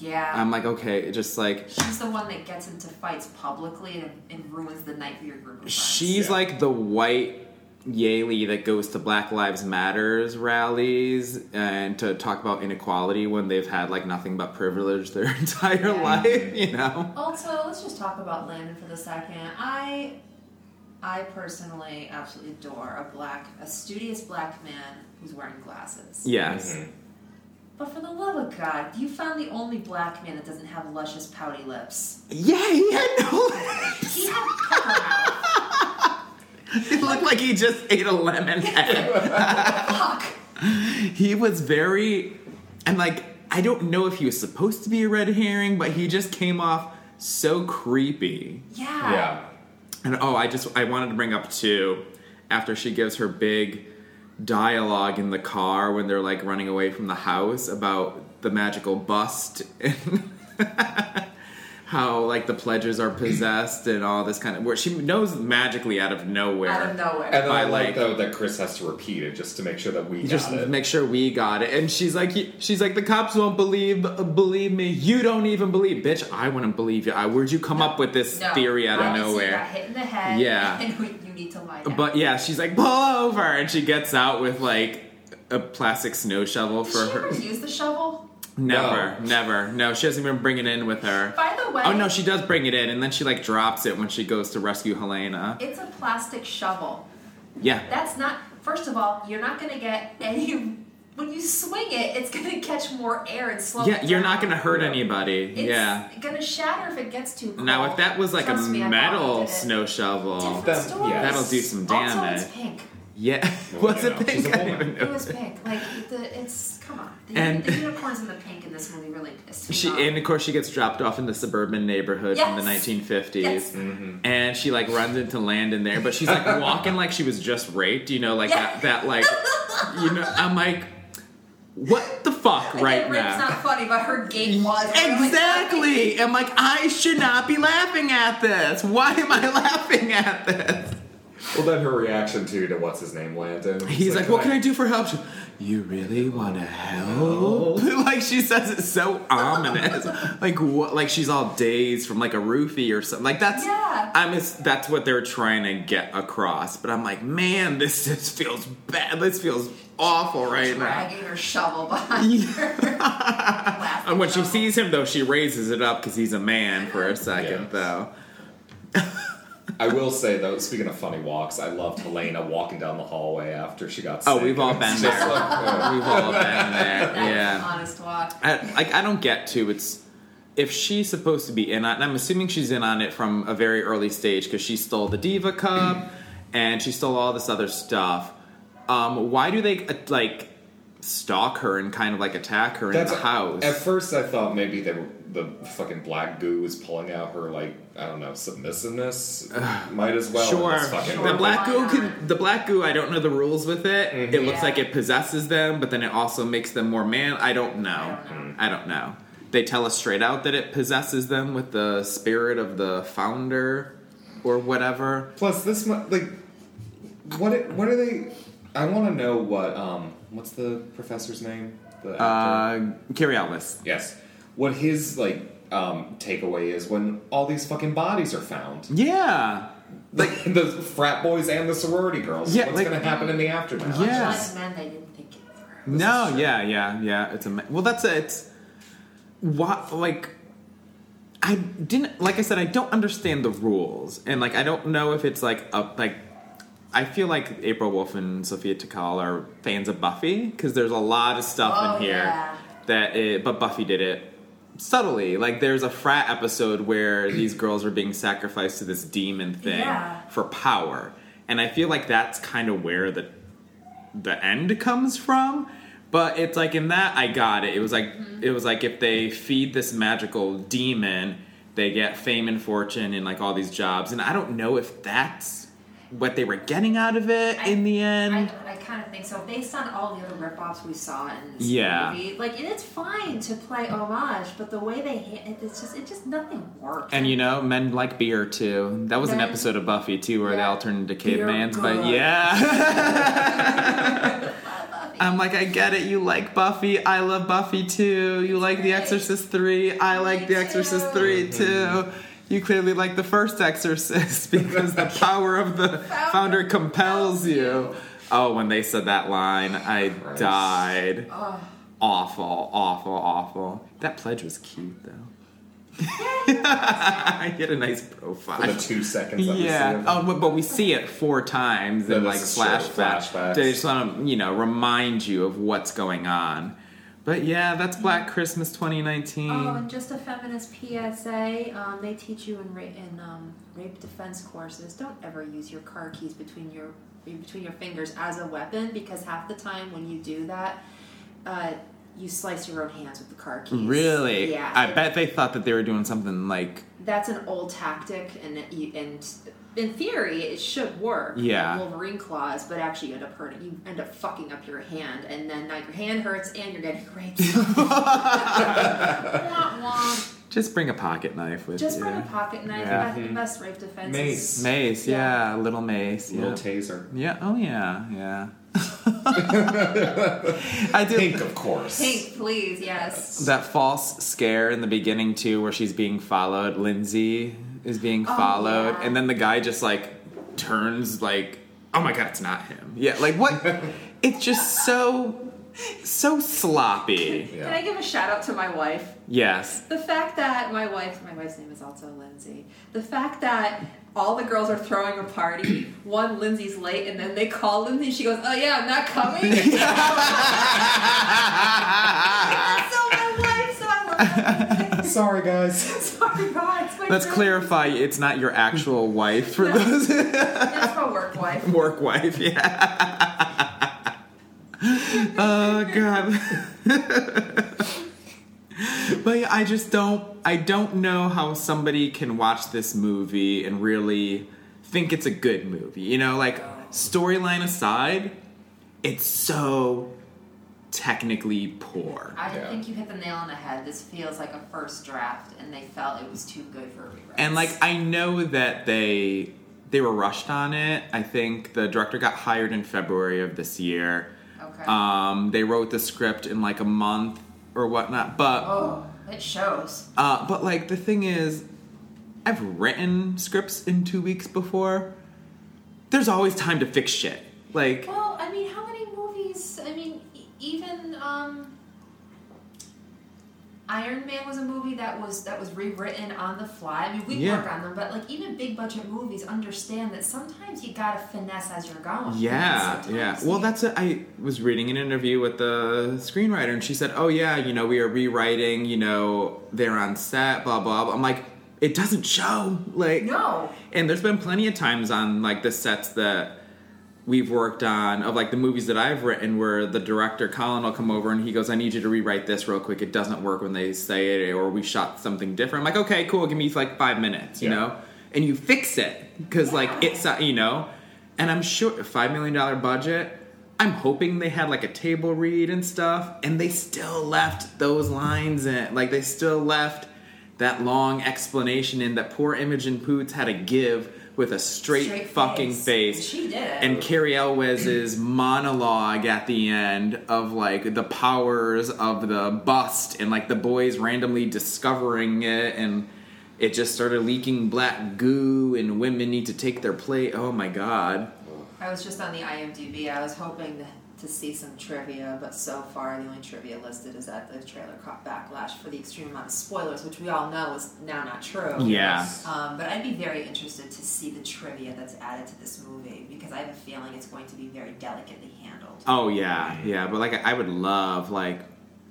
Speaker 4: Yeah.
Speaker 1: I'm like okay, just like
Speaker 4: She's the one that gets into fights publicly and, and ruins the night for your group of friends.
Speaker 1: she's
Speaker 3: Yeah.
Speaker 1: like the white. Yaley that goes to Black Lives Matters rallies and to talk about inequality when they've had like nothing but privilege their [LAUGHS] entire
Speaker 4: Yeah.
Speaker 1: life, you know.
Speaker 4: Also, let's just talk about Landon for the second. I, I personally absolutely adore a black, a studious black man who's wearing glasses.
Speaker 1: Yes.
Speaker 3: Mm-hmm.
Speaker 4: But for the love of God, you found the only black man that doesn't have luscious pouty lips.
Speaker 1: Yeah, he had no lips.
Speaker 4: He
Speaker 1: [LAUGHS]
Speaker 4: had pepper mouth.
Speaker 1: It looked like he just ate a lemon.
Speaker 4: [LAUGHS] Fuck.
Speaker 1: he was very, and like, I don't know if he was supposed to be a red herring, but he just came off so creepy.
Speaker 4: Yeah.
Speaker 3: Yeah.
Speaker 1: And oh, I just, I wanted to bring up too, after she gives her big dialogue in the car when they're like running away from the house about the magical bust and [LAUGHS] how like the pledges are possessed and all this kind of where she knows magically out of nowhere.
Speaker 4: Out of nowhere.
Speaker 3: And then I
Speaker 1: By,
Speaker 3: like
Speaker 1: like-
Speaker 3: though that Chris has to repeat it just to make sure that we
Speaker 1: just
Speaker 3: got it.
Speaker 1: make sure we got it. And she's like, he- she's like, the cops won't believe believe me. You don't even believe, bitch. I wouldn't believe you. I, where'd you come up with this
Speaker 4: No,
Speaker 1: theory out of
Speaker 4: obviously you
Speaker 1: nowhere?
Speaker 4: Got hit in the head.
Speaker 1: Yeah.
Speaker 4: [LAUGHS] And we- you need to lie. Down.
Speaker 1: But yeah, she's like, pull over, and she gets out with like a plastic snow shovel
Speaker 4: Did
Speaker 1: for
Speaker 4: she
Speaker 1: her.
Speaker 4: ever use the shovel?
Speaker 1: Never,
Speaker 3: No.
Speaker 1: never. No, she doesn't even bring it in with her.
Speaker 4: By the way,
Speaker 1: Oh no, she does bring it in, and then she like drops it when she goes to rescue Helena.
Speaker 4: it's a plastic shovel.
Speaker 1: Yeah,
Speaker 4: That's not. First of all, you're not gonna get any. When you swing it, it's gonna catch more air and slow.
Speaker 1: yeah.
Speaker 4: it
Speaker 1: You're
Speaker 4: down.
Speaker 1: not gonna hurt anybody.
Speaker 4: It's
Speaker 1: Yeah.
Speaker 4: gonna shatter if it gets too cold.
Speaker 1: Now, if that was like a
Speaker 4: Trust me, I
Speaker 1: metal
Speaker 4: did it.
Speaker 1: snow shovel,
Speaker 4: Different
Speaker 3: That-
Speaker 4: story.
Speaker 3: yeah.
Speaker 1: That'll do some
Speaker 4: Also,
Speaker 1: damage.
Speaker 4: it's pink.
Speaker 1: yeah,
Speaker 3: Well,
Speaker 1: was
Speaker 3: you
Speaker 1: it
Speaker 3: know, she's
Speaker 1: pink?
Speaker 3: a
Speaker 1: I didn't
Speaker 3: woman.
Speaker 1: even
Speaker 4: It
Speaker 1: know. [LAUGHS]
Speaker 4: was pink. Like the, it's come on. The,
Speaker 1: And-
Speaker 4: the unicorns and the pink in this movie really pissed me
Speaker 1: She
Speaker 4: off. [LAUGHS]
Speaker 1: and of course she gets dropped off in the suburban neighborhood from the
Speaker 4: Yes.
Speaker 1: 1950s,
Speaker 4: Yes.
Speaker 3: Mm-hmm.
Speaker 1: and she like runs into Landon there, but she's like walking like she was just raped, you know, like
Speaker 4: Yeah.
Speaker 1: that that like, you know, I'm like, what the fuck
Speaker 4: Like,
Speaker 1: right
Speaker 4: that
Speaker 1: now?
Speaker 4: rape's not funny, but her gait was really funny.
Speaker 1: Exactly. I'm like, I should not be laughing at this. Why am I [LAUGHS] laughing at this?
Speaker 3: Well, then her reaction too to what's his name, Landon.
Speaker 1: He's like, what can I do for help? She- You really want to help? [LAUGHS] like she says it so ominous. Like what? Like she's all dazed from like a roofie or something. Like that's.
Speaker 4: Yeah.
Speaker 1: I'm. Just, that's what they're trying to get across. But I'm like, man, this just feels bad. This feels awful right now.
Speaker 4: Dragging her shovel behind
Speaker 1: [LAUGHS]
Speaker 4: her. [LAUGHS] Plastic
Speaker 1: And when she
Speaker 4: shovel.
Speaker 1: sees him, though, she raises it up because he's a man for a second,
Speaker 3: Yes.
Speaker 1: though.
Speaker 3: I will say though, speaking of funny walks, I loved Helena walking down the hallway after she got.
Speaker 1: Oh,
Speaker 3: sick.
Speaker 1: we've all
Speaker 3: It's
Speaker 1: been
Speaker 3: just
Speaker 1: there.
Speaker 3: like, oh.
Speaker 1: We've
Speaker 4: [LAUGHS]
Speaker 1: all been there.
Speaker 4: That was an
Speaker 1: Yeah.
Speaker 4: honest walk.
Speaker 1: I, like I don't get to it's if she's supposed to be in on. And I'm assuming she's in on it from a very early stage because she stole the diva cup [CLEARS THROAT] and she stole all this other stuff. Um, why do they uh, like stalk her and kind of like attack her in the house?
Speaker 3: At first, I thought maybe they were, the fucking black goo was pulling out her like I don't know submissiveness. Might as well.
Speaker 1: Sure.
Speaker 3: It's fucking
Speaker 4: Sure.
Speaker 1: The black
Speaker 4: Why
Speaker 1: goo
Speaker 4: not?
Speaker 1: can the black goo, I don't know the rules with it. It looks
Speaker 4: Yeah.
Speaker 1: like it possesses them, but then it also makes them more man. I don't know.
Speaker 4: I don't know.
Speaker 1: I don't know. They tell us straight out that it possesses them with the spirit of the founder or whatever.
Speaker 3: Plus, this mu- like, what? i- What are they? I want to know what. Um, what's the professor's name? The actor?
Speaker 1: Uh Curialis.
Speaker 3: yes. What his like um, takeaway is when all these fucking bodies are found,
Speaker 1: Yeah.
Speaker 3: like [LAUGHS] the frat boys and the sorority girls.
Speaker 1: Yeah,
Speaker 3: what's
Speaker 1: like-
Speaker 3: going to happen in the aftermath?
Speaker 1: Yeah.
Speaker 4: Unlike men, they didn't think it through.
Speaker 1: No,
Speaker 3: true.
Speaker 1: yeah, yeah, yeah. It's a ma- well. That's a, it's what like I didn't like. I said I don't understand the rules, and like I don't know if it's like a like. I feel like April Wolf and Sophia Tikal are fans of Buffy because there's a lot of stuff
Speaker 4: Oh,
Speaker 1: in here
Speaker 4: yeah.
Speaker 1: that it, but Buffy did it subtly. Like there's a frat episode where
Speaker 4: [CLEARS THROAT]
Speaker 1: these girls are being sacrificed to this demon thing
Speaker 4: Yeah.
Speaker 1: for power, and I feel like that's kind of where the the end comes from. But it's like in that I got it. It was like
Speaker 4: Mm-hmm.
Speaker 1: it was like if they feed this magical demon, they get fame and fortune and like all these jobs. And I don't know if that's what they were getting out of it
Speaker 4: I-
Speaker 1: in the end.
Speaker 4: I, I kind of think so. Based on all the other rip-offs we saw in this
Speaker 1: Yeah.
Speaker 4: movie, like and it's fine to play homage, but the way they hit it, it's just it just nothing worked.
Speaker 1: and you know, men like beer too. That was an
Speaker 4: Men-
Speaker 1: episode of Buffy too, where they
Speaker 4: Yeah.
Speaker 1: all turned into
Speaker 4: Beer
Speaker 1: cavemans. But
Speaker 4: good.
Speaker 1: yeah,
Speaker 4: [LAUGHS] Buffy.
Speaker 1: [LAUGHS] I'm like, I get it. You like Buffy. I love Buffy too. You like The
Speaker 4: Right.
Speaker 1: Exorcist three. I like The
Speaker 4: Me
Speaker 1: Exorcist
Speaker 4: too.
Speaker 1: three too. You clearly like the first Exorcist [LAUGHS] because the power of
Speaker 4: [LAUGHS]
Speaker 1: the founder compels you. Oh, when they said that line, I
Speaker 3: Christ.
Speaker 1: died.
Speaker 4: Ugh.
Speaker 1: Awful, awful, awful. That pledge was cute though. [LAUGHS] I get a nice profile.
Speaker 3: For the two seconds. That We see
Speaker 1: Yeah.
Speaker 3: of
Speaker 1: Oh, but, but we see it four times
Speaker 3: Yeah,
Speaker 1: in like
Speaker 3: this is true.
Speaker 1: flashbacks.
Speaker 3: Flashbacks.
Speaker 1: They just want to, you know, remind you of what's going on. But yeah, that's Black Christmas 2019.
Speaker 4: Oh, and just a feminist PSA. Um, they teach you in, ra- in um, rape defense courses. Don't ever use your car keys between your in between your fingers as a weapon because half the time when you do that, uh, you slice your own hands with the car keys.
Speaker 1: really?
Speaker 4: Yeah.
Speaker 1: I bet they thought that they were doing something like
Speaker 4: that's an old tactic, and it, you- and in theory, it should work.
Speaker 1: Yeah.
Speaker 4: Wolverine claws, but actually you end up hurting. You end up fucking up your hand, and then now your hand hurts, and you're getting
Speaker 1: [LAUGHS]
Speaker 4: raped. Wah, wah.
Speaker 1: Just bring a pocket knife with
Speaker 4: Just
Speaker 1: you.
Speaker 4: bring a pocket knife.
Speaker 1: Yeah.
Speaker 4: I think the best rape defense
Speaker 3: Mace.
Speaker 4: is
Speaker 1: Mace, yeah, a little mace. Yeah.
Speaker 3: Little
Speaker 1: [LAUGHS]
Speaker 3: taser.
Speaker 1: yeah, oh yeah, yeah. I do
Speaker 3: Pink, of course.
Speaker 4: pink, please. Yes.
Speaker 1: that false scare in the beginning too, where she's being followed. Lindsay is being
Speaker 4: Oh,
Speaker 1: followed,
Speaker 4: yeah.
Speaker 1: and then the guy just like turns like, oh my god, it's not him. Yeah, like what? it's just so so sloppy.
Speaker 3: Yeah.
Speaker 4: Can I give a shout out to my wife?
Speaker 1: Yes.
Speaker 4: The fact that my wife, my wife's name is also Lindsay. The fact that all the girls are throwing a party, [CLEARS THROAT] one Lindsay's late, and then they call Lindsay. and She goes, "Oh yeah, I'm
Speaker 1: [LAUGHS]
Speaker 4: not coming." [LAUGHS] so my wife, so I love
Speaker 1: [LAUGHS]
Speaker 3: Sorry, guys.
Speaker 4: [LAUGHS] Sorry, guys. my
Speaker 1: Let's
Speaker 4: girl-
Speaker 1: clarify. It's not your actual wife for
Speaker 4: No.
Speaker 1: those
Speaker 4: That's my work wife.
Speaker 1: work wife. Yeah. oh god. but yeah, I just don't. I don't know how somebody can watch this movie and really think it's a good movie. You know, like storyline aside, it's so technically poor.
Speaker 4: I
Speaker 3: Yeah.
Speaker 4: think you hit the nail on the head. This feels like a first draft, and they felt it was too good for a rewrite.
Speaker 1: And like I know that they they were rushed on it. I think the director got hired in February of this year.
Speaker 4: okay,
Speaker 1: Um, they wrote the script in like a month or whatnot. But
Speaker 4: oh, it shows.
Speaker 1: uh, but like the thing is, I've written scripts in two weeks before. There's always time to fix shit. Like
Speaker 4: Well, I mean, how many movies? I mean, e- even um, Iron Man was a movie that was that was rewritten on the fly. I mean, we
Speaker 1: Yeah.
Speaker 4: work on them, but like even big budget movies understand that sometimes you gotta finesse as you're going.
Speaker 1: Yeah,
Speaker 4: Sometimes
Speaker 1: yeah.
Speaker 4: you-
Speaker 1: Well, that's it. I was reading an interview with the screenwriter, and she said, "Oh yeah, you know, we are rewriting. You know, they're on set, blah blah." blah. I'm like, it doesn't show. Like,
Speaker 4: no.
Speaker 1: And there's been plenty of times on like the sets that we've worked on of like the movies that I've written where the director Colin will come over and he goes, I need you to rewrite this real quick. It doesn't work when they say it or we shot something different. I'm like, okay, cool, give me like five minutes, you
Speaker 3: Yeah.
Speaker 1: know? And you fix it. Cause like
Speaker 4: Yeah.
Speaker 1: it's uh, you know, and I'm sure a five million dollar budget. I'm hoping they had like a table read and stuff, and they still left those lines in. Like they still left that long explanation in that poor Imogen Poots had to give with a straight, fucking face.
Speaker 4: She did it.
Speaker 1: And Carrie Elwes's monologue at the end of like the powers of the bust and like the boys randomly discovering it and it just started leaking black goo and women need to take their plate. Oh my god.
Speaker 4: I was just on the IMDb. I was hoping to, to see some trivia, but so far the only trivia listed is that the trailer caught backlash for the extreme amount of spoilers, which we all know is now not true.
Speaker 1: Yeah.
Speaker 4: Um, but I'd be very interested to see the trivia that's added to this movie because I have a feeling it's going to be very delicately
Speaker 1: [LAUGHS]
Speaker 4: handled.
Speaker 1: Oh yeah, yeah. But like I would love like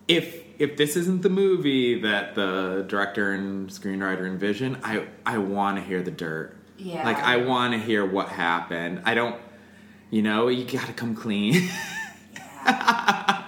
Speaker 1: if if this isn't the movie that the director and screenwriter envision, I I want to hear the dirt.
Speaker 4: Yeah.
Speaker 1: Like I want to hear what happened. I don't. You know, you gotta come clean. [LAUGHS]
Speaker 4: Yeah.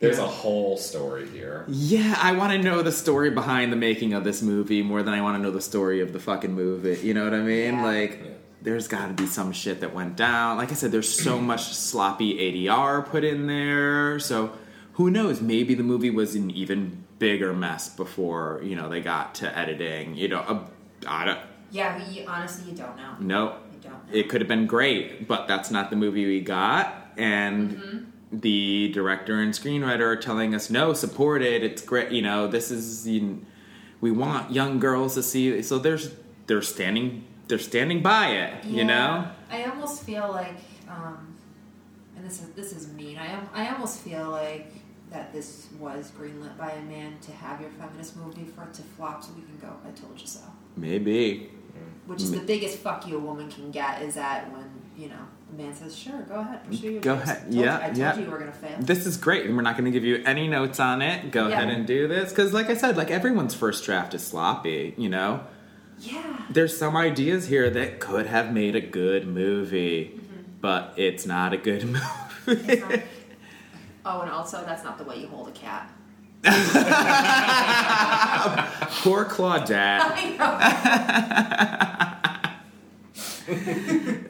Speaker 3: There's a whole story here.
Speaker 1: yeah, I want to know the story behind the making of this movie more than I want to know the story of the fucking movie. You know what I mean?
Speaker 4: Yeah.
Speaker 1: Like,
Speaker 3: Yeah.
Speaker 1: there's got to be some shit that went down. Like I said, there's so much sloppy ADR put in there. So who knows? Maybe the movie was an even bigger mess before you know they got to editing. You know, uh, I don't.
Speaker 4: yeah, but you, honestly, you don't know.
Speaker 1: No,
Speaker 4: You don't know.
Speaker 1: it could have been great, but that's not the movie we got. And
Speaker 4: Mm-hmm.
Speaker 1: the director and screenwriter are telling us, no, support it. It's great. You know, this is you, we want young girls to see. So there's they're standing they're standing by it. You
Speaker 4: Yeah.
Speaker 1: know,
Speaker 4: I almost feel like, um, and this is this is mean. I am, I almost feel like that this was greenlit by a man to have your feminist movie for it to flop so we can go. I told you so.
Speaker 1: maybe.
Speaker 4: Which
Speaker 1: Mm.
Speaker 4: is the biggest fuck you a woman can get is that when you know a man says, "Sure, go ahead, pursue your
Speaker 1: Go
Speaker 4: dreams."
Speaker 1: ahead.
Speaker 4: Told you-
Speaker 1: Yeah,
Speaker 4: I told
Speaker 1: yeah.
Speaker 4: you you were gonna fail.
Speaker 1: This is great, and we're not going to give you any notes on it. Go
Speaker 4: Yeah.
Speaker 1: ahead and do this, because, like I said, like everyone's first draft is sloppy. You know,
Speaker 4: yeah.
Speaker 1: there's some ideas here that could have made a good movie, but it's not a good [LAUGHS] movie.
Speaker 4: Mm-hmm. It's not- oh, and also that's not the way you hold a cat. [LAUGHS] [LAUGHS]
Speaker 1: Poor Claudette.
Speaker 4: I know.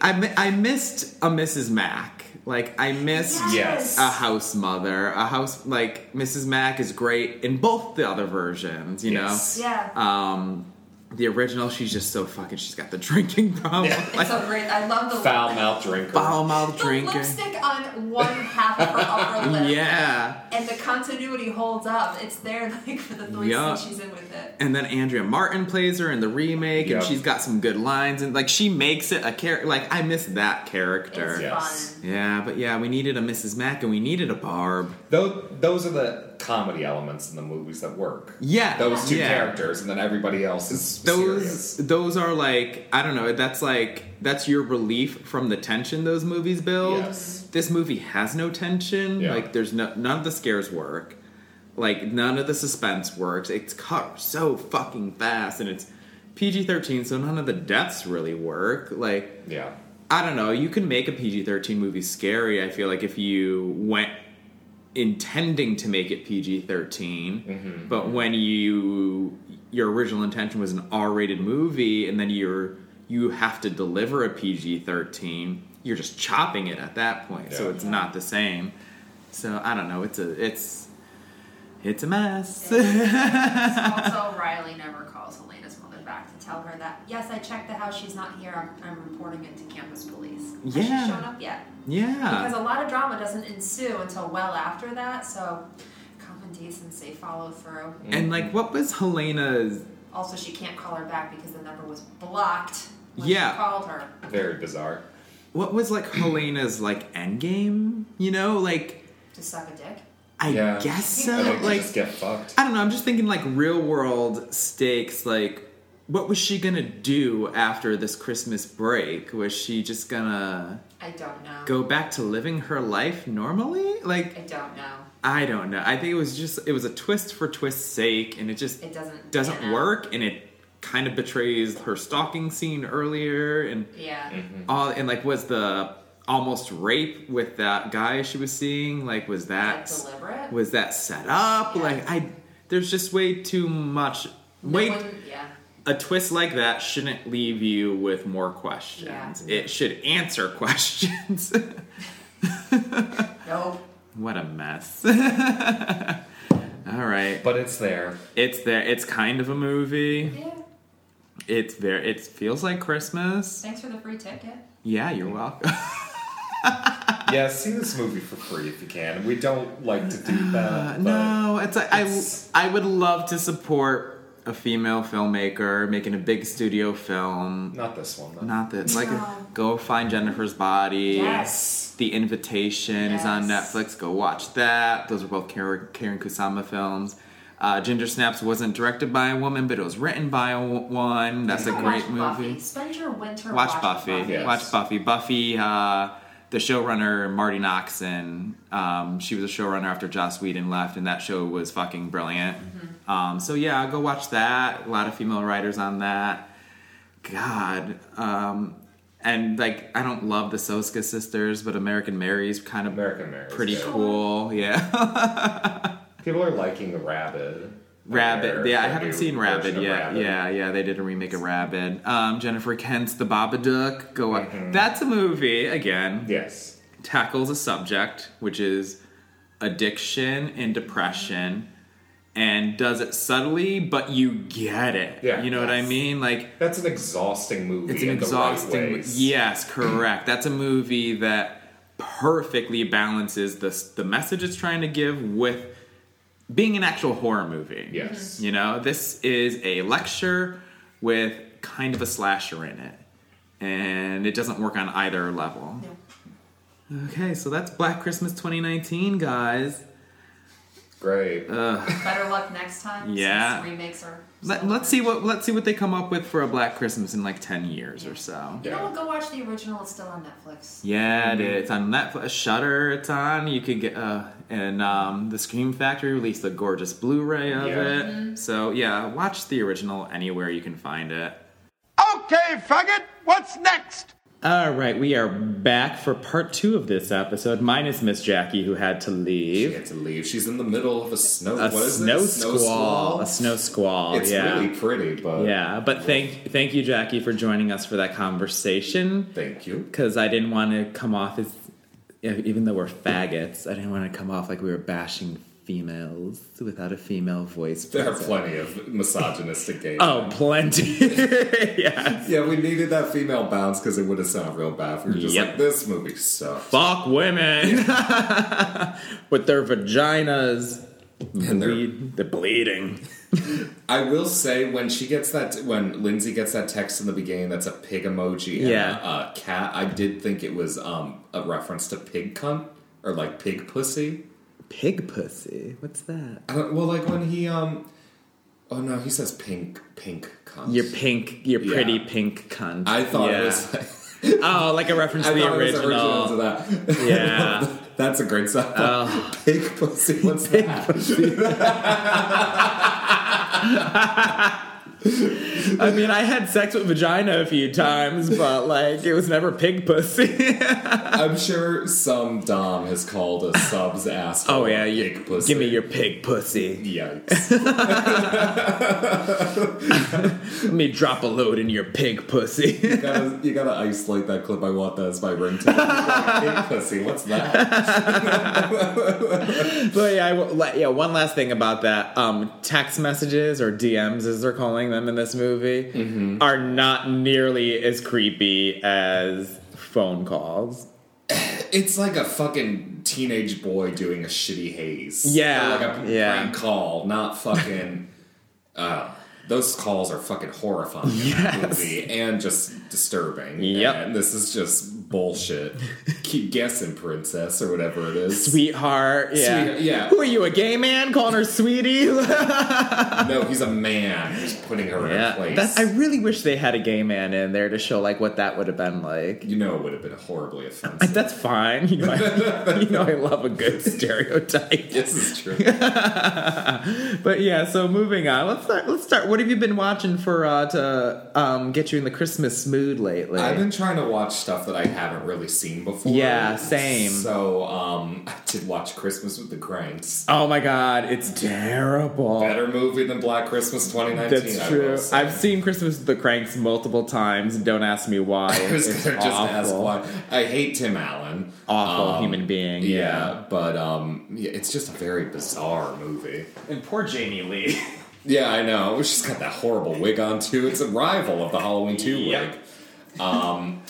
Speaker 1: I, mi- I missed a Mrs. Mack. Like I missed
Speaker 3: Yes.
Speaker 1: a house mother, a house like Mrs. Mack is great in both the other versions. You
Speaker 3: Yes.
Speaker 4: Yeah.
Speaker 1: know, um, the original she's just so fucking. She's got the drinking [LAUGHS] problem,
Speaker 3: Yeah.
Speaker 1: like
Speaker 4: it's so great. I love the
Speaker 3: Foul mouth drinker.
Speaker 1: foul mouth
Speaker 4: the
Speaker 1: drinking.
Speaker 4: lipstick on one half of her upper lip.
Speaker 1: Yeah,
Speaker 4: And the continuity holds up. It's there [LAUGHS] like for the three
Speaker 1: Yeah.
Speaker 4: scenes she's in with it.
Speaker 1: and then Andrea Martin plays her in the remake,
Speaker 3: Yep.
Speaker 1: and she's got some good lines, and like she makes it a character. Like I miss that character.
Speaker 4: It's
Speaker 3: Yeah. Yes.
Speaker 4: fun.
Speaker 1: Yeah, but yeah, we needed a Mrs. Mack and we needed a Barb.
Speaker 3: Those, those are the comedy elements in the movies that work.
Speaker 1: Yeah,
Speaker 3: Those two
Speaker 1: yeah.
Speaker 3: characters, and then everybody else is
Speaker 1: Those
Speaker 3: serious.
Speaker 1: those are like I don't know. That's like that's your relief from the tension those movies build.
Speaker 3: Yes.
Speaker 1: This movie has no tension.
Speaker 3: Yeah.
Speaker 1: Like there's no none of the scares work. Like none of the suspense works. It's cut so fucking fast, and it's PG thirteen, so none of the deaths really work. Like
Speaker 3: Yeah.
Speaker 1: I don't know. You can make a PG 13 movie scary, I feel like, if you went intending to make it PG 13, but when you your original intention was an R rated movie and then you're you have to deliver a PG 13, you're just chopping it at that point. So
Speaker 3: Yeah.
Speaker 1: it's not the same. So I don't know. It's a it's it's a mess. [LAUGHS]
Speaker 4: also, Riley never calls Helena's mother back to tell her that, yes, I checked the house, she's not here, I'm, I'm reporting it to campus police. Has she
Speaker 1: Yeah.
Speaker 4: shown up yet? Because
Speaker 1: yeah.
Speaker 4: a lot of drama doesn't ensue until well after that, so common decency follow through.
Speaker 1: And like what was Helena's
Speaker 4: Also, she can't call her back because the number was blocked when
Speaker 1: Yeah.
Speaker 4: she called her.
Speaker 3: Very bizarre.
Speaker 1: what was like Helena's like end game? You know, like
Speaker 4: To suck a dick.
Speaker 1: I
Speaker 3: Yeah.
Speaker 1: guess so.
Speaker 3: I think they
Speaker 1: Uh, Like
Speaker 3: just get fucked.
Speaker 1: I don't know. I'm just thinking like real world stakes. Like what was she gonna do after this Christmas break? Was she just gonna
Speaker 4: I don't know.
Speaker 1: go back to living her life normally?
Speaker 4: I
Speaker 1: Like
Speaker 4: don't know.
Speaker 1: I don't know. I think it was just it was a twist for twist's sake, and it just
Speaker 4: It doesn't
Speaker 1: doesn't
Speaker 4: pan out.
Speaker 1: work, and it kind of betrays her stalking scene earlier, and
Speaker 4: Yeah.
Speaker 1: Mm-hmm. all and like was the almost rape with that guy she was seeing like was that
Speaker 4: Like deliberate?
Speaker 1: was that set up
Speaker 4: Yeah.
Speaker 1: like i there's just way too much
Speaker 4: No
Speaker 1: wait
Speaker 4: one- yeah.
Speaker 1: a twist like that shouldn't leave you with more questions
Speaker 4: Yeah.
Speaker 1: it should answer [LAUGHS] questions
Speaker 4: Nope.
Speaker 1: what a mess [LAUGHS] all right
Speaker 3: But it's there.
Speaker 1: it's there it's kind of a movie
Speaker 4: Yeah.
Speaker 1: it's very it feels like christmas
Speaker 4: Thanks for the free ticket.
Speaker 1: yeah you're welcome [LAUGHS]
Speaker 3: Yeah, see this movie for free if you can. We don't like to do
Speaker 1: Uh,
Speaker 3: that. but
Speaker 1: no, it's like I,
Speaker 3: it's-
Speaker 1: I would love to support a female filmmaker making a big studio film.
Speaker 3: Not this one, though.
Speaker 1: Not that like
Speaker 4: No.
Speaker 1: go find Jennifer's Body.
Speaker 4: Yes.
Speaker 1: The Invitation is on
Speaker 4: Yes.
Speaker 1: Netflix. Go watch that. Those are both Karen, Karen Kusama films. Uh, Ginger Snaps wasn't directed by a woman, but it was written by a w- one. That's a
Speaker 4: Go
Speaker 1: great
Speaker 4: watch
Speaker 1: movie.
Speaker 4: Buffy. Spend your winter
Speaker 1: Watch
Speaker 4: watching
Speaker 1: Buffy.
Speaker 3: Yes.
Speaker 1: Watch Buffy. Buffy, uh, the showrunner, Marty Noxon, um, she was a showrunner after Joss Whedon left, and that show was fucking brilliant.
Speaker 3: Mm-hmm.
Speaker 1: Um, so, yeah, go watch that. A lot of female writers on that. God. Um, and, like, I don't love the Soska sisters, but American Mary's kind of
Speaker 3: American Mary.
Speaker 1: pretty
Speaker 3: good.
Speaker 1: cool. [LAUGHS] Yeah.
Speaker 3: People are liking Rabbit.
Speaker 1: Rabbit.
Speaker 3: Their-
Speaker 1: Yeah, I
Speaker 3: their
Speaker 1: haven't
Speaker 3: new
Speaker 1: seen
Speaker 3: version
Speaker 1: Rabbit
Speaker 3: of
Speaker 1: yet.
Speaker 3: Rabbit.
Speaker 1: Yeah, yeah, they did a remake of Rabbit. Um, Jennifer Kent's The Babadook. Go on.
Speaker 3: Mm-hmm.
Speaker 1: That's a movie again.
Speaker 3: Yes.
Speaker 1: Tackles a subject which is addiction and depression, and does it subtly, but you get it.
Speaker 3: Yeah.
Speaker 1: you know what I
Speaker 3: Yes.
Speaker 1: mean. Like
Speaker 3: That's an exhausting movie.
Speaker 1: it's an
Speaker 3: in the right
Speaker 1: exhausting.
Speaker 3: ways.
Speaker 1: yes, correct. That's a movie that perfectly balances the the message it's trying to give with being an actual horror movie.
Speaker 3: Yes.
Speaker 1: You know, this is a lecture with kind of a slasher in it. And it doesn't work on either level.
Speaker 4: No.
Speaker 1: Okay, so that's Black Christmas 2019, guys.
Speaker 3: Great.
Speaker 4: Better luck next time.
Speaker 1: Yeah.
Speaker 4: Since remakes are.
Speaker 1: Let, let's see what let's see what they come up with for a Black Christmas in like 10 years or so.
Speaker 4: You know what? Go watch the original. It's still on Netflix.
Speaker 1: Yeah, it is. It's on Netflix. Shutter. It's on. You could get uh, and um, the Scream Factory released a gorgeous Blu-ray of
Speaker 3: Yeah.
Speaker 1: it. So yeah, watch the original anywhere you can find it.
Speaker 2: Okay, faggot, what's next?
Speaker 1: All right, we are back for part two of this episode, minus Miss Jackie, who had to
Speaker 3: She
Speaker 1: leave.
Speaker 3: had to leave. She's in the middle of a snow.
Speaker 1: a
Speaker 3: what is it?
Speaker 1: snow
Speaker 3: A
Speaker 1: squall, A snow squall.
Speaker 3: It's
Speaker 1: yeah.
Speaker 3: really pretty, but
Speaker 1: yeah, but thank thank you, Jackie, for joining us for that conversation.
Speaker 3: thank you.
Speaker 1: Because I didn't want to come off as, even though we're faggots, I didn't want to come off like we were bashing females without a female voice.
Speaker 3: There are
Speaker 1: present.
Speaker 3: plenty of misogynistic gays.
Speaker 1: Oh, plenty. [LAUGHS] yeah.
Speaker 3: Yeah, we needed that female bounce because it would have sounded real bad. if We were just
Speaker 1: Yep.
Speaker 3: like, this movie sucks.
Speaker 1: Fuck women [LAUGHS] with their vaginas.
Speaker 3: And they're-
Speaker 1: Bleed- they're bleeding.
Speaker 3: I will say when she gets that when Lindsay gets that text in the beginning that's a pig emoji and
Speaker 1: Yeah.
Speaker 3: a, a cat. I did think it was um, a reference to pig cunt or like pig pussy.
Speaker 1: Pig pussy. What's that?
Speaker 3: I don't, well, like when he um, oh no, he says pink pink cunt.
Speaker 1: Your pink, your
Speaker 3: Yeah.
Speaker 1: pretty pink cunt.
Speaker 3: I thought
Speaker 1: Yeah.
Speaker 3: it was. [LAUGHS] Like,
Speaker 1: oh, like a reference to
Speaker 3: I
Speaker 1: the
Speaker 3: thought it was original to
Speaker 1: original.
Speaker 3: that.
Speaker 1: Yeah.
Speaker 3: [LAUGHS] That's a great song. [LAUGHS] pig pussy. What's that?
Speaker 1: I mean, I had sex with vagina a few times, but like it was never pig pussy. [LAUGHS]
Speaker 3: I'm sure some dom has called a sub's asshole.
Speaker 1: oh yeah,
Speaker 3: a
Speaker 1: you,
Speaker 3: pig pussy.
Speaker 1: give me your pig pussy.
Speaker 3: Yikes.
Speaker 1: Let me drop a load in your pig pussy. [LAUGHS]
Speaker 3: You gotta, you gotta isolate that clip. I want that as
Speaker 1: [LAUGHS]
Speaker 3: my ringtone. Pig pussy, what's that?
Speaker 1: but yeah, I w- la- yeah. One last thing about that: um, text messages or DMs, as they're calling them in this movie, are not nearly as creepy as phone calls.
Speaker 3: It's like a fucking teenage boy doing a shitty haze.
Speaker 1: Yeah,
Speaker 3: Or like a
Speaker 1: yeah.
Speaker 3: prank call, not fucking. [LAUGHS] uh, those calls are fucking horrifying in that
Speaker 1: Yes.
Speaker 3: movie and just disturbing.
Speaker 1: Yep.
Speaker 3: And this is
Speaker 1: [LAUGHS]
Speaker 3: just bullshit. Keep guessing, princess, or whatever it is.
Speaker 1: Sweetheart, yeah,
Speaker 3: Sweetheart, yeah.
Speaker 1: Who are you, a gay man calling her sweetie? [LAUGHS]
Speaker 3: No, he's a man who's putting her in
Speaker 1: Yeah,
Speaker 3: place.
Speaker 1: that, I really wish they had a gay man in there to show like what that would have been like.
Speaker 3: you know it would have been horribly
Speaker 1: I-
Speaker 3: offensive.
Speaker 1: [LAUGHS] That's fine. You know, I, you know, [LAUGHS] I love a good stereotype.
Speaker 3: this is true.
Speaker 1: [LAUGHS] But yeah, so moving on. Let's start. Let's start. What have you been watching for uh, to um, get you in the Christmas mood lately?
Speaker 3: I've been trying to watch stuff that I haven't really seen before.
Speaker 1: Yeah, same.
Speaker 3: So um, I did watch Christmas with the Cranks.
Speaker 1: oh my god, it's terrible.
Speaker 3: Better movie than Black Christmas 2019.
Speaker 1: That's
Speaker 3: I
Speaker 1: true.
Speaker 3: will say.
Speaker 1: I've seen Christmas with the Cranks multiple times. Don't ask me why.
Speaker 3: [LAUGHS] I was
Speaker 1: It's
Speaker 3: gonna just ask
Speaker 1: awful.
Speaker 3: why. I hate Tim Allen.
Speaker 1: Awful
Speaker 3: Um,
Speaker 1: human being.
Speaker 3: Yeah, but um, yeah, it's just a very bizarre movie.
Speaker 1: And poor Jamie Lee. [LAUGHS]
Speaker 3: Yeah, I know. She's got that horrible wig on too. It's a rival of the Halloween two
Speaker 1: Yep.
Speaker 3: wig. Um,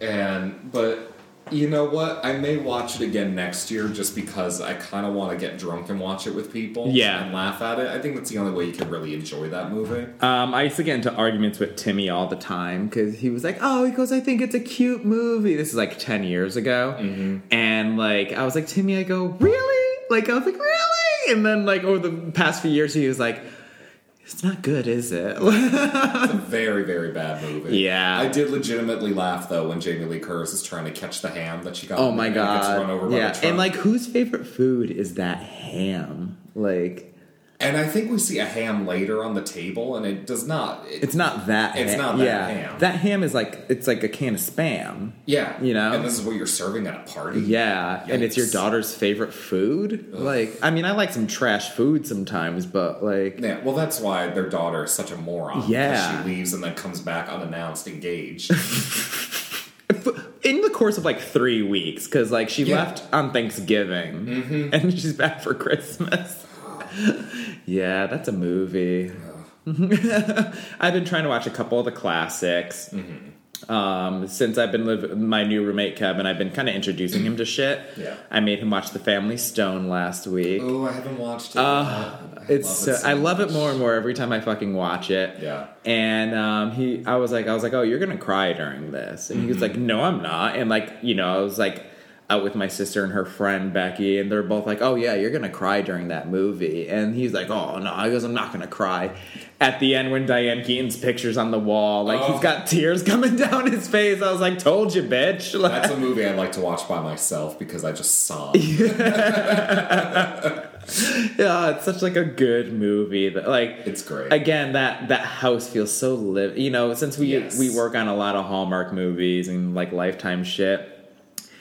Speaker 3: and but you know what? I may watch it again next year just because I kind of want to get drunk and watch it with people.
Speaker 1: Yeah.
Speaker 3: and laugh at it. I think that's the only way you can really enjoy that movie.
Speaker 1: Um, I used to get into arguments with Timmy all the time because he was like, "Oh, he goes, I think it's a cute movie." This is like ten years ago,
Speaker 3: Mm-hmm.
Speaker 1: and like I was like, "Timmy," I go, "Really?" Like I was like, "Really?" And then like over the past few years, he was like, "It's not good, is it?" [LAUGHS]
Speaker 3: It's a very very bad movie.
Speaker 1: Yeah.
Speaker 3: I did legitimately laugh though when Jamie Lee Curtis is trying to catch the ham that she got.
Speaker 1: oh
Speaker 3: and
Speaker 1: my
Speaker 3: gets
Speaker 1: god!
Speaker 3: run over by
Speaker 1: yeah,
Speaker 3: the truck.
Speaker 1: and like whose favorite food is that ham? Like
Speaker 3: and I think we see a ham later on the table, and it does not. it-
Speaker 1: it's not that.
Speaker 3: It's
Speaker 1: ham.
Speaker 3: not that
Speaker 1: yeah.
Speaker 3: ham.
Speaker 1: That ham is like it's like a can of spam.
Speaker 3: yeah,
Speaker 1: you know?
Speaker 3: and this is what you're serving at a party.
Speaker 1: Yeah, and it's your
Speaker 3: Yikes.
Speaker 1: daughter's favorite food. Like, I mean, I like some trash food sometimes, but like,
Speaker 3: Yeah, well, that's why their daughter is such a moron. 'cause
Speaker 1: Yeah.
Speaker 3: she leaves and then comes back
Speaker 1: [LAUGHS]
Speaker 3: unannounced, engaged.
Speaker 1: f- in the course of like three weeks, because like she
Speaker 3: Yeah. Mm-hmm.
Speaker 1: left on Thanksgiving and she's back for Christmas. [LAUGHS] yeah, that's a movie. [LAUGHS] I've been trying to watch a couple of the classics.
Speaker 3: Mm-hmm.
Speaker 1: Um, since I've been living my new roommate Kevin, I've been kind of introducing him to shit.
Speaker 3: Yeah.
Speaker 1: I made him watch The Family Stone last week.
Speaker 3: oh, I haven't watched it. yet. I
Speaker 1: Uh, It's
Speaker 3: love
Speaker 1: so,
Speaker 3: so
Speaker 1: I love it
Speaker 3: much.
Speaker 1: more and more every time I fucking watch it.
Speaker 3: Yeah.
Speaker 1: And um, he, I was like, I was like, oh, you're gonna cry during this, and
Speaker 3: Mm-hmm.
Speaker 1: he was like, no, I'm not. And like, you know, I was like out with my sister and her friend Becky, and they're both like, oh yeah, you're gonna cry during that movie. And he's like, oh no, I goes, I'm not gonna cry. At the end, when Diane Keaton's picture's on the wall, like
Speaker 3: Oh.
Speaker 1: he's got tears [LAUGHS] coming down his face. I was like, told you, bitch. [LAUGHS] Like, [LAUGHS]
Speaker 3: That's a movie I like to watch by myself because I just sob.
Speaker 1: yeah, it's such like a good movie. That like
Speaker 3: It's great.
Speaker 1: again that that house feels so live. You know, since we
Speaker 3: Yes.
Speaker 1: we work on a lot of Hallmark movies and like Lifetime shit.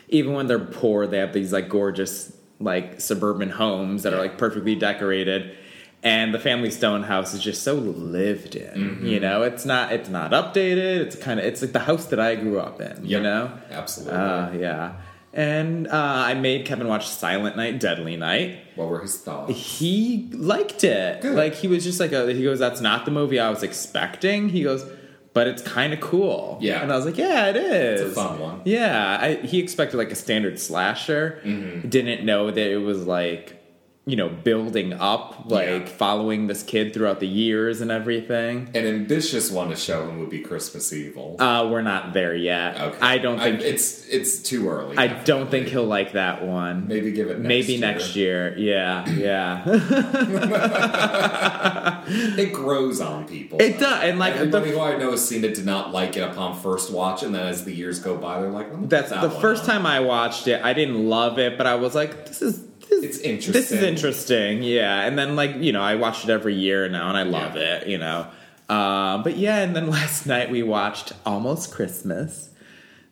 Speaker 1: Even when they're poor, they have these like gorgeous like suburban homes that are like perfectly decorated. And the Family Stone house is just so lived in.
Speaker 3: Mm-hmm.
Speaker 1: You know, it's not it's not updated. It's kind of it's like the house that I grew up in. You
Speaker 3: Yep.
Speaker 1: know,
Speaker 3: Absolutely.
Speaker 1: uh, yeah. And uh, I made Kevin watch Silent Night, Deadly Night.
Speaker 3: what were his thoughts?
Speaker 1: He liked it.
Speaker 3: Good.
Speaker 1: Like he was just like, a, he goes, "That's not the movie I was expecting." He goes, "But it's kind of cool."
Speaker 3: Yeah.
Speaker 1: And I was like, "Yeah, it is."
Speaker 3: It's a fun one.
Speaker 1: Yeah, I, he expected like a standard slasher.
Speaker 3: Mm-hmm.
Speaker 1: Didn't know that it was like, you know, building up, like
Speaker 3: Yeah.
Speaker 1: following this kid throughout the years and everything.
Speaker 3: An ambitious one to show him would be Christmas Evil.
Speaker 1: Uh, we're not there yet.
Speaker 3: okay.
Speaker 1: I don't think. I,
Speaker 3: it's it's too early.
Speaker 1: don't think he'll like that one.
Speaker 3: Maybe give it next
Speaker 1: Maybe
Speaker 3: year.
Speaker 1: next year. Yeah,
Speaker 3: [CLEARS THROAT]
Speaker 1: yeah.
Speaker 3: It grows on people.
Speaker 1: It does, and, like,
Speaker 3: everybody
Speaker 1: the-
Speaker 3: who I know has seen it did not like it upon first watch, and then as the years go by, they're like, "Let me put
Speaker 1: That's
Speaker 3: that
Speaker 1: the
Speaker 3: one
Speaker 1: first
Speaker 3: on."
Speaker 1: time I watched it. I didn't love it, but I was like, this is this,
Speaker 3: It's interesting.
Speaker 1: This is interesting. Yeah, and then like you know, I watch it every year now, and I love
Speaker 3: Yeah.
Speaker 1: it. You know, um, but yeah, and then [LAUGHS] last night we watched Almost Christmas.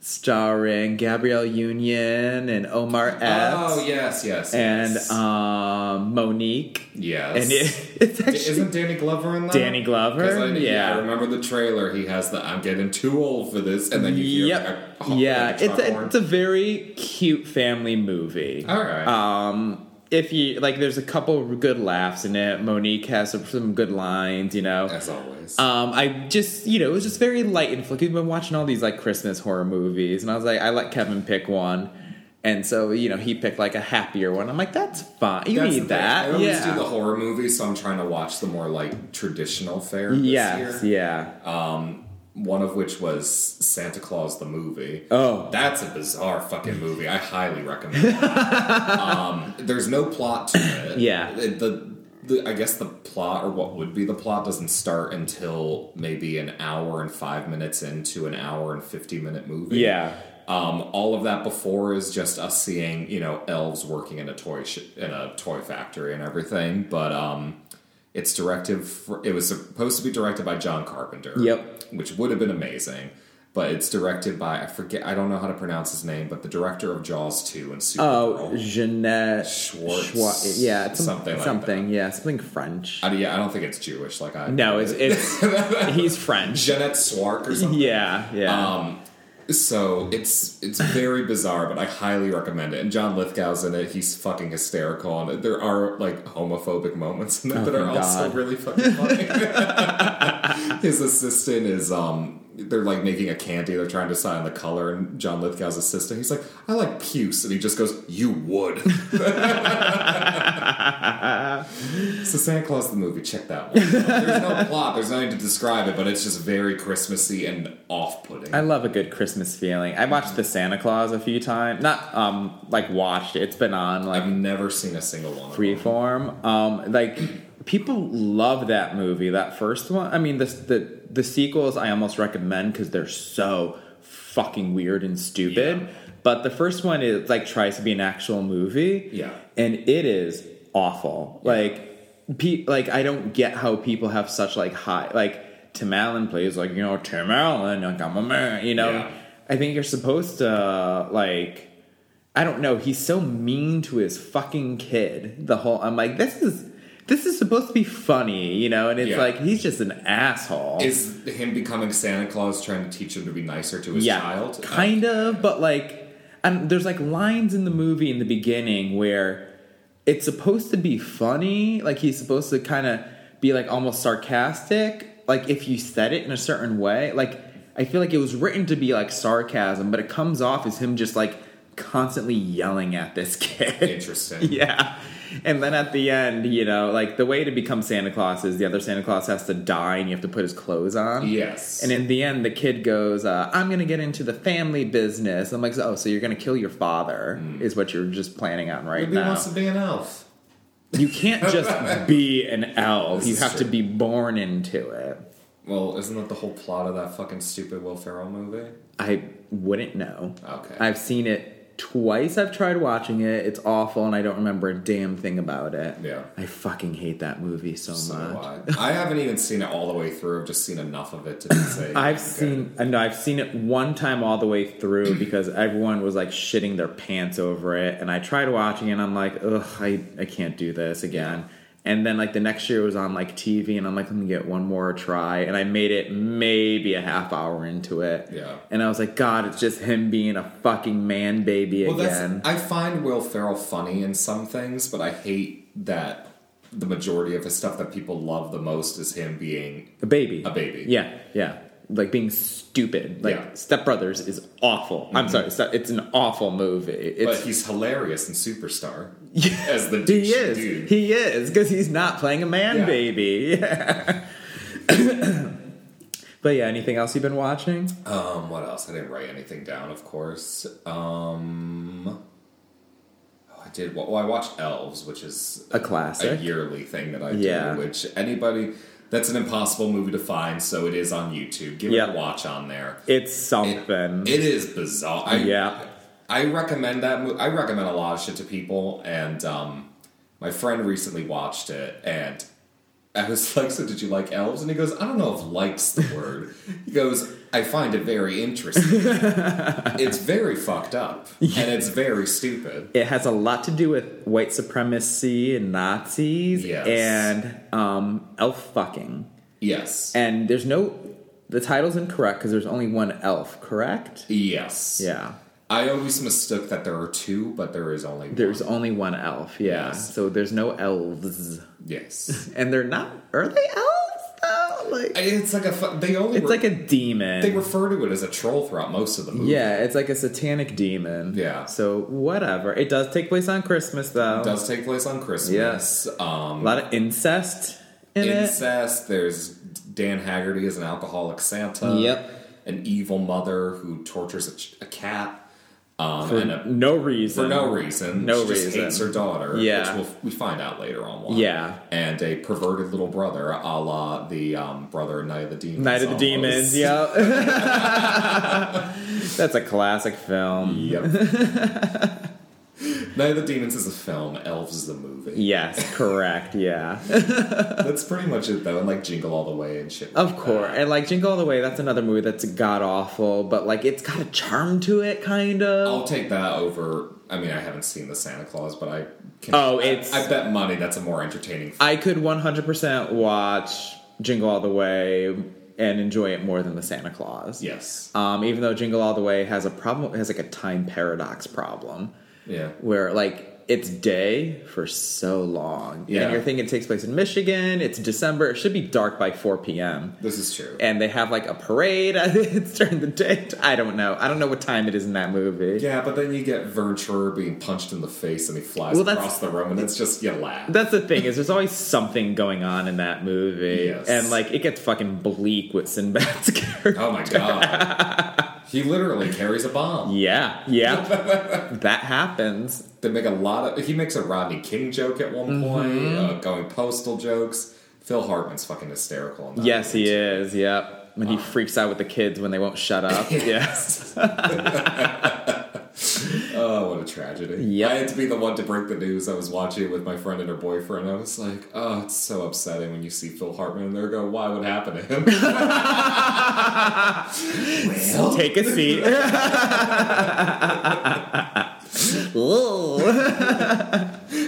Speaker 1: Starring Gabrielle Union and Omar Epps
Speaker 3: Oh yes, yes,
Speaker 1: and
Speaker 3: yes.
Speaker 1: um, Monique,
Speaker 3: yes,
Speaker 1: and it, [LAUGHS] it's
Speaker 3: D-
Speaker 1: actually
Speaker 3: [LAUGHS] isn't Danny Glover in that?
Speaker 1: Danny Glover,
Speaker 3: 'Cause I,
Speaker 1: yeah.
Speaker 3: I remember the trailer. He has the "I'm getting too old for this," and then you hear
Speaker 1: yep.
Speaker 3: like a,
Speaker 1: yeah,
Speaker 3: like a
Speaker 1: it's
Speaker 3: truck
Speaker 1: a,
Speaker 3: horn.
Speaker 1: it's a very cute family movie.
Speaker 3: all right.
Speaker 1: Um, if you like, there's a couple good laughs in it. Monique has some, some good lines, you know.
Speaker 3: as always,
Speaker 1: Um, I just, you know, it was just very light and flicky. We've been watching all these like Christmas horror movies, and I was like, I let Kevin pick one, and so you know he picked like a happier one. I'm like, that's fine. You
Speaker 3: That's the
Speaker 1: need
Speaker 3: thing.
Speaker 1: that.
Speaker 3: I always
Speaker 1: yeah.
Speaker 3: do the horror movies, so I'm trying to watch the more like traditional fare. This
Speaker 1: yes.
Speaker 3: year.
Speaker 1: Yeah.
Speaker 3: One of which was Santa Claus the movie.
Speaker 1: oh.
Speaker 3: That's a bizarre fucking movie. I highly
Speaker 1: [LAUGHS]
Speaker 3: recommend it. um, there's no plot to it.
Speaker 1: Yeah.
Speaker 3: The, the- the- I guess the plot, or what would be the plot, doesn't start until maybe an hour and five minutes into an hour and 50 minute movie.
Speaker 1: Yeah.
Speaker 3: Um, all of that before is just us seeing, you know, elves working in a toy sh- in a toy factory and everything. But um, it's directed. For, it was supposed to be directed by John Carpenter.
Speaker 1: Yep.
Speaker 3: which would have been amazing. But it's directed by I forget. I don't know how to pronounce his name, but the director of Jaws two and
Speaker 1: Oh,
Speaker 3: Supergirl.
Speaker 1: Jeanette
Speaker 3: Schwartz.
Speaker 1: Schwa- yeah, it's some-
Speaker 3: Something like
Speaker 1: something. Yeah, something French.
Speaker 3: I, yeah, I don't think it's Jewish. Like I
Speaker 1: no, it's
Speaker 3: [LAUGHS]
Speaker 1: it's he's French.
Speaker 3: Jeanette Swark or something.
Speaker 1: Yeah. Yeah.
Speaker 3: Um, so it's it's very bizarre, but I highly recommend it. And John Lithgow's in it; he's fucking hysterical, and there are like homophobic moments in it that
Speaker 1: Oh,
Speaker 3: are
Speaker 1: God.
Speaker 3: also really fucking funny. [LAUGHS] His assistant is um, they're like making a candy; they're trying to decide on the color, and John Lithgow's assistant, he's like, "I like puce," and he just goes, "You would." [LAUGHS] So Santa Claus the movie, check that one. out. There's no plot. There's nothing to describe it, but it's just very Christmassy and off-putting.
Speaker 1: I love a good Christmas feeling. I watched The Santa Claus a few times. Not um like watched it. It's been on like
Speaker 3: I've never seen a single one. of them.
Speaker 1: freeform. Um like people love that movie, that first one. I mean the the the sequels I almost recommend cuz they're so fucking weird and stupid. But the first one is like tries to be an actual movie.
Speaker 3: Yeah.
Speaker 1: And it is awful. Like pe- like I don't get how people have such like high like Tim Allen plays like, you know, Tim Allen, like I'm a man, you know.
Speaker 3: Yeah.
Speaker 1: I think you're supposed to like I don't know, he's so mean to his fucking kid. The whole I'm like, this is this is supposed to be funny, you know, and it's
Speaker 3: Yeah.
Speaker 1: like he's just an asshole.
Speaker 3: Is him becoming Santa Claus trying to teach him to be nicer to his
Speaker 1: yeah,
Speaker 3: child? Uh,
Speaker 1: kind of, but like, and there's like lines in the movie in the beginning where it's supposed to be funny, like he's supposed to kind of be like almost sarcastic, like if you said it in a certain way, like I feel like it was written to be like sarcasm, but it comes off as him just like constantly yelling at this [LAUGHS]
Speaker 3: Uh,
Speaker 1: kid. [LAUGHS]
Speaker 3: interesting.
Speaker 1: Yeah. And then at the end, you know, like the way to become Santa Claus is the other Santa Claus has to die and you have to put his clothes on.
Speaker 3: Yes.
Speaker 1: And in the end, the kid goes, uh, I'm going to get into the family business. I'm like, oh, so you're going to kill your father,
Speaker 3: Mm.
Speaker 1: is what you're just planning on right
Speaker 3: Maybe he
Speaker 1: now.
Speaker 3: wants to be an elf.
Speaker 1: [LAUGHS] You can't
Speaker 3: [LAUGHS]
Speaker 1: just be an elf,
Speaker 3: This
Speaker 1: you
Speaker 3: is
Speaker 1: have to
Speaker 3: true.
Speaker 1: be born into it.
Speaker 3: Well, isn't that the whole plot of that fucking stupid Will Ferrell movie?
Speaker 1: I wouldn't know.
Speaker 3: Okay.
Speaker 1: I've seen it twice I've tried watching it. It's awful, and I don't remember a damn thing about it.
Speaker 3: Yeah.
Speaker 1: I fucking hate that movie so,
Speaker 3: So
Speaker 1: much.
Speaker 3: do I. I haven't even seen it all the way through. I've just seen enough of
Speaker 1: [COUGHS]
Speaker 3: it to say.
Speaker 1: I've
Speaker 3: okay.
Speaker 1: seen uh, no, I've seen it one time all the way
Speaker 3: [CLEARS THROAT]
Speaker 1: through because everyone was like shitting their pants over it, and I tried watching it. and I'm like, ugh, I I can't do this again. And then like the next year it was on like TV, and I'm like, let me get one more try. And I made it maybe a half hour into it.
Speaker 3: Yeah.
Speaker 1: And I was like, God, it's just him being a fucking man baby
Speaker 3: Well,
Speaker 1: again.
Speaker 3: that's. I find Will Ferrell funny in some things, but I hate that the majority of his stuff that people love the most is him being.
Speaker 1: A baby.
Speaker 3: A baby.
Speaker 1: Yeah, yeah. Like being stupid. Like
Speaker 3: Yeah. Mm-hmm.
Speaker 1: Step Brothers is awful. I'm sorry, Step- it's an awful movie.
Speaker 3: But
Speaker 1: It's
Speaker 3: he's hilarious and superstar
Speaker 1: [LAUGHS] Yeah.
Speaker 3: as the
Speaker 1: he
Speaker 3: douche
Speaker 1: is.
Speaker 3: dude.
Speaker 1: He is because he's not playing a man
Speaker 3: Yeah.
Speaker 1: baby. [LAUGHS] Yeah. but yeah, anything else you've been watching?
Speaker 3: Um, what else? I didn't write anything down, of course. Um, oh, I did. Well, I watched Elves, which is
Speaker 1: A
Speaker 3: a
Speaker 1: classic.
Speaker 3: yearly thing that I
Speaker 1: Yeah.
Speaker 3: do. Which anybody, that's an impossible movie to find, so it is on YouTube. Give it
Speaker 1: Yep.
Speaker 3: a watch on there.
Speaker 1: It's
Speaker 3: It,
Speaker 1: something.
Speaker 3: it is bizarre. I,
Speaker 1: Yeah.
Speaker 3: I recommend that. mo- I recommend a lot of shit to people, and um, my friend recently watched it, and I was [LAUGHS] like, "So did you like elves?" And he goes, "I don't know if likes the word." he goes, "I find it
Speaker 1: [LAUGHS]
Speaker 3: very interesting. it's very fucked up, and it's very stupid."
Speaker 1: it has a lot to do with white supremacy and Nazis
Speaker 3: Yes.
Speaker 1: and um, elf fucking.
Speaker 3: Yes,
Speaker 1: And there's no, the title's incorrect because there's only one elf, correct?
Speaker 3: yes.
Speaker 1: Yeah.
Speaker 3: I always mistook that there are two, but there is only
Speaker 1: There's
Speaker 3: one.
Speaker 1: only one elf, yeah.
Speaker 3: Yes.
Speaker 1: So there's no elves.
Speaker 3: Yes,
Speaker 1: And they're not, are they elves though? Like,
Speaker 3: it's like a. fu- They only.
Speaker 1: it's
Speaker 3: re-
Speaker 1: like a demon.
Speaker 3: they refer to it as a troll throughout most of the movie.
Speaker 1: yeah, it's like a satanic demon.
Speaker 3: Yeah.
Speaker 1: So whatever. It does take place on Christmas though.
Speaker 3: It does take place on Christmas.
Speaker 1: Yes. a
Speaker 3: Um,
Speaker 1: lot of incest in it.
Speaker 3: incest. There's Dan Haggerty as an alcoholic Santa.
Speaker 1: Yep.
Speaker 3: An evil mother who tortures a, ch- a cat. Um,
Speaker 1: For
Speaker 3: and a,
Speaker 1: no reason.
Speaker 3: for no reason.
Speaker 1: No
Speaker 3: she Just
Speaker 1: reason.
Speaker 3: hates her daughter.
Speaker 1: Yeah.
Speaker 3: Which we'll, we find out later on. Why.
Speaker 1: Yeah.
Speaker 3: And a perverted little brother, a la the um, brother in Night of the Demons.
Speaker 1: Night of the
Speaker 3: almost.
Speaker 1: Demons,
Speaker 3: [LAUGHS]
Speaker 1: yep. [LAUGHS] That's a classic film. [LAUGHS]
Speaker 3: Yep. Night of the Demons is a film. Elves is a movie.
Speaker 1: Yes, correct, yeah.
Speaker 3: That's pretty much it, though. And like Jingle All the Way and shit.
Speaker 1: Of
Speaker 3: like that.
Speaker 1: course. And like Jingle All the Way, that's another movie that's god awful, but like it's got a charm to it, kind of.
Speaker 3: I'll take that over. I mean, I haven't seen the Santa Claus, but I can.
Speaker 1: Oh, it's-
Speaker 3: I, I bet money that's a more entertaining. F-
Speaker 1: I could 100% watch Jingle All the Way and enjoy it more than The Santa Claus.
Speaker 3: yes.
Speaker 1: Um, even though Jingle All the Way has a problem, has like a time paradox problem
Speaker 3: Yeah.
Speaker 1: where like it's day for so long.
Speaker 3: Yeah.
Speaker 1: And you're thinking it takes place in Michigan, it's December, it should be dark by 4 p.m.
Speaker 3: This is true.
Speaker 1: And they have like a parade. [LAUGHS] it's during the day. I don't know. I don't know what time it is in that movie.
Speaker 3: yeah, but then you get Vern Troyer being punched in the face and he flies
Speaker 1: Well, that's-
Speaker 3: across the room, and it's just you laugh.
Speaker 1: That's the thing is there's always something going on in that movie,
Speaker 3: Yes.
Speaker 1: and like it gets fucking bleak with Sinbad's [LAUGHS] character.
Speaker 3: oh my god,
Speaker 1: [LAUGHS]
Speaker 3: he literally carries a bomb.
Speaker 1: Yeah, yeah, that happens.
Speaker 3: They make a lot of. He makes a Rodney King joke at one point,
Speaker 1: Mm-hmm.
Speaker 3: uh, going postal jokes. Phil Hartman's fucking hysterical. In that
Speaker 1: Yes,
Speaker 3: movie,
Speaker 1: he is. Yep. When he freaks out with the kids when they won't shut up. yes. [LAUGHS]
Speaker 3: Oh, what a tragedy.
Speaker 1: Yep.
Speaker 3: I had to be the one to break the news. I was watching it with my friend and her boyfriend. I was like, oh, it's so upsetting when you see Phil Hartman and they're going, why would happen
Speaker 1: [LAUGHS]
Speaker 3: to him? well,
Speaker 1: Take a seat. Ooh.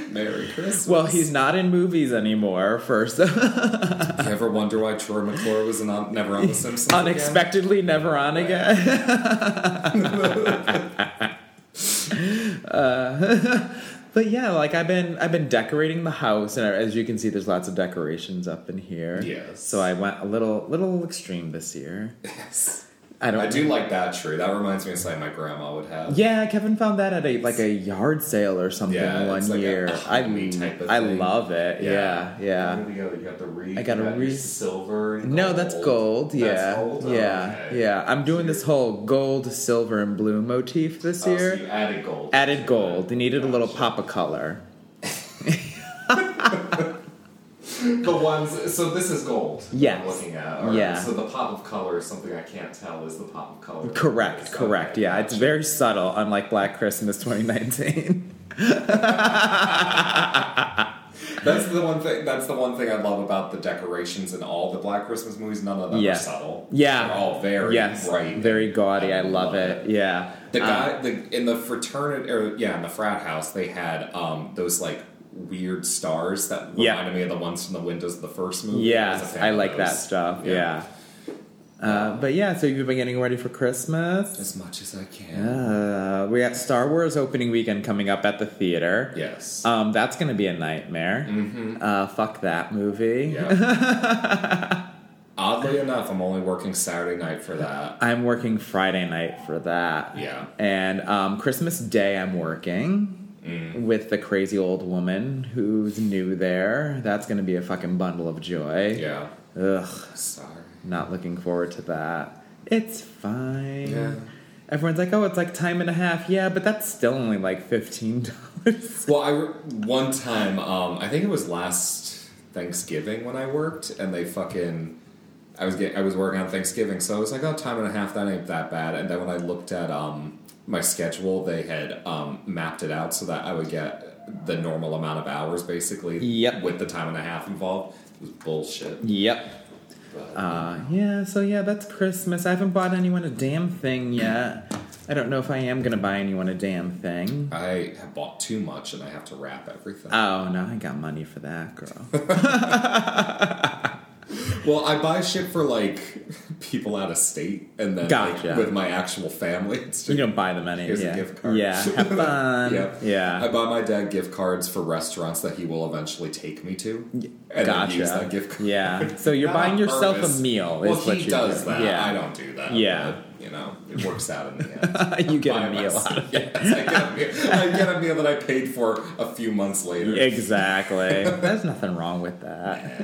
Speaker 3: Merry Christmas.
Speaker 1: well, he's not in movies anymore. First, [LAUGHS]
Speaker 3: You ever wonder why Troy McClure was not, never
Speaker 1: [LAUGHS]
Speaker 3: on The Simpsons? again?
Speaker 1: unexpectedly, never on again. [LAUGHS] Uh, [LAUGHS] but yeah, like I've been I've been decorating the house, and as you can see, there's lots of decorations up in here.
Speaker 3: Yes.
Speaker 1: So I went a little little extreme this year.
Speaker 3: Yes.
Speaker 1: I don't.
Speaker 3: I do like that tree. That reminds me of something my grandma would have.
Speaker 1: Yeah, Kevin found that at a like a yard sale or something
Speaker 3: Yeah,
Speaker 1: one
Speaker 3: it's like a-
Speaker 1: year.
Speaker 3: a
Speaker 1: I
Speaker 3: homey type of
Speaker 1: I
Speaker 3: thing.
Speaker 1: love it. Yeah, yeah.
Speaker 3: What do You got? You got the wreath.
Speaker 1: I got
Speaker 3: you
Speaker 1: a
Speaker 3: your
Speaker 1: wreath.
Speaker 3: Silver. and
Speaker 1: No, that's gold. Yeah,
Speaker 3: That's gold? Oh,
Speaker 1: yeah,
Speaker 3: okay.
Speaker 1: yeah. I'm doing this whole gold, silver, and blue motif this
Speaker 3: Oh,
Speaker 1: year.
Speaker 3: so you added gold.
Speaker 1: Added gold. They needed a little pop of color.
Speaker 3: the ones. So this is gold.
Speaker 1: Yes.
Speaker 3: I'm looking at. Or,
Speaker 1: Yeah.
Speaker 3: So the pop of color is something I can't tell is the pop of color.
Speaker 1: Correct,
Speaker 3: Okay,
Speaker 1: correct. Yeah, it's
Speaker 3: gotcha.
Speaker 1: very subtle, unlike Black Christmas 2019.
Speaker 3: That's the one thing. That's the one thing I love about the decorations in all the Black Christmas movies. None of them
Speaker 1: Yeah.
Speaker 3: are subtle.
Speaker 1: [LAUGHS] Yeah.
Speaker 3: They're all very
Speaker 1: yes,
Speaker 3: bright,
Speaker 1: very gaudy. I love it. Yeah.
Speaker 3: The
Speaker 1: Um,
Speaker 3: guy the, in the fraternity, or yeah, in the frat house, they had um, those like weird stars that reminded
Speaker 1: Yeah.
Speaker 3: me of the ones from the windows of the first movie. was a
Speaker 1: yes,
Speaker 3: fan
Speaker 1: I
Speaker 3: of
Speaker 1: like that
Speaker 3: those.
Speaker 1: stuff. Yeah. Uh, but yeah, so you've been getting ready for Christmas.
Speaker 3: as much as I can.
Speaker 1: Uh, we got Star Wars opening weekend coming up at the theater.
Speaker 3: Yes. Mm-hmm.
Speaker 1: Um, that's gonna be a nightmare. Uh, fuck that movie.
Speaker 3: yeah. [LAUGHS] Oddly enough, I'm only working Saturday night for that.
Speaker 1: [LAUGHS] I'm working Friday night for that.
Speaker 3: Yeah.
Speaker 1: And um, Christmas Day, I'm working
Speaker 3: Mm.
Speaker 1: with the crazy old woman who's new there. That's going to be a fucking bundle of joy.
Speaker 3: Yeah.
Speaker 1: Ugh,
Speaker 3: Sorry.
Speaker 1: not looking forward to that. It's fine.
Speaker 3: Yeah.
Speaker 1: Everyone's like, oh, it's like time and a half. Yeah, but that's still only like [LAUGHS] $15.
Speaker 3: Well, I re- one time, um, I think it was last Thanksgiving when I worked, and they fucking. I was get, I was working on Thanksgiving, so I was like, oh, time and a half, that ain't that bad. And then when I looked at um, my schedule, they had um, mapped it out so that I would get the normal amount of hours, basically,
Speaker 1: Yep.
Speaker 3: with the time and a half involved. It was bullshit.
Speaker 1: yep.
Speaker 3: But,
Speaker 1: Uh, yeah, so yeah, that's Christmas. I haven't bought anyone a damn thing yet. I don't know if I am going to buy anyone a damn thing.
Speaker 3: I have bought too much, and I have to wrap everything.
Speaker 1: Oh no, I got money for that girl.
Speaker 3: Well, I buy shit for like [LAUGHS] people out of state, and then like,
Speaker 1: Gotcha.
Speaker 3: with my actual family, [LAUGHS] it's just
Speaker 1: you don't buy them any.
Speaker 3: [LAUGHS] Here's
Speaker 1: yeah.
Speaker 3: a gift card.
Speaker 1: Yeah,
Speaker 3: [LAUGHS]
Speaker 1: have fun.
Speaker 3: Yep. I
Speaker 1: Yeah.
Speaker 3: buy my dad gift cards for restaurants that he will eventually take me to. And
Speaker 1: gotcha.
Speaker 3: then use that gift card.
Speaker 1: Yeah. So you're
Speaker 3: Not
Speaker 1: buying
Speaker 3: on
Speaker 1: yourself
Speaker 3: purpose.
Speaker 1: a meal.
Speaker 3: Well,
Speaker 1: is what
Speaker 3: he
Speaker 1: you're
Speaker 3: does
Speaker 1: doing.
Speaker 3: that.
Speaker 1: Yeah.
Speaker 3: I don't do that.
Speaker 1: Yeah.
Speaker 3: but, you know, it works out in the end.
Speaker 1: [LAUGHS] you get
Speaker 3: Buy
Speaker 1: a meal.
Speaker 3: myself-
Speaker 1: out of
Speaker 3: [LAUGHS] Yes, I get a meal. I get a meal that I paid for a few months later.
Speaker 1: it. Exactly. [LAUGHS] There's nothing wrong with that.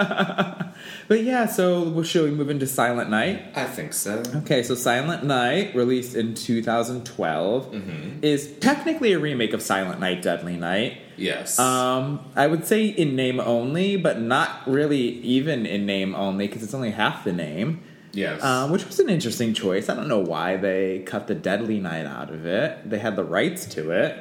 Speaker 1: [LAUGHS] but yeah, so well, should we move into Silent Night?
Speaker 3: I think so.
Speaker 1: Okay, so Silent Night, released in 2012,
Speaker 3: Mm-hmm.
Speaker 1: is technically a remake of Silent Night, Deadly Night.
Speaker 3: Yes.
Speaker 1: Um, I would say in name only, but not really even in name only because it's only half the name,
Speaker 3: yes.
Speaker 1: uh, which was an interesting choice. I don't know why they cut the Deadly Night out of it. They had the rights to it,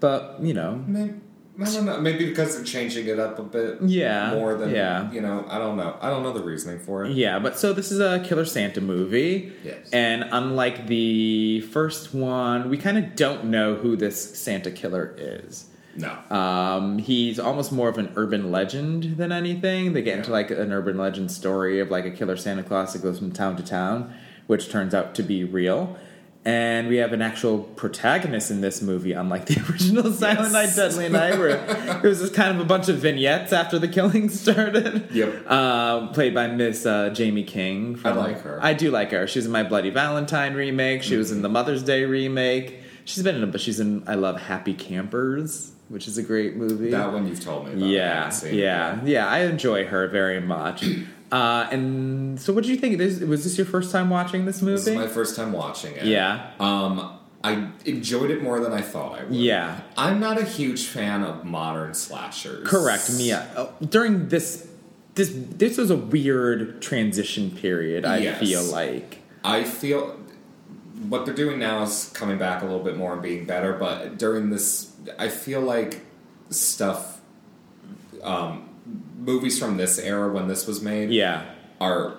Speaker 1: but you know,
Speaker 3: Maybe, I don't know. Maybe because they're changing it up a bit.
Speaker 1: Yeah,
Speaker 3: More than
Speaker 1: yeah.
Speaker 3: You know, I don't know. I don't know the reasoning for it.
Speaker 1: yeah. But so this is a Killer Santa movie,
Speaker 3: Yes.
Speaker 1: and unlike the first one, we kind of don't know who this Santa killer is.
Speaker 3: No.
Speaker 1: Um, he's almost more of an urban legend than anything. They get into
Speaker 3: Yeah.
Speaker 1: like an urban legend story of like a killer Santa Claus that goes from town to town, which turns out to be real. And we have an actual protagonist in this movie, unlike the [LAUGHS] original Silent Night,
Speaker 3: Yes.
Speaker 1: Deadly Night, where it was just kind of a bunch of vignettes after the killing [LAUGHS] started.
Speaker 3: Yep.
Speaker 1: Uh, played by Miss uh, Jamie King. from-
Speaker 3: like her.
Speaker 1: I do like her. She was in my Bloody Valentine remake. She
Speaker 3: Mm-hmm.
Speaker 1: was in the Mother's Day remake. She's been in a, but she's in I Love Happy Campers, which is a great movie.
Speaker 3: that one you've told me about. I
Speaker 1: yeah,
Speaker 3: haven't seen it yet.
Speaker 1: yeah, yeah. I enjoy her very
Speaker 3: [CLEARS THROAT]
Speaker 1: much. uh, and so, what did you think? This, was this your first time watching this movie?
Speaker 3: This is my first time watching it.
Speaker 1: Yeah.
Speaker 3: Um, I enjoyed it more than I thought I would.
Speaker 1: Yeah.
Speaker 3: I'm not a huge fan of modern slashers.
Speaker 1: Correct me. uh, During this, this this was a weird transition period. I
Speaker 3: Yes.
Speaker 1: feel like.
Speaker 3: I feel what they're doing now is coming back a little bit more and being better, but during this, I feel like stuff, um, movies from this era when this was made,
Speaker 1: Yeah.
Speaker 3: are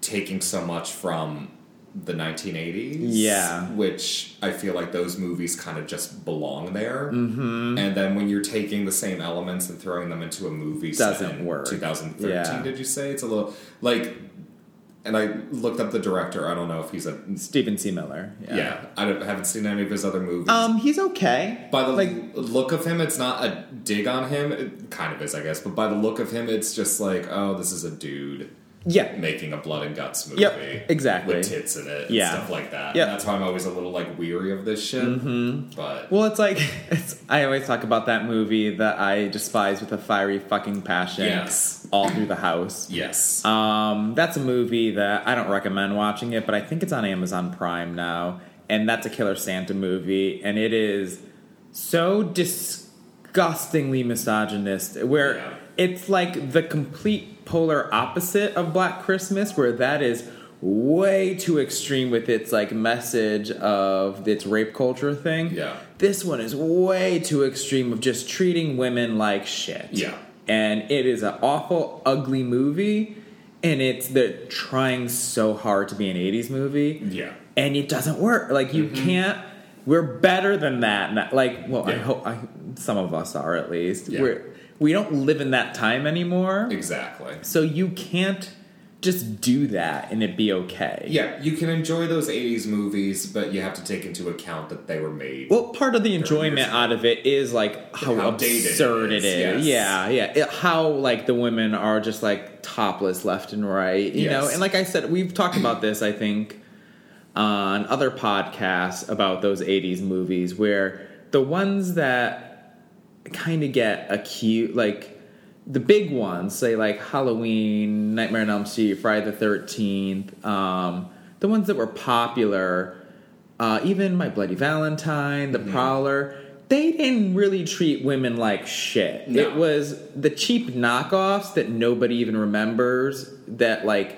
Speaker 3: taking so much from the 1980s.
Speaker 1: Yeah.
Speaker 3: Which I feel like those movies kind of just belong there. Mm-hmm. And then when you're taking the same elements and throwing them into a movie set
Speaker 1: Doesn't
Speaker 3: in
Speaker 1: work.
Speaker 3: 2013,
Speaker 1: Yeah.
Speaker 3: did you say? It's a little like. And I looked up the director. I don't know if he's a.
Speaker 1: Stephen C. Miller.
Speaker 3: Yeah. I, don't- I haven't seen any of his other movies.
Speaker 1: Um, he's okay.
Speaker 3: by the
Speaker 1: like,
Speaker 3: look of him, it's not a dig on him. It kind of is, I guess. But by the look of him, it's just like, oh, this is a dude
Speaker 1: yeah,
Speaker 3: making a blood and guts movie.
Speaker 1: Yep, exactly.
Speaker 3: With tits in it and
Speaker 1: Yeah.
Speaker 3: stuff like that.
Speaker 1: Yep. Mm-hmm.
Speaker 3: And that's why I'm always a little like weary of this shit. But
Speaker 1: Well, it's like [LAUGHS] it's, I always talk about that movie that I despise with a fiery fucking passion.
Speaker 3: Yes.
Speaker 1: all through the house.
Speaker 3: yes.
Speaker 1: Um, that's a movie that I don't recommend watching it, but I think it's on Amazon Prime now, and that's a Killer Santa movie, and it is so disgustingly misogynist. Where
Speaker 3: Yeah.
Speaker 1: it's like the complete polar opposite of Black Christmas, where that is way too extreme with its like message of its rape culture thing.
Speaker 3: Yeah.
Speaker 1: This one is way too extreme of just treating women like shit.
Speaker 3: Yeah.
Speaker 1: And it is an awful, ugly movie, and it's they're trying so hard to be an '80s movie
Speaker 3: Yeah. Mm-hmm.
Speaker 1: and it doesn't work. Like you can't. We're better than that. and that- Like, well, I
Speaker 3: Yeah.
Speaker 1: hope I, some of us are at least.
Speaker 3: Yeah.
Speaker 1: We're- we don't live in that time anymore,
Speaker 3: Exactly.
Speaker 1: so you can't just do that and it be okay.
Speaker 3: Yeah, you can enjoy those 80s movies, but you have to take into account that they were made.
Speaker 1: Well, part of the enjoyment
Speaker 3: years.
Speaker 1: out of it is like how,
Speaker 3: How dated it
Speaker 1: absurd it
Speaker 3: is,
Speaker 1: is.
Speaker 3: yes.
Speaker 1: Yeah, yeah. It- how like the women are just like topless left and right, you know.
Speaker 3: Yes.
Speaker 1: And like I said, we've talked about this. I think on other podcasts about those '80s movies where the ones that kind of get acute, like the big ones, say like Halloween, Nightmare on Elm Street, Friday the Thirteenth, um, the ones that were popular, uh, even My Bloody Valentine, The
Speaker 3: Mm-hmm.
Speaker 1: Prowler. They didn't really treat women like shit.
Speaker 3: No.
Speaker 1: It was the cheap knockoffs that nobody even remembers that like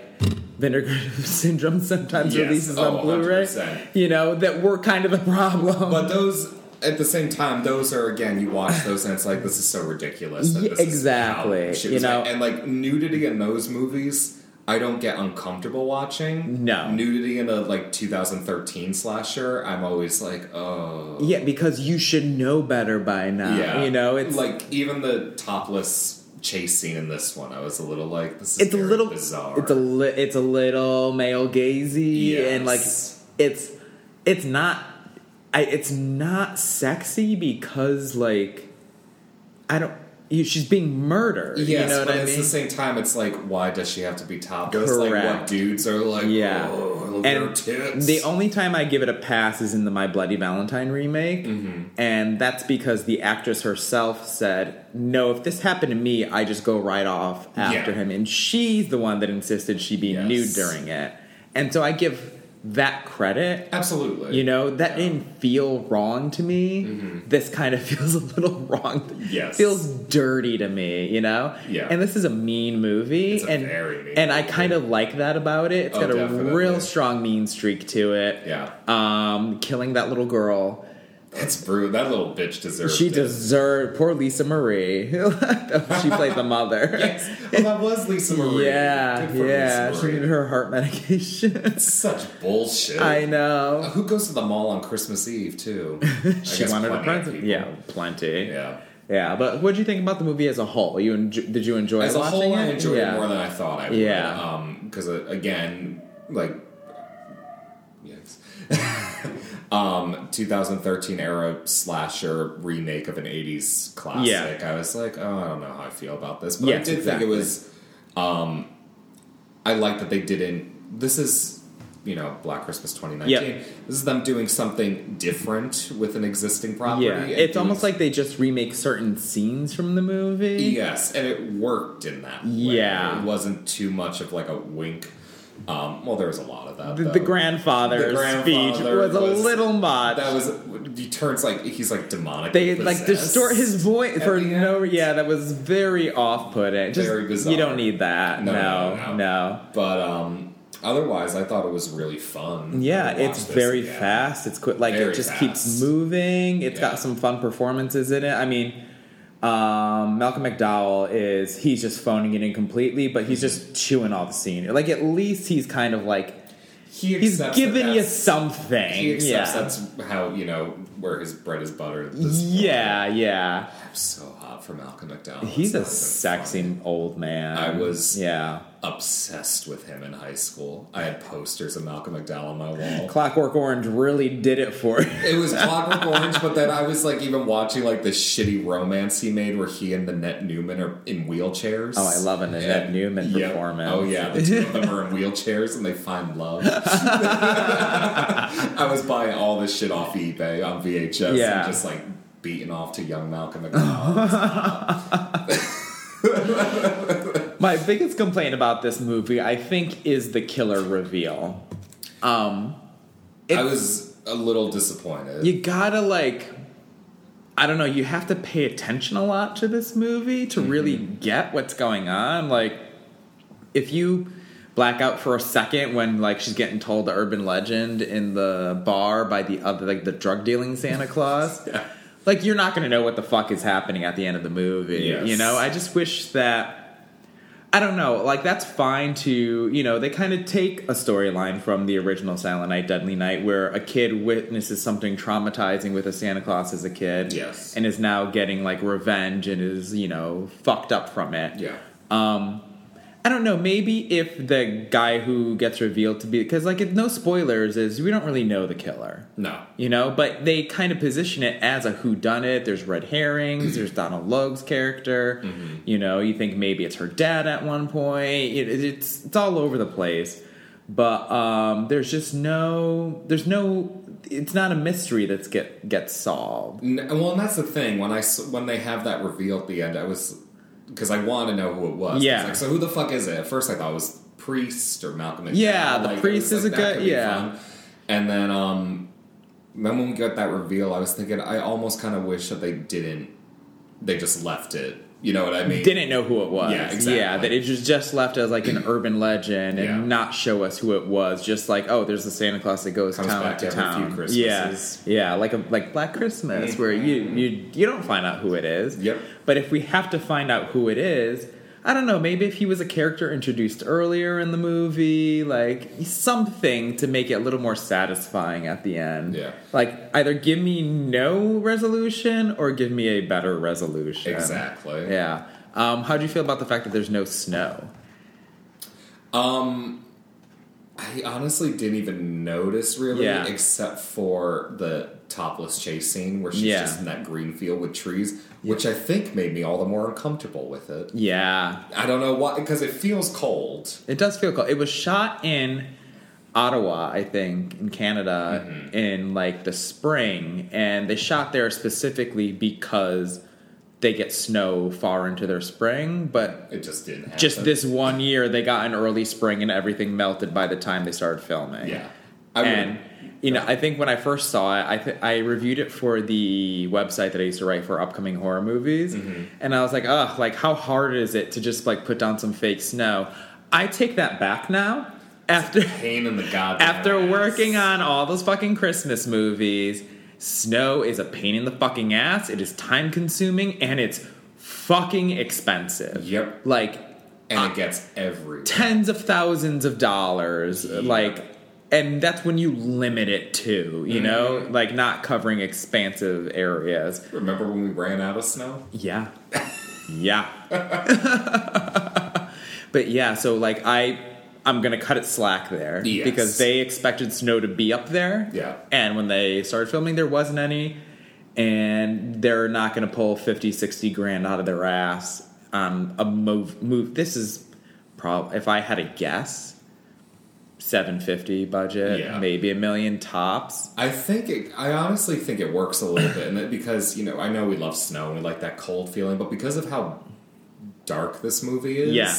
Speaker 1: Vinegar [LAUGHS] Syndrome sometimes
Speaker 3: Yes.
Speaker 1: releases
Speaker 3: Oh,
Speaker 1: on Blu-ray.
Speaker 3: 100%.
Speaker 1: You know that were kind of a [LAUGHS] problem.
Speaker 3: but those, at the same time, those are, again, you watch those and it's like, this is so ridiculous. That
Speaker 1: Yeah,
Speaker 3: this is
Speaker 1: exactly,
Speaker 3: how shit
Speaker 1: you
Speaker 3: was
Speaker 1: know.
Speaker 3: made. And, like, nudity in those movies, I don't get uncomfortable watching.
Speaker 1: No.
Speaker 3: Nudity in a, like, 2013 slasher, I'm always like, oh.
Speaker 1: Yeah, because you should know better by now. You know, it's like
Speaker 3: like even the topless chase scene in this one. I was a little like, this is
Speaker 1: it's a
Speaker 3: very
Speaker 1: little
Speaker 3: bizarre.
Speaker 1: It's a li- it's a little male gazy and like
Speaker 3: Yes.
Speaker 1: it's it's not I, it's not sexy because like I don't you, she's being murdered.
Speaker 3: yes,
Speaker 1: you know what
Speaker 3: but
Speaker 1: I
Speaker 3: at
Speaker 1: mean?
Speaker 3: the same time, it's like, why does she have to be topless? Like,
Speaker 1: Correct.
Speaker 3: what dudes are like,
Speaker 1: Yeah.
Speaker 3: oh, look at her
Speaker 1: and
Speaker 3: tits.
Speaker 1: the only time I give it a pass is in the My Bloody Valentine remake.
Speaker 3: Mm-hmm.
Speaker 1: And that's because the actress herself said, No, if this happened to me, I just go right off after
Speaker 3: Yeah.
Speaker 1: him. And she's the one that insisted she be
Speaker 3: Yes.
Speaker 1: nude during it. And so I give that credit.
Speaker 3: Absolutely.
Speaker 1: You know, that didn't feel wrong to me. This kind of [LAUGHS] feels a little wrong.
Speaker 3: Mm-hmm. Yes.
Speaker 1: Feels dirty to me, you know?
Speaker 3: Yeah.
Speaker 1: And this is a mean movie.
Speaker 3: It's a
Speaker 1: and,
Speaker 3: very mean
Speaker 1: And I
Speaker 3: movie.
Speaker 1: kind of like that about it. It's
Speaker 3: Oh,
Speaker 1: got a
Speaker 3: definitely.
Speaker 1: real strong mean streak to it.
Speaker 3: Yeah.
Speaker 1: Um, killing that little girl.
Speaker 3: That's brutal. That little bitch deserves
Speaker 1: She
Speaker 3: it. [LAUGHS]
Speaker 1: deserved poor Lisa Marie. [LAUGHS] she played the mother.
Speaker 3: [LAUGHS] Yes. Well, Oh, that was Lisa Marie.
Speaker 1: Yeah,
Speaker 3: Good for
Speaker 1: yeah.
Speaker 3: Lisa
Speaker 1: She
Speaker 3: Marie.
Speaker 1: needed her heart medication. [LAUGHS]
Speaker 3: Such bullshit.
Speaker 1: I know.
Speaker 3: Who goes to the mall on Christmas Eve too? I
Speaker 1: [LAUGHS] She
Speaker 3: guess
Speaker 1: wanted a
Speaker 3: plenty of
Speaker 1: present.
Speaker 3: people.
Speaker 1: Yeah, plenty.
Speaker 3: Yeah.
Speaker 1: Yeah, but what do you think about the movie as a whole? You en- did you enjoy
Speaker 3: as a
Speaker 1: watching
Speaker 3: whole,
Speaker 1: it?
Speaker 3: I enjoyed
Speaker 1: yeah.
Speaker 3: it more than I thought I would.
Speaker 1: Yeah.
Speaker 3: Because again, like, yes, [LAUGHS] um, 2013 era slasher remake of an 80s classic. I was like, oh, I don't know how I feel about this, but I
Speaker 1: Yes,
Speaker 3: did
Speaker 1: exactly.
Speaker 3: think it was. Um, I like that they didn't. This is. You know, Black Christmas 2019.
Speaker 1: Yep.
Speaker 3: This is them doing something different with an existing property.
Speaker 1: yeah,
Speaker 3: and
Speaker 1: it's
Speaker 3: doing
Speaker 1: almost like they just remake certain scenes from the movie.
Speaker 3: Yes, and it worked in that. way.
Speaker 1: Yeah.
Speaker 3: it wasn't too much of like a wink. Um, well, there was a lot of that.
Speaker 1: The, the
Speaker 3: though.
Speaker 1: grandfather's
Speaker 3: The grandfather
Speaker 1: speech was, a
Speaker 3: was-
Speaker 1: little much.
Speaker 3: that was he turns like he's like demonic.
Speaker 1: they like distort his voice
Speaker 3: At
Speaker 1: for
Speaker 3: the
Speaker 1: no.
Speaker 3: end.
Speaker 1: Yeah, that was very off-putting. Just,
Speaker 3: Very bizarre.
Speaker 1: You don't need that.
Speaker 3: No,
Speaker 1: no,
Speaker 3: no,
Speaker 1: no.
Speaker 3: no. But um, otherwise, I thought it was really fun.
Speaker 1: Yeah,
Speaker 3: to watch
Speaker 1: it's
Speaker 3: this
Speaker 1: very
Speaker 3: again.
Speaker 1: fast. It's quick. Like it
Speaker 3: Very
Speaker 1: just
Speaker 3: fast.
Speaker 1: keeps moving. It's
Speaker 3: Yeah.
Speaker 1: got some fun performances in it. I mean, um, Malcolm McDowell is he's just phoning it in completely, but he's
Speaker 3: Mm-hmm.
Speaker 1: just chewing all the scene. Like at least he's kind of like
Speaker 3: He
Speaker 1: he's
Speaker 3: accepts that
Speaker 1: giving you
Speaker 3: that's-
Speaker 1: something.
Speaker 3: He accepts
Speaker 1: yeah.
Speaker 3: that's how you know where his bread is buttered. at this point.
Speaker 1: yeah, yeah.
Speaker 3: I'm so hot for Malcolm McDowell.
Speaker 1: He's a
Speaker 3: It's not even
Speaker 1: sexy old man.
Speaker 3: I was-
Speaker 1: yeah.
Speaker 3: funny. obsessed with him in high school. I had posters of Malcolm McDowell on my wall.
Speaker 1: Clockwork Orange really did it for it.
Speaker 3: It was Clockwork Orange, but then I was like even watching like the shitty romance he made where he and Nanette Newman are in wheelchairs.
Speaker 1: Oh, I love an Annette
Speaker 3: And-
Speaker 1: Newman
Speaker 3: yeah.
Speaker 1: performance.
Speaker 3: Oh yeah, the two of them are in wheelchairs and they
Speaker 1: [LAUGHS]
Speaker 3: find love. I was buying all this shit off eBay on VHS
Speaker 1: Yeah.
Speaker 3: and just like beating off to young Malcolm
Speaker 1: [GASPS]
Speaker 3: McDowell.
Speaker 1: [LAUGHS] My biggest complaint about this movie, I think, is the killer reveal. Um,
Speaker 3: I was a little disappointed.
Speaker 1: you gotta like I don't know, you have to pay attention a lot to this movie
Speaker 3: Mm-hmm.
Speaker 1: to really get what's going on. Like, if you black out for a second when like she's getting told the urban legend in the bar by the other like the drug dealing Santa Claus,
Speaker 3: [LAUGHS] Yeah.
Speaker 1: like you're not gonna know what the fuck is happening at the end of the movie.
Speaker 3: Yes.
Speaker 1: You know, I just wish that I don't know, like that's fine to you know, they kind of take a storyline from the original Silent Night, Deadly Night, where a kid witnesses something traumatizing with a Santa Claus as a kid.
Speaker 3: Yes.
Speaker 1: And is now getting like revenge and is, you know, fucked up from it.
Speaker 3: Yeah.
Speaker 1: I don't know. Maybe if the guy who gets revealed to be because like if no spoilers is we don't really know the killer,
Speaker 3: No.
Speaker 1: you know. But they kind of position it as a who done it. There's red herrings. there's Donald Logue's character. You know, you think maybe it's her dad at one point. It, it- it's it's all over the place. But um, there's just no there's no it's not a mystery that's get gets solved.
Speaker 3: N- well, and that's the thing. When I s- when they have that reveal at the end, I was because I want to know who it was.
Speaker 1: Yeah.
Speaker 3: It's Like, so who the fuck is it? At first, I thought it was priest or Malcolm. McDowell.
Speaker 1: Yeah, the
Speaker 3: Like, it
Speaker 1: priest
Speaker 3: was
Speaker 1: is
Speaker 3: like,
Speaker 1: a
Speaker 3: that
Speaker 1: good-
Speaker 3: could be
Speaker 1: yeah.
Speaker 3: fun. And then, um, then when we got that reveal, I was thinking I almost kind of wish that they didn't. They just left it. You know what I mean?
Speaker 1: Didn't know who it was.
Speaker 3: Yeah, exactly.
Speaker 1: Yeah, that it was just left as like an urban legend and
Speaker 3: Yeah.
Speaker 1: not show us who it was. Just like, oh, there's the Santa Claus that goes
Speaker 3: Comes
Speaker 1: town
Speaker 3: back
Speaker 1: to
Speaker 3: every few
Speaker 1: town.
Speaker 3: Christmases. Mm-hmm.
Speaker 1: Yeah, yeah, like a like Black Christmas, where you you you don't find out who it is.
Speaker 3: Yep.
Speaker 1: But if we have to find out who it is, I don't know. Maybe if he was a character introduced earlier in the movie, like something to make it a little more satisfying at the end.
Speaker 3: Yeah.
Speaker 1: Like either give me no resolution or give me a better resolution.
Speaker 3: Exactly.
Speaker 1: Yeah. Um, how do you feel about the fact that there's no snow?
Speaker 3: Um, I honestly didn't even notice really,
Speaker 1: Yeah.
Speaker 3: except for the topless chase scene where she's
Speaker 1: Yeah.
Speaker 3: just in that green field with trees, which I think made me all the more uncomfortable with it.
Speaker 1: Yeah,
Speaker 3: I don't know why, because it feels cold.
Speaker 1: it does feel cold. It was shot in Ottawa, I think, in Canada, in like the spring, and they shot there specifically because they get snow far into their spring. But
Speaker 3: It just didn't. Happen.
Speaker 1: just this one year, they got an early spring, and everything melted by the time they started filming.
Speaker 3: yeah. I mean,
Speaker 1: and you know, I think when I first saw it, I th- I reviewed it for the website that I used to write for upcoming horror movies, and I was like, ugh, like how hard is it to just like put down some fake snow? I take that back now. After [LAUGHS]
Speaker 3: pain in the goddamn.
Speaker 1: after
Speaker 3: ass.
Speaker 1: working on all those fucking Christmas movies, snow is a pain in the fucking ass. It is time consuming and it's fucking expensive.
Speaker 3: Yep.
Speaker 1: Like
Speaker 3: and
Speaker 1: I-
Speaker 3: it gets everywhere.
Speaker 1: tens of thousands of dollars like and that's when you limit it to you know like not covering expansive areas
Speaker 3: Remember when we ran out of snow?
Speaker 1: yeah yeah [LAUGHS] but yeah so like i i'm gonna cut it slack there
Speaker 3: Yes.
Speaker 1: because they expected snow to be up there
Speaker 3: Yeah.
Speaker 1: and when they started filming there wasn't any and they're not gonna pull 50 60 grand out of their ass on a move move this is probably if i had a guess 750 budget
Speaker 3: Yeah.
Speaker 1: maybe a million tops
Speaker 3: I think it, I honestly think it works a little bit, and that because you know I know we love snow and we like that cold feeling, but because of how dark this movie is,
Speaker 1: Yeah.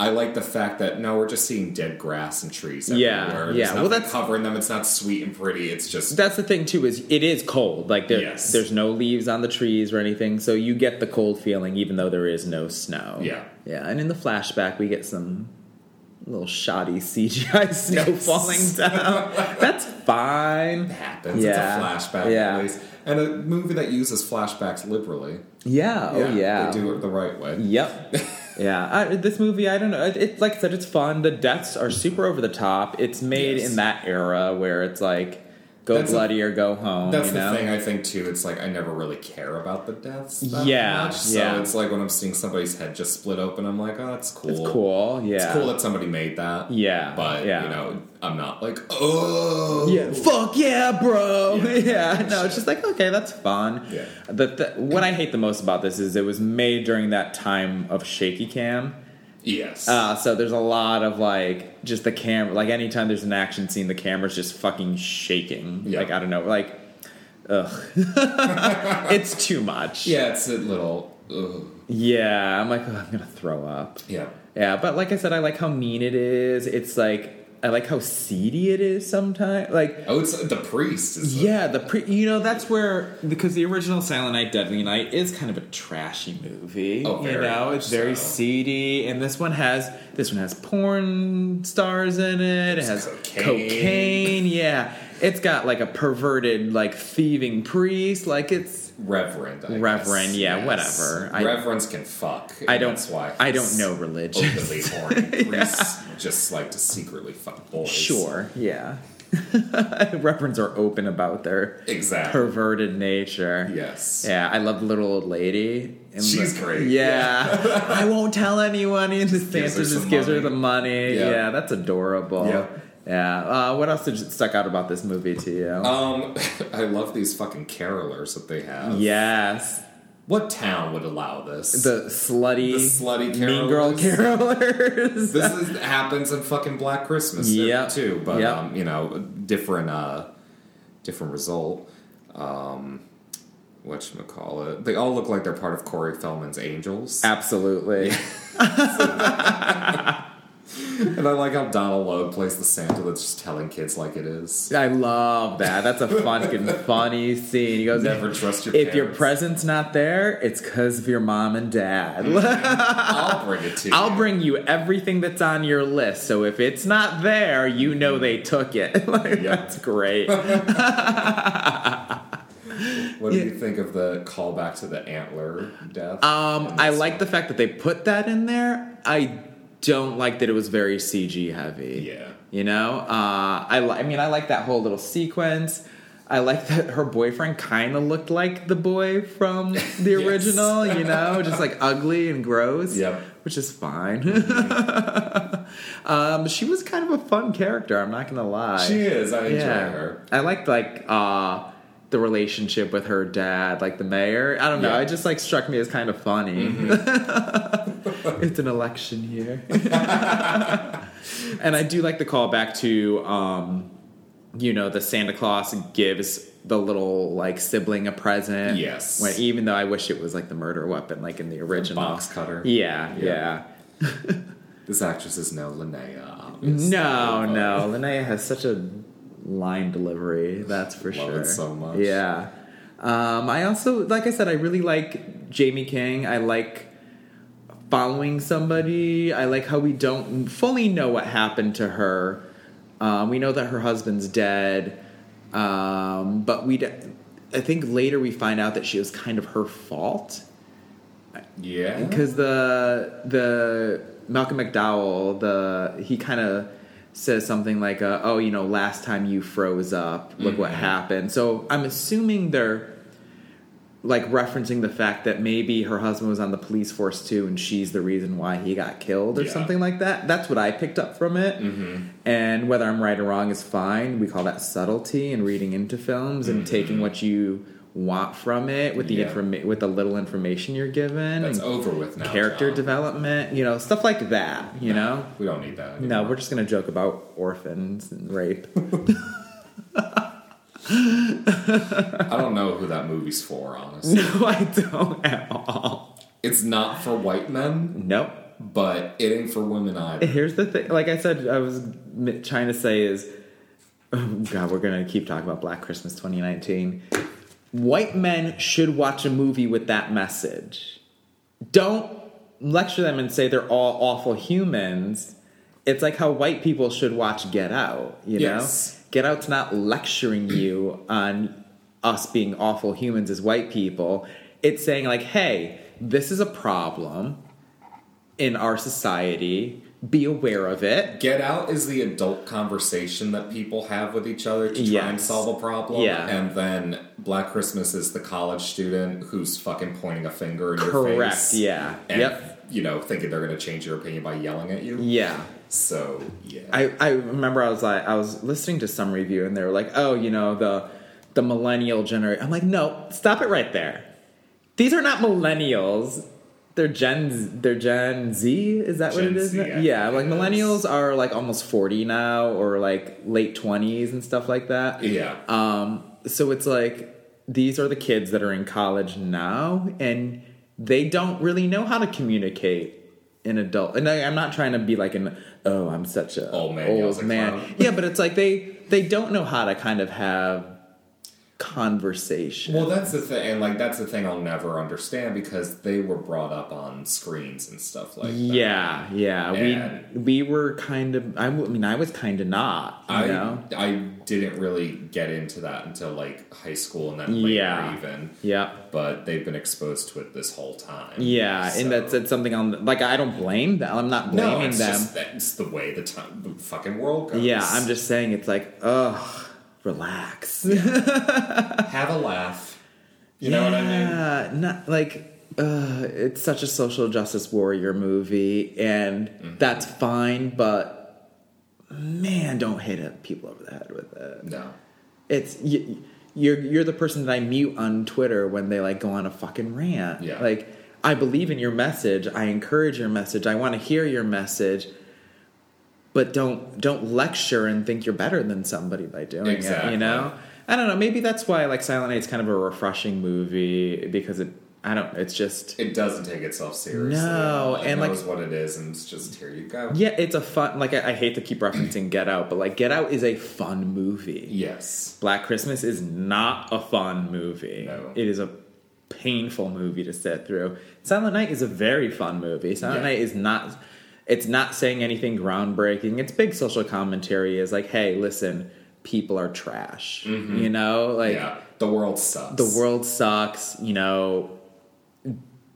Speaker 3: I like the fact that no, we're just seeing dead grass and trees
Speaker 1: Yeah,
Speaker 3: everywhere.
Speaker 1: yeah.
Speaker 3: There's
Speaker 1: Well,
Speaker 3: nothing
Speaker 1: that's-
Speaker 3: covering them. It's not sweet and pretty. It's just
Speaker 1: that's the thing too is it is cold like there,
Speaker 3: Yes.
Speaker 1: there's no leaves on the trees or anything so you get the cold feeling even though there is no snow
Speaker 3: Yeah.
Speaker 1: yeah and in the flashback we get some little shoddy [LAUGHS] cgi snow falling
Speaker 3: [LAUGHS]
Speaker 1: down that's fine
Speaker 3: happens.
Speaker 1: Yeah,
Speaker 3: It's a flashback,
Speaker 1: yeah.
Speaker 3: at least. and a movie that uses flashbacks liberally.
Speaker 1: yeah, oh yeah
Speaker 3: they do it the right way. [LAUGHS]
Speaker 1: Yep. yeah. I, this movie, I don't know. It, it, like I said, it's fun. The deaths are super over the top. It's made
Speaker 3: Yes.
Speaker 1: in that era where it's like, go
Speaker 3: That's a-
Speaker 1: bloody or go home.
Speaker 3: That's
Speaker 1: you
Speaker 3: the
Speaker 1: know?
Speaker 3: thing I think too. It's like I never really care about the deaths. That
Speaker 1: Yeah,
Speaker 3: much, so
Speaker 1: yeah.
Speaker 3: it's like when I'm seeing somebody's head just split open, I'm like, oh, that's cool.
Speaker 1: It's cool. Yeah.
Speaker 3: It's cool that somebody made that.
Speaker 1: Yeah,
Speaker 3: But,
Speaker 1: yeah.
Speaker 3: you know, I'm not like, oh.
Speaker 1: Yeah, fuck yeah, bro.
Speaker 3: Yeah.
Speaker 1: [LAUGHS] Yeah, no, it's just like okay, that's fun.
Speaker 3: Yeah.
Speaker 1: The, the, what I hate the most about this is it was made during that time of shaky cam.
Speaker 3: Yes.
Speaker 1: Uh, so there's a lot of like just the camera. Like anytime there's an action scene, the camera's just fucking shaking.
Speaker 3: Yeah.
Speaker 1: Like I don't know. Like, ugh, [LAUGHS] it's too much.
Speaker 3: yeah, it's a little, ugh.
Speaker 1: Yeah, I'm like, "Ugh, I'm gonna throw up.
Speaker 3: Yeah.
Speaker 1: Yeah, but like I said, I like how mean it is. It's like I like how seedy it is sometimes. Like
Speaker 3: Oh, it's the priest. Is the-
Speaker 1: yeah, the pre you know that's where because the original Silent Night Deadly Night is kind of a trashy movie.
Speaker 3: Oh,
Speaker 1: you
Speaker 3: very
Speaker 1: know, it's
Speaker 3: much
Speaker 1: very
Speaker 3: so.
Speaker 1: seedy, and this one has this one has porn stars in it. It has
Speaker 3: cocaine.
Speaker 1: cocaine. Yeah, it's got like a perverted like thieving priest. Like it's
Speaker 3: Reverend. I
Speaker 1: Reverend,
Speaker 3: guess,
Speaker 1: yeah,
Speaker 3: yes.
Speaker 1: whatever. I-
Speaker 3: Reverends can fuck. and
Speaker 1: I don't
Speaker 3: That's why.
Speaker 1: I don't
Speaker 3: he's
Speaker 1: know religion. [LAUGHS]
Speaker 3: Openly horny. Priests just like to secretly fuck boys.
Speaker 1: Sure, yeah. [LAUGHS] Reverends are open about their
Speaker 3: Exactly.
Speaker 1: perverted nature.
Speaker 3: Yes.
Speaker 1: Yeah, I love the little old lady. And
Speaker 3: She's
Speaker 1: the-
Speaker 3: great,
Speaker 1: Yeah, [LAUGHS] I won't tell anyone. And the
Speaker 3: gives
Speaker 1: Santa
Speaker 3: her
Speaker 1: just
Speaker 3: some
Speaker 1: gives her
Speaker 3: money.
Speaker 1: the money.
Speaker 3: Yeah.
Speaker 1: Yeah, that's adorable.
Speaker 3: Yeah.
Speaker 1: Yeah. Uh, what else did stuck out about this movie to you?
Speaker 3: Um, [LAUGHS] I love these fucking carolers that they have.
Speaker 1: yes,
Speaker 3: What town would allow this?
Speaker 1: the slutty,
Speaker 3: The slutty
Speaker 1: mean girl carolers.
Speaker 3: this is, happens in fucking Black Christmas
Speaker 1: Yep.
Speaker 3: too, but
Speaker 1: Yep.
Speaker 3: um, you know, different uh, different result. Um, what call it? They all look like they're part of Corey Feldman's Angels,
Speaker 1: [LAUGHS] Absolutely.
Speaker 3: and I like how Donald Logue plays the Santa that's just telling kids like it is.
Speaker 1: I love that. That's a fucking funny scene. He goes,
Speaker 3: Never trust your.
Speaker 1: If your
Speaker 3: parents.
Speaker 1: present's not there, it's because of your mom and dad.
Speaker 3: Mm. I'll bring it to you.
Speaker 1: [LAUGHS] I'll bring you everything that's on your list. So if it's not there, you know they took it. [LAUGHS] Like,
Speaker 3: Yeah.
Speaker 1: That's great. Um,
Speaker 3: What do you think of the callback to the antler death?
Speaker 1: Um,
Speaker 3: in
Speaker 1: I
Speaker 3: this
Speaker 1: like
Speaker 3: one?
Speaker 1: the fact that they put that in there. I don't like that it was very CG heavy.
Speaker 3: Yeah.
Speaker 1: You know, uh, I li- I mean, I like that whole little sequence. I like that her boyfriend kind of looked like the boy
Speaker 3: [LAUGHS]
Speaker 1: from the
Speaker 3: Yes.
Speaker 1: original. You know, just like ugly and gross.
Speaker 3: Yep. Mm-hmm.
Speaker 1: Which is fine. [LAUGHS] um, she was kind of a fun character. I'm not gonna lie.
Speaker 3: She is. I enjoy her.
Speaker 1: I liked like uh the relationship with her dad, like the mayor. I don't know.
Speaker 3: Yeah.
Speaker 1: It just like struck me as kind of funny. [LAUGHS]
Speaker 3: Mm-hmm. [LAUGHS]
Speaker 1: it's an election year. [LAUGHS] and I do like the callback to um you know, the Santa Claus gives the little like sibling a present.
Speaker 3: Yes.
Speaker 1: When even though I wish it was like the murder weapon like in the original
Speaker 3: box cutter.
Speaker 1: Yeah, yeah.
Speaker 3: Yeah. This actress is now Linnea. Obviously.
Speaker 1: No, no. Linnea has such a line delivery, that's for
Speaker 3: Love it
Speaker 1: sure.
Speaker 3: so much.
Speaker 1: Yeah. Um, I also, like I said, I really like Jamie King. I like following somebody. I like how we don't fully know what happened to her. Um, we know that her husband's dead, um, but we. d- I think later we find out that she was kind of her fault
Speaker 3: Yeah.
Speaker 1: because the the Malcolm McDowell the he kind of says something like uh, oh you know last time you froze up look
Speaker 3: Mm-hmm.
Speaker 1: what happened so I'm assuming they're like referencing the fact that maybe her husband was on the police force too and she's the reason why he got killed or
Speaker 3: Yeah. Mm-hmm.
Speaker 1: something like that that's what I picked up from it and whether I'm right or wrong is fine we call that subtlety and reading into films and taking what you want from it with the
Speaker 3: Mm-hmm. Yeah.
Speaker 1: informa- with the little information you're given
Speaker 3: That's
Speaker 1: and
Speaker 3: over with now.
Speaker 1: character
Speaker 3: John.
Speaker 1: development, you know, stuff like that, you know?
Speaker 3: We don't need that.
Speaker 1: No,
Speaker 3: anymore.
Speaker 1: we're just gonna joke about orphans and rape.
Speaker 3: I don't know who that movie's for, honestly.
Speaker 1: no, I don't at all.
Speaker 3: it's not for white men,
Speaker 1: Nope.
Speaker 3: but it ain't for women either.
Speaker 1: Here's the thing, like I said, I was m- trying to say is, oh God, we're gonna keep talking about Black Christmas 2019. White men should watch a movie with that message. Don't lecture them and say they're all awful humans. It's like how white people should watch Get Out, you
Speaker 3: Yes.
Speaker 1: know? Get Out's not lecturing you on us being awful humans as white people. It's saying, like, hey, this is a problem in our society. Be aware of it.
Speaker 3: Get Out is the adult conversation that people have with each other to try and
Speaker 1: Yes.
Speaker 3: solve a problem.
Speaker 1: Yeah.
Speaker 3: And then Black Christmas is the college student who's fucking pointing a finger in your
Speaker 1: Correct,
Speaker 3: face.
Speaker 1: yeah.
Speaker 3: And,
Speaker 1: Yep.
Speaker 3: You know, thinking they're going to change your opinion by yelling at you.
Speaker 1: Yeah.
Speaker 3: So, yeah.
Speaker 1: I, I remember I was like I was listening to some review and they were like, oh, you know, the the millennial generation. I'm like, no, stop it right there. These are not millennials. They're Gen Z, they're Gen Z. Is that what
Speaker 3: Gen
Speaker 1: it is?
Speaker 3: Z,
Speaker 1: now?
Speaker 3: I
Speaker 1: yeah,
Speaker 3: think
Speaker 1: like
Speaker 3: it is.
Speaker 1: millennials are like almost 40 now or like late 20s and stuff like that.
Speaker 3: yeah.
Speaker 1: Um, so it's like these are the kids that are in college now, and they don't really know how to communicate an adult, and I, am not trying to be like an oh, I'm such a
Speaker 3: Old man yells
Speaker 1: old
Speaker 3: at
Speaker 1: man.
Speaker 3: clown.
Speaker 1: Yeah, but it's like they they don't know how to kind of have conversation.
Speaker 3: Well, that's the thing, and like that's the thing I'll never understand because they were brought up on screens and stuff like that.
Speaker 1: yeah, yeah.
Speaker 3: And-
Speaker 1: we we were kind of. I, w- I mean, I was kind of not. You
Speaker 3: I
Speaker 1: know.
Speaker 3: I didn't really get into that until like high school and then later
Speaker 1: Yeah.
Speaker 3: even.
Speaker 1: Yeah.
Speaker 3: But they've been exposed to it this whole time.
Speaker 1: Yeah,
Speaker 3: So-
Speaker 1: and that's, that's something on. Like, I don't blame them. I'm not blaming
Speaker 3: no, it's
Speaker 1: them.
Speaker 3: Just, that's the way the time the fucking world goes.
Speaker 1: yeah, I'm just saying it's like, ugh, relax.
Speaker 3: [LAUGHS] have a laugh. You know what I mean?
Speaker 1: Yeah, not like uh, it's such a social justice warrior movie, and
Speaker 3: Mm-hmm.
Speaker 1: that's fine, but man, don't hit it- people over the head with it.
Speaker 3: No.
Speaker 1: It's you, you're you're the person that I mute on Twitter when they like go on a fucking rant.
Speaker 3: Yeah.
Speaker 1: like I believe in your message. I encourage your message. I want to hear your message. But don't don't lecture and think you're better than somebody by doing it.
Speaker 3: Exactly.
Speaker 1: You know, I don't know. Maybe that's why like Silent Night's kind of a refreshing movie because it. I don't. It's just
Speaker 3: It doesn't take itself seriously.
Speaker 1: No,
Speaker 3: at all. it
Speaker 1: and, like-
Speaker 3: knows what it is, and it's just here you go.
Speaker 1: yeah. It's a fun. Like I, I hate to keep referencing Get Out, but like Get Out is a fun movie.
Speaker 3: Yes.
Speaker 1: Black Christmas is not a fun movie.
Speaker 3: No.
Speaker 1: It is a painful movie to sit through. Silent Night is a very fun movie. Silent
Speaker 3: Yeah.
Speaker 1: Night is not it's not saying anything groundbreaking. Its big social commentary is like, hey, listen, people are trash. You know? Like
Speaker 3: Mm-hmm. yeah. The world sucks.
Speaker 1: the world sucks, you know.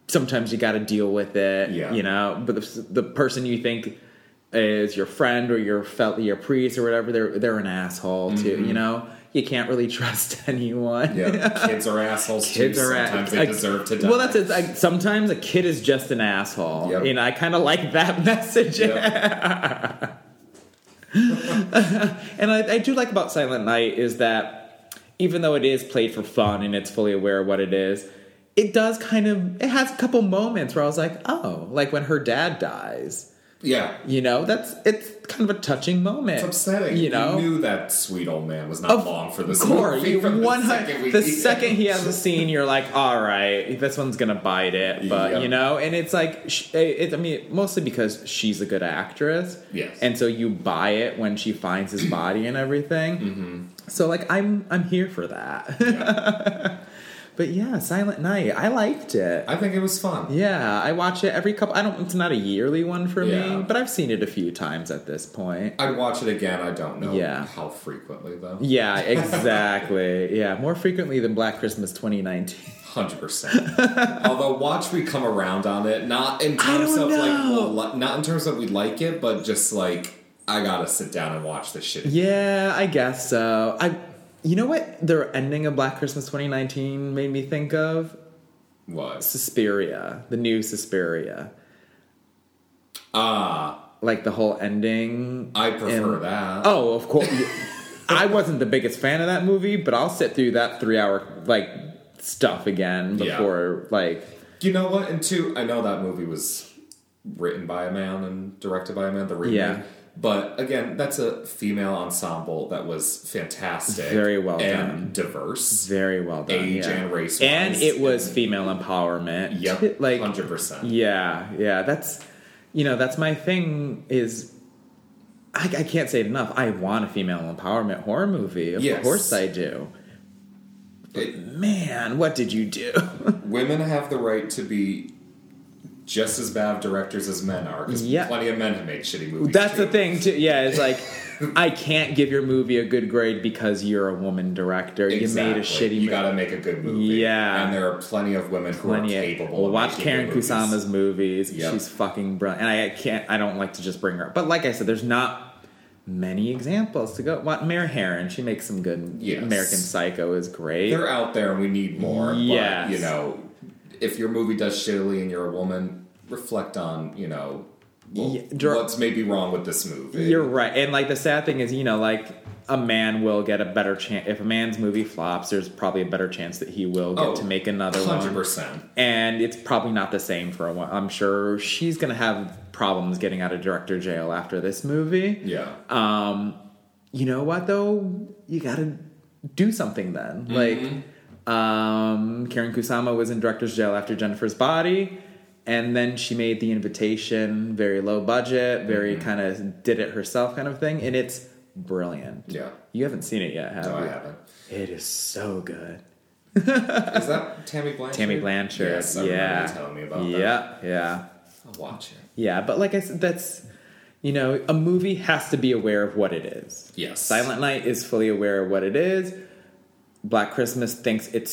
Speaker 1: Sometimes you got to deal with it,
Speaker 3: Yeah.
Speaker 1: you know. But the, the person you think is your friend or your fel- your priest or whatever, they're they're an asshole too, you know. You can't really [LAUGHS] trust anyone.
Speaker 3: Mm-hmm. Yeah, kids are assholes.
Speaker 1: [LAUGHS] Kids
Speaker 3: too.
Speaker 1: are ass-
Speaker 3: sometimes they
Speaker 1: like-
Speaker 3: deserve to die.
Speaker 1: Well, that's it. Like, sometimes a kid is just an asshole,
Speaker 3: Yep.
Speaker 1: and I kind of like that [LAUGHS] message.
Speaker 3: Yeah.
Speaker 1: And I, I do like about Silent Night is that even though it is played for fun and it's fully aware of what it is, it does kind of it has a couple moments where I was like, oh, like when her dad dies,
Speaker 3: yeah.
Speaker 1: you know, that's it's kind of a touching moment.
Speaker 3: It's upsetting.
Speaker 1: Eh, you know.
Speaker 3: knew that sweet old man was not
Speaker 1: Of
Speaker 3: long [LAUGHS] for this
Speaker 1: Core,
Speaker 3: movie.
Speaker 1: you
Speaker 3: from
Speaker 1: one
Speaker 3: the second, we
Speaker 1: the
Speaker 3: beat him.
Speaker 1: second he has a scene, you're like, all right, this one's gonna bite it, but
Speaker 3: Yeah.
Speaker 1: you know, and it's like, sh- eh, it, I mean, mostly because she's a good actress,
Speaker 3: Yes.
Speaker 1: and so you buy it when she finds his body and everything.
Speaker 3: Mm-hmm.
Speaker 1: So like, I'm I'm here for that. [LAUGHS] but yeah, Silent Night, I liked it.
Speaker 3: I think it was fun.
Speaker 1: yeah, I watch it every couple. I don't. It's not a yearly one for
Speaker 3: Yeah.
Speaker 1: me, but I've seen it a few times at this point.
Speaker 3: I'd watch it again. I don't know
Speaker 1: Yeah.
Speaker 3: how frequently though.
Speaker 1: Yeah, exactly. yeah, more frequently than Black Christmas 2019. [LAUGHS]
Speaker 3: Hundred percent. Although, watch we come around on it. Not in terms
Speaker 1: don't
Speaker 3: of like,
Speaker 1: know.
Speaker 3: we'll li- not in terms of we like it, but just like I gotta sit down and watch this shit.
Speaker 1: Yeah, I guess so. I, you know what? The ending of Black Christmas 2019 made me think of
Speaker 3: Was
Speaker 1: Suspiria, the new Suspiria,
Speaker 3: ah,
Speaker 1: like the whole ending.
Speaker 3: I prefer
Speaker 1: and-
Speaker 3: that.
Speaker 1: Oh, of course. I wasn't the biggest fan of that movie, but I'll sit through that three-hour like stuff again
Speaker 3: Yeah.
Speaker 1: before like.
Speaker 3: You know what? And two, I know that movie was written by a man and directed by a man. The remake,
Speaker 1: Yeah.
Speaker 3: but again, that's a female ensemble that was fantastic,
Speaker 1: Very well
Speaker 3: and diverse.
Speaker 1: Very well done.
Speaker 3: Age
Speaker 1: yeah.
Speaker 3: and race
Speaker 1: And
Speaker 3: wise.
Speaker 1: it was female empowerment.
Speaker 3: Yep,
Speaker 1: like
Speaker 3: hundred percent.
Speaker 1: Yeah, yeah. That's you know that's my thing is. I, I can't say it enough. I want a female empowerment horror movie. Of
Speaker 3: Yes.
Speaker 1: course I do. Man, what did you
Speaker 3: [LAUGHS]
Speaker 1: do?
Speaker 3: Women have the right to be just as bad of directors as men are because
Speaker 1: Yeah.
Speaker 3: plenty of men have made shitty movies.
Speaker 1: That's the
Speaker 3: too.
Speaker 1: thing too. Yeah, it's
Speaker 3: [LAUGHS]
Speaker 1: like I can't give your movie a good grade because you're a woman director. You made a
Speaker 3: Exactly.
Speaker 1: shitty
Speaker 3: You
Speaker 1: movie.
Speaker 3: got to make a good movie.
Speaker 1: Yeah.
Speaker 3: and there are plenty of women who
Speaker 1: Plenty
Speaker 3: are
Speaker 1: of-
Speaker 3: capable.
Speaker 1: Well,
Speaker 3: of
Speaker 1: watch
Speaker 3: making
Speaker 1: Karen
Speaker 3: good movies.
Speaker 1: Kusama's movies.
Speaker 3: Yep.
Speaker 1: She's fucking brilliant. And I can't. I don't like to just bring her up, but like I said, there's not many examples to go. What Mary Heron? She makes some good.
Speaker 3: Yes.
Speaker 1: American Psycho is great.
Speaker 3: They're out there, and we need more.
Speaker 1: Yes.
Speaker 3: But, you know, if your movie does shittily and you're a woman, reflect on you know well,
Speaker 1: Yeah, dir-
Speaker 3: what's maybe wrong with this movie.
Speaker 1: You're right. And like the sad thing is, you know, like a man will get a better chance if a man's movie flops. There's probably a better chance that he will get
Speaker 3: Oh,
Speaker 1: to make another
Speaker 3: hundred
Speaker 1: one.
Speaker 3: percent.
Speaker 1: And it's probably not the same for a while. I'm sure she's gonna have problems getting out of director jail after this movie.
Speaker 3: Yeah.
Speaker 1: Um, you know what though you gotta do something then
Speaker 3: Mm-hmm.
Speaker 1: like um karen kusama was in director's jail after jennifer's body And then she made the invitation, very low budget, very
Speaker 3: Mm-hmm.
Speaker 1: kind of did it herself kind of thing, and it's brilliant.
Speaker 3: Yeah.
Speaker 1: You haven't seen it yet, have
Speaker 3: No,
Speaker 1: you?
Speaker 3: I haven't.
Speaker 1: It is so good.
Speaker 3: Is that Tammy Blanchard?
Speaker 1: Tammy Blanchard.
Speaker 3: Yes, I remember
Speaker 1: yeah.
Speaker 3: you telling me about that.
Speaker 1: yeah, yeah.
Speaker 3: I'll watch it.
Speaker 1: Yeah, but like I said, that's you know, a movie has to be aware of what it is.
Speaker 3: Yes.
Speaker 1: Silent Night is fully aware of what it is. Black Christmas thinks it's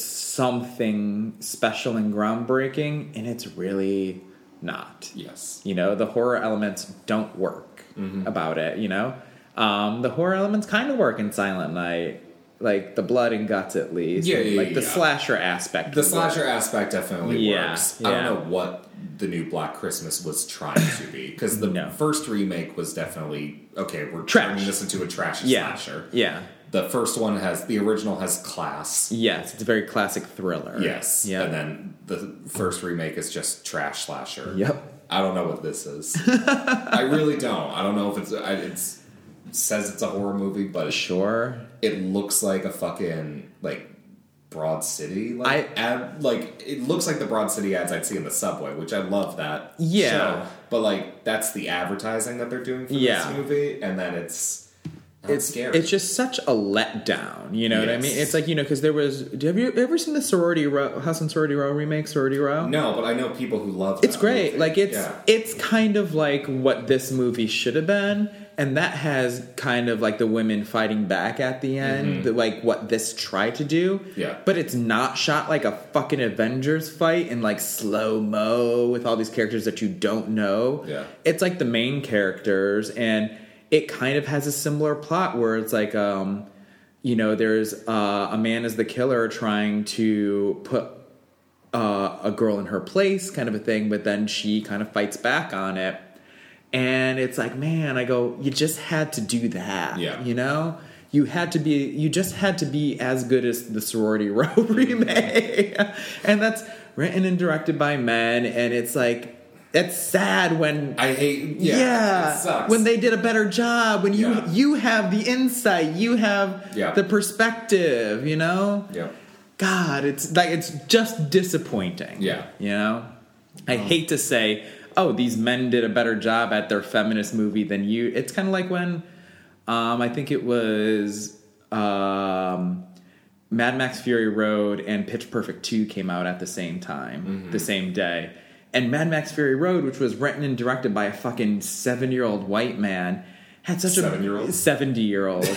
Speaker 1: something special and groundbreaking, and it's really not.
Speaker 3: Yes.
Speaker 1: You know, the horror elements don't work
Speaker 3: Mm-hmm.
Speaker 1: about it, you know? Um, the horror elements kind of work in Silent Night, like the blood and guts at least.
Speaker 3: Yeah,
Speaker 1: and,
Speaker 3: yeah,
Speaker 1: like the
Speaker 3: yeah.
Speaker 1: slasher aspect.
Speaker 3: The
Speaker 1: works.
Speaker 3: slasher aspect definitely
Speaker 1: Yeah,
Speaker 3: works. I
Speaker 1: yeah.
Speaker 3: don't know what the new Black Christmas was trying to be because the
Speaker 1: No.
Speaker 3: first remake was definitely okay. We're
Speaker 1: Trash.
Speaker 3: turning this into a trash
Speaker 1: Yeah.
Speaker 3: slasher.
Speaker 1: Yeah.
Speaker 3: The first one has the original has class.
Speaker 1: Yes, it's a very classic thriller.
Speaker 3: Yes.
Speaker 1: Yeah.
Speaker 3: And then the first remake is just trash slasher.
Speaker 1: Yep.
Speaker 3: I don't know what this is. I really don't. I don't know if it's. I, it's says it's a horror
Speaker 1: [LAUGHS]
Speaker 3: movie, but it,
Speaker 1: Sure.
Speaker 3: it looks like a fucking like Broad City. Like,
Speaker 1: I-
Speaker 3: ad, like it looks like the Broad City ads I'd see in the subway, which I love that.
Speaker 1: Yeah.
Speaker 3: show. But like that's the advertising that they're doing for
Speaker 1: Yeah.
Speaker 3: this movie, and then it's not
Speaker 1: It's
Speaker 3: scary.
Speaker 1: it's just such a letdown. You know what I mean?
Speaker 3: Yes.
Speaker 1: It's like you know because there was. Have you ever seen the sorority row, house and sorority row remake? Sorority row.
Speaker 3: no, but I know people who love.
Speaker 1: It's
Speaker 3: that
Speaker 1: great.
Speaker 3: movie.
Speaker 1: Like it's
Speaker 3: Yeah.
Speaker 1: it's kind of like what this movie should have been, and that has kind of like the women fighting back at the end, the- like what this tried to do.
Speaker 3: Mm-hmm. Yeah.
Speaker 1: But it's not shot like a fucking Avengers fight in like slow mo with all these characters that you don't know.
Speaker 3: Yeah.
Speaker 1: It's like the main characters, and it kind of has a similar plot where it's like um. You know, there's uh, a man as the killer trying to put uh, a girl in her place kind of a thing, but then she kind of fights back on it. And it's like, man, I go, you just had to do that.
Speaker 3: Yeah.
Speaker 1: You know? You had to be you just had to be as good as the sorority [LAUGHS] row remake. and that's written and directed by men, and it's like it's sad when
Speaker 3: I hate. Yeah, it sucks.
Speaker 1: when they did a better job, when you
Speaker 3: Yeah.
Speaker 1: you have the insight, you have
Speaker 3: Yeah.
Speaker 1: the perspective, you know?
Speaker 3: Yeah.
Speaker 1: God, it's like it's just disappointing.
Speaker 3: Yeah.
Speaker 1: You know? I hate to say, oh, these men did a better job at their feminist movie than you. It's kind of like when um, I think it was um, Mad Max Fury Road and Pitch Perfect 2 came out at the same time,
Speaker 3: Mm-hmm.
Speaker 1: the same day. And Mad Max Fury Road, which was written and directed by a fucking seven year old white man, had such a
Speaker 3: Seven-year-old?
Speaker 1: 70 year old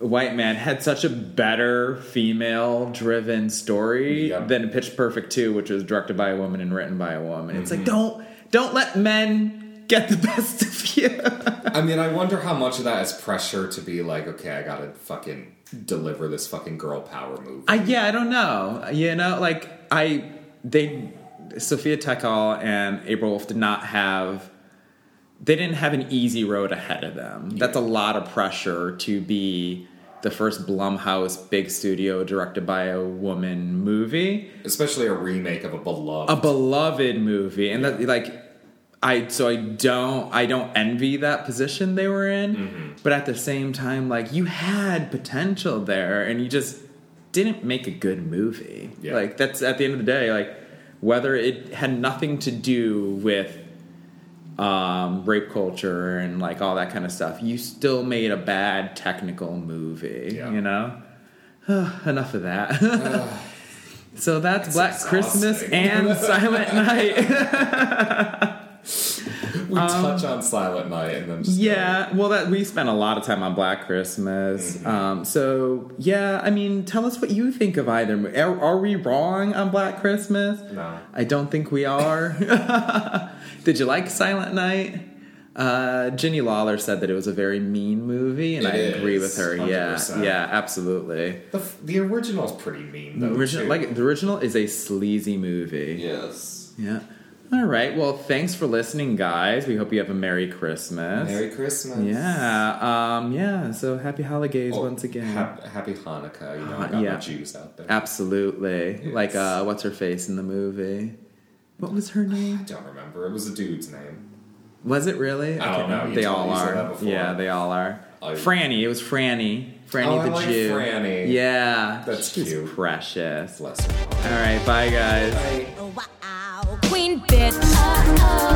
Speaker 1: white man had such a better female driven story
Speaker 3: Yep.
Speaker 1: than Pitch Perfect 2, which was directed by a woman and written by a woman. It's like don't don't let men get the [LAUGHS] best of you.
Speaker 3: I mean, I wonder how much of that is pressure to be like, okay, I gotta fucking deliver this fucking girl power movie.
Speaker 1: I yeah, I don't know. You know, like I they Sophia Tekal and April Wolf did not have they didn't have an easy road ahead of them. That's a lot of pressure to be the first Blumhouse big studio directed by a woman movie.
Speaker 3: Especially a remake of a beloved.
Speaker 1: a beloved movie and that like i so i don't i don't envy that position they were in
Speaker 3: Mm-hmm.
Speaker 1: but at the same time like you had potential there and you just didn't make a good movie
Speaker 3: Yeah.
Speaker 1: like that's at the end of the day like whether it had nothing to do with um, rape culture and like all that kind of stuff you still made a bad technical movie
Speaker 3: Yeah.
Speaker 1: you know enough of that [LAUGHS] so that's black christmas
Speaker 3: exhausting. [LAUGHS]
Speaker 1: and silent night [LAUGHS]
Speaker 3: we touch on Silent Night and then just go,
Speaker 1: yeah well that we spent a lot of time on black christmas
Speaker 3: Mm-hmm.
Speaker 1: um, so yeah i mean tell us what you think of either mo- are, are we wrong on black christmas
Speaker 3: No.
Speaker 1: i don't think we are [LAUGHS] did you like silent night uh, Ginny Lawler said that it was a very mean movie, and
Speaker 3: It
Speaker 1: I agree
Speaker 3: is,
Speaker 1: with her. Yeah,
Speaker 3: 100%.
Speaker 1: yeah, absolutely.
Speaker 3: The, f- the original's pretty mean though.
Speaker 1: The original,
Speaker 3: too.
Speaker 1: like the original, is a sleazy movie.
Speaker 3: yes.
Speaker 1: Yeah. All right. Well, thanks for listening, guys. We hope you have a Merry Christmas.
Speaker 3: Merry Christmas.
Speaker 1: yeah. Um, yeah. So happy holidays
Speaker 3: Oh,
Speaker 1: once again.
Speaker 3: hap- happy Hanukkah. You know, I
Speaker 1: Ha-
Speaker 3: got
Speaker 1: yeah. Uh,
Speaker 3: my Jews out there.
Speaker 1: Absolutely.
Speaker 3: Yes.
Speaker 1: Like, uh, what's her face in the movie? What was her
Speaker 3: I
Speaker 1: name?
Speaker 3: don't remember. It was a dude's name.
Speaker 1: Was it really?
Speaker 3: I don't know. You
Speaker 1: They
Speaker 3: told-
Speaker 1: all
Speaker 3: you said
Speaker 1: are.
Speaker 3: that before.
Speaker 1: Yeah, they all are.
Speaker 3: I-
Speaker 1: Franny. It was Franny. Franny
Speaker 3: Oh, I
Speaker 1: the
Speaker 3: like
Speaker 1: Jew.
Speaker 3: Franny.
Speaker 1: Yeah.
Speaker 3: That's
Speaker 1: She's
Speaker 3: cute.
Speaker 1: precious. All
Speaker 3: Bless her.
Speaker 1: right. Bye, guys.
Speaker 3: Bye.
Speaker 2: Wow. Queen bitch.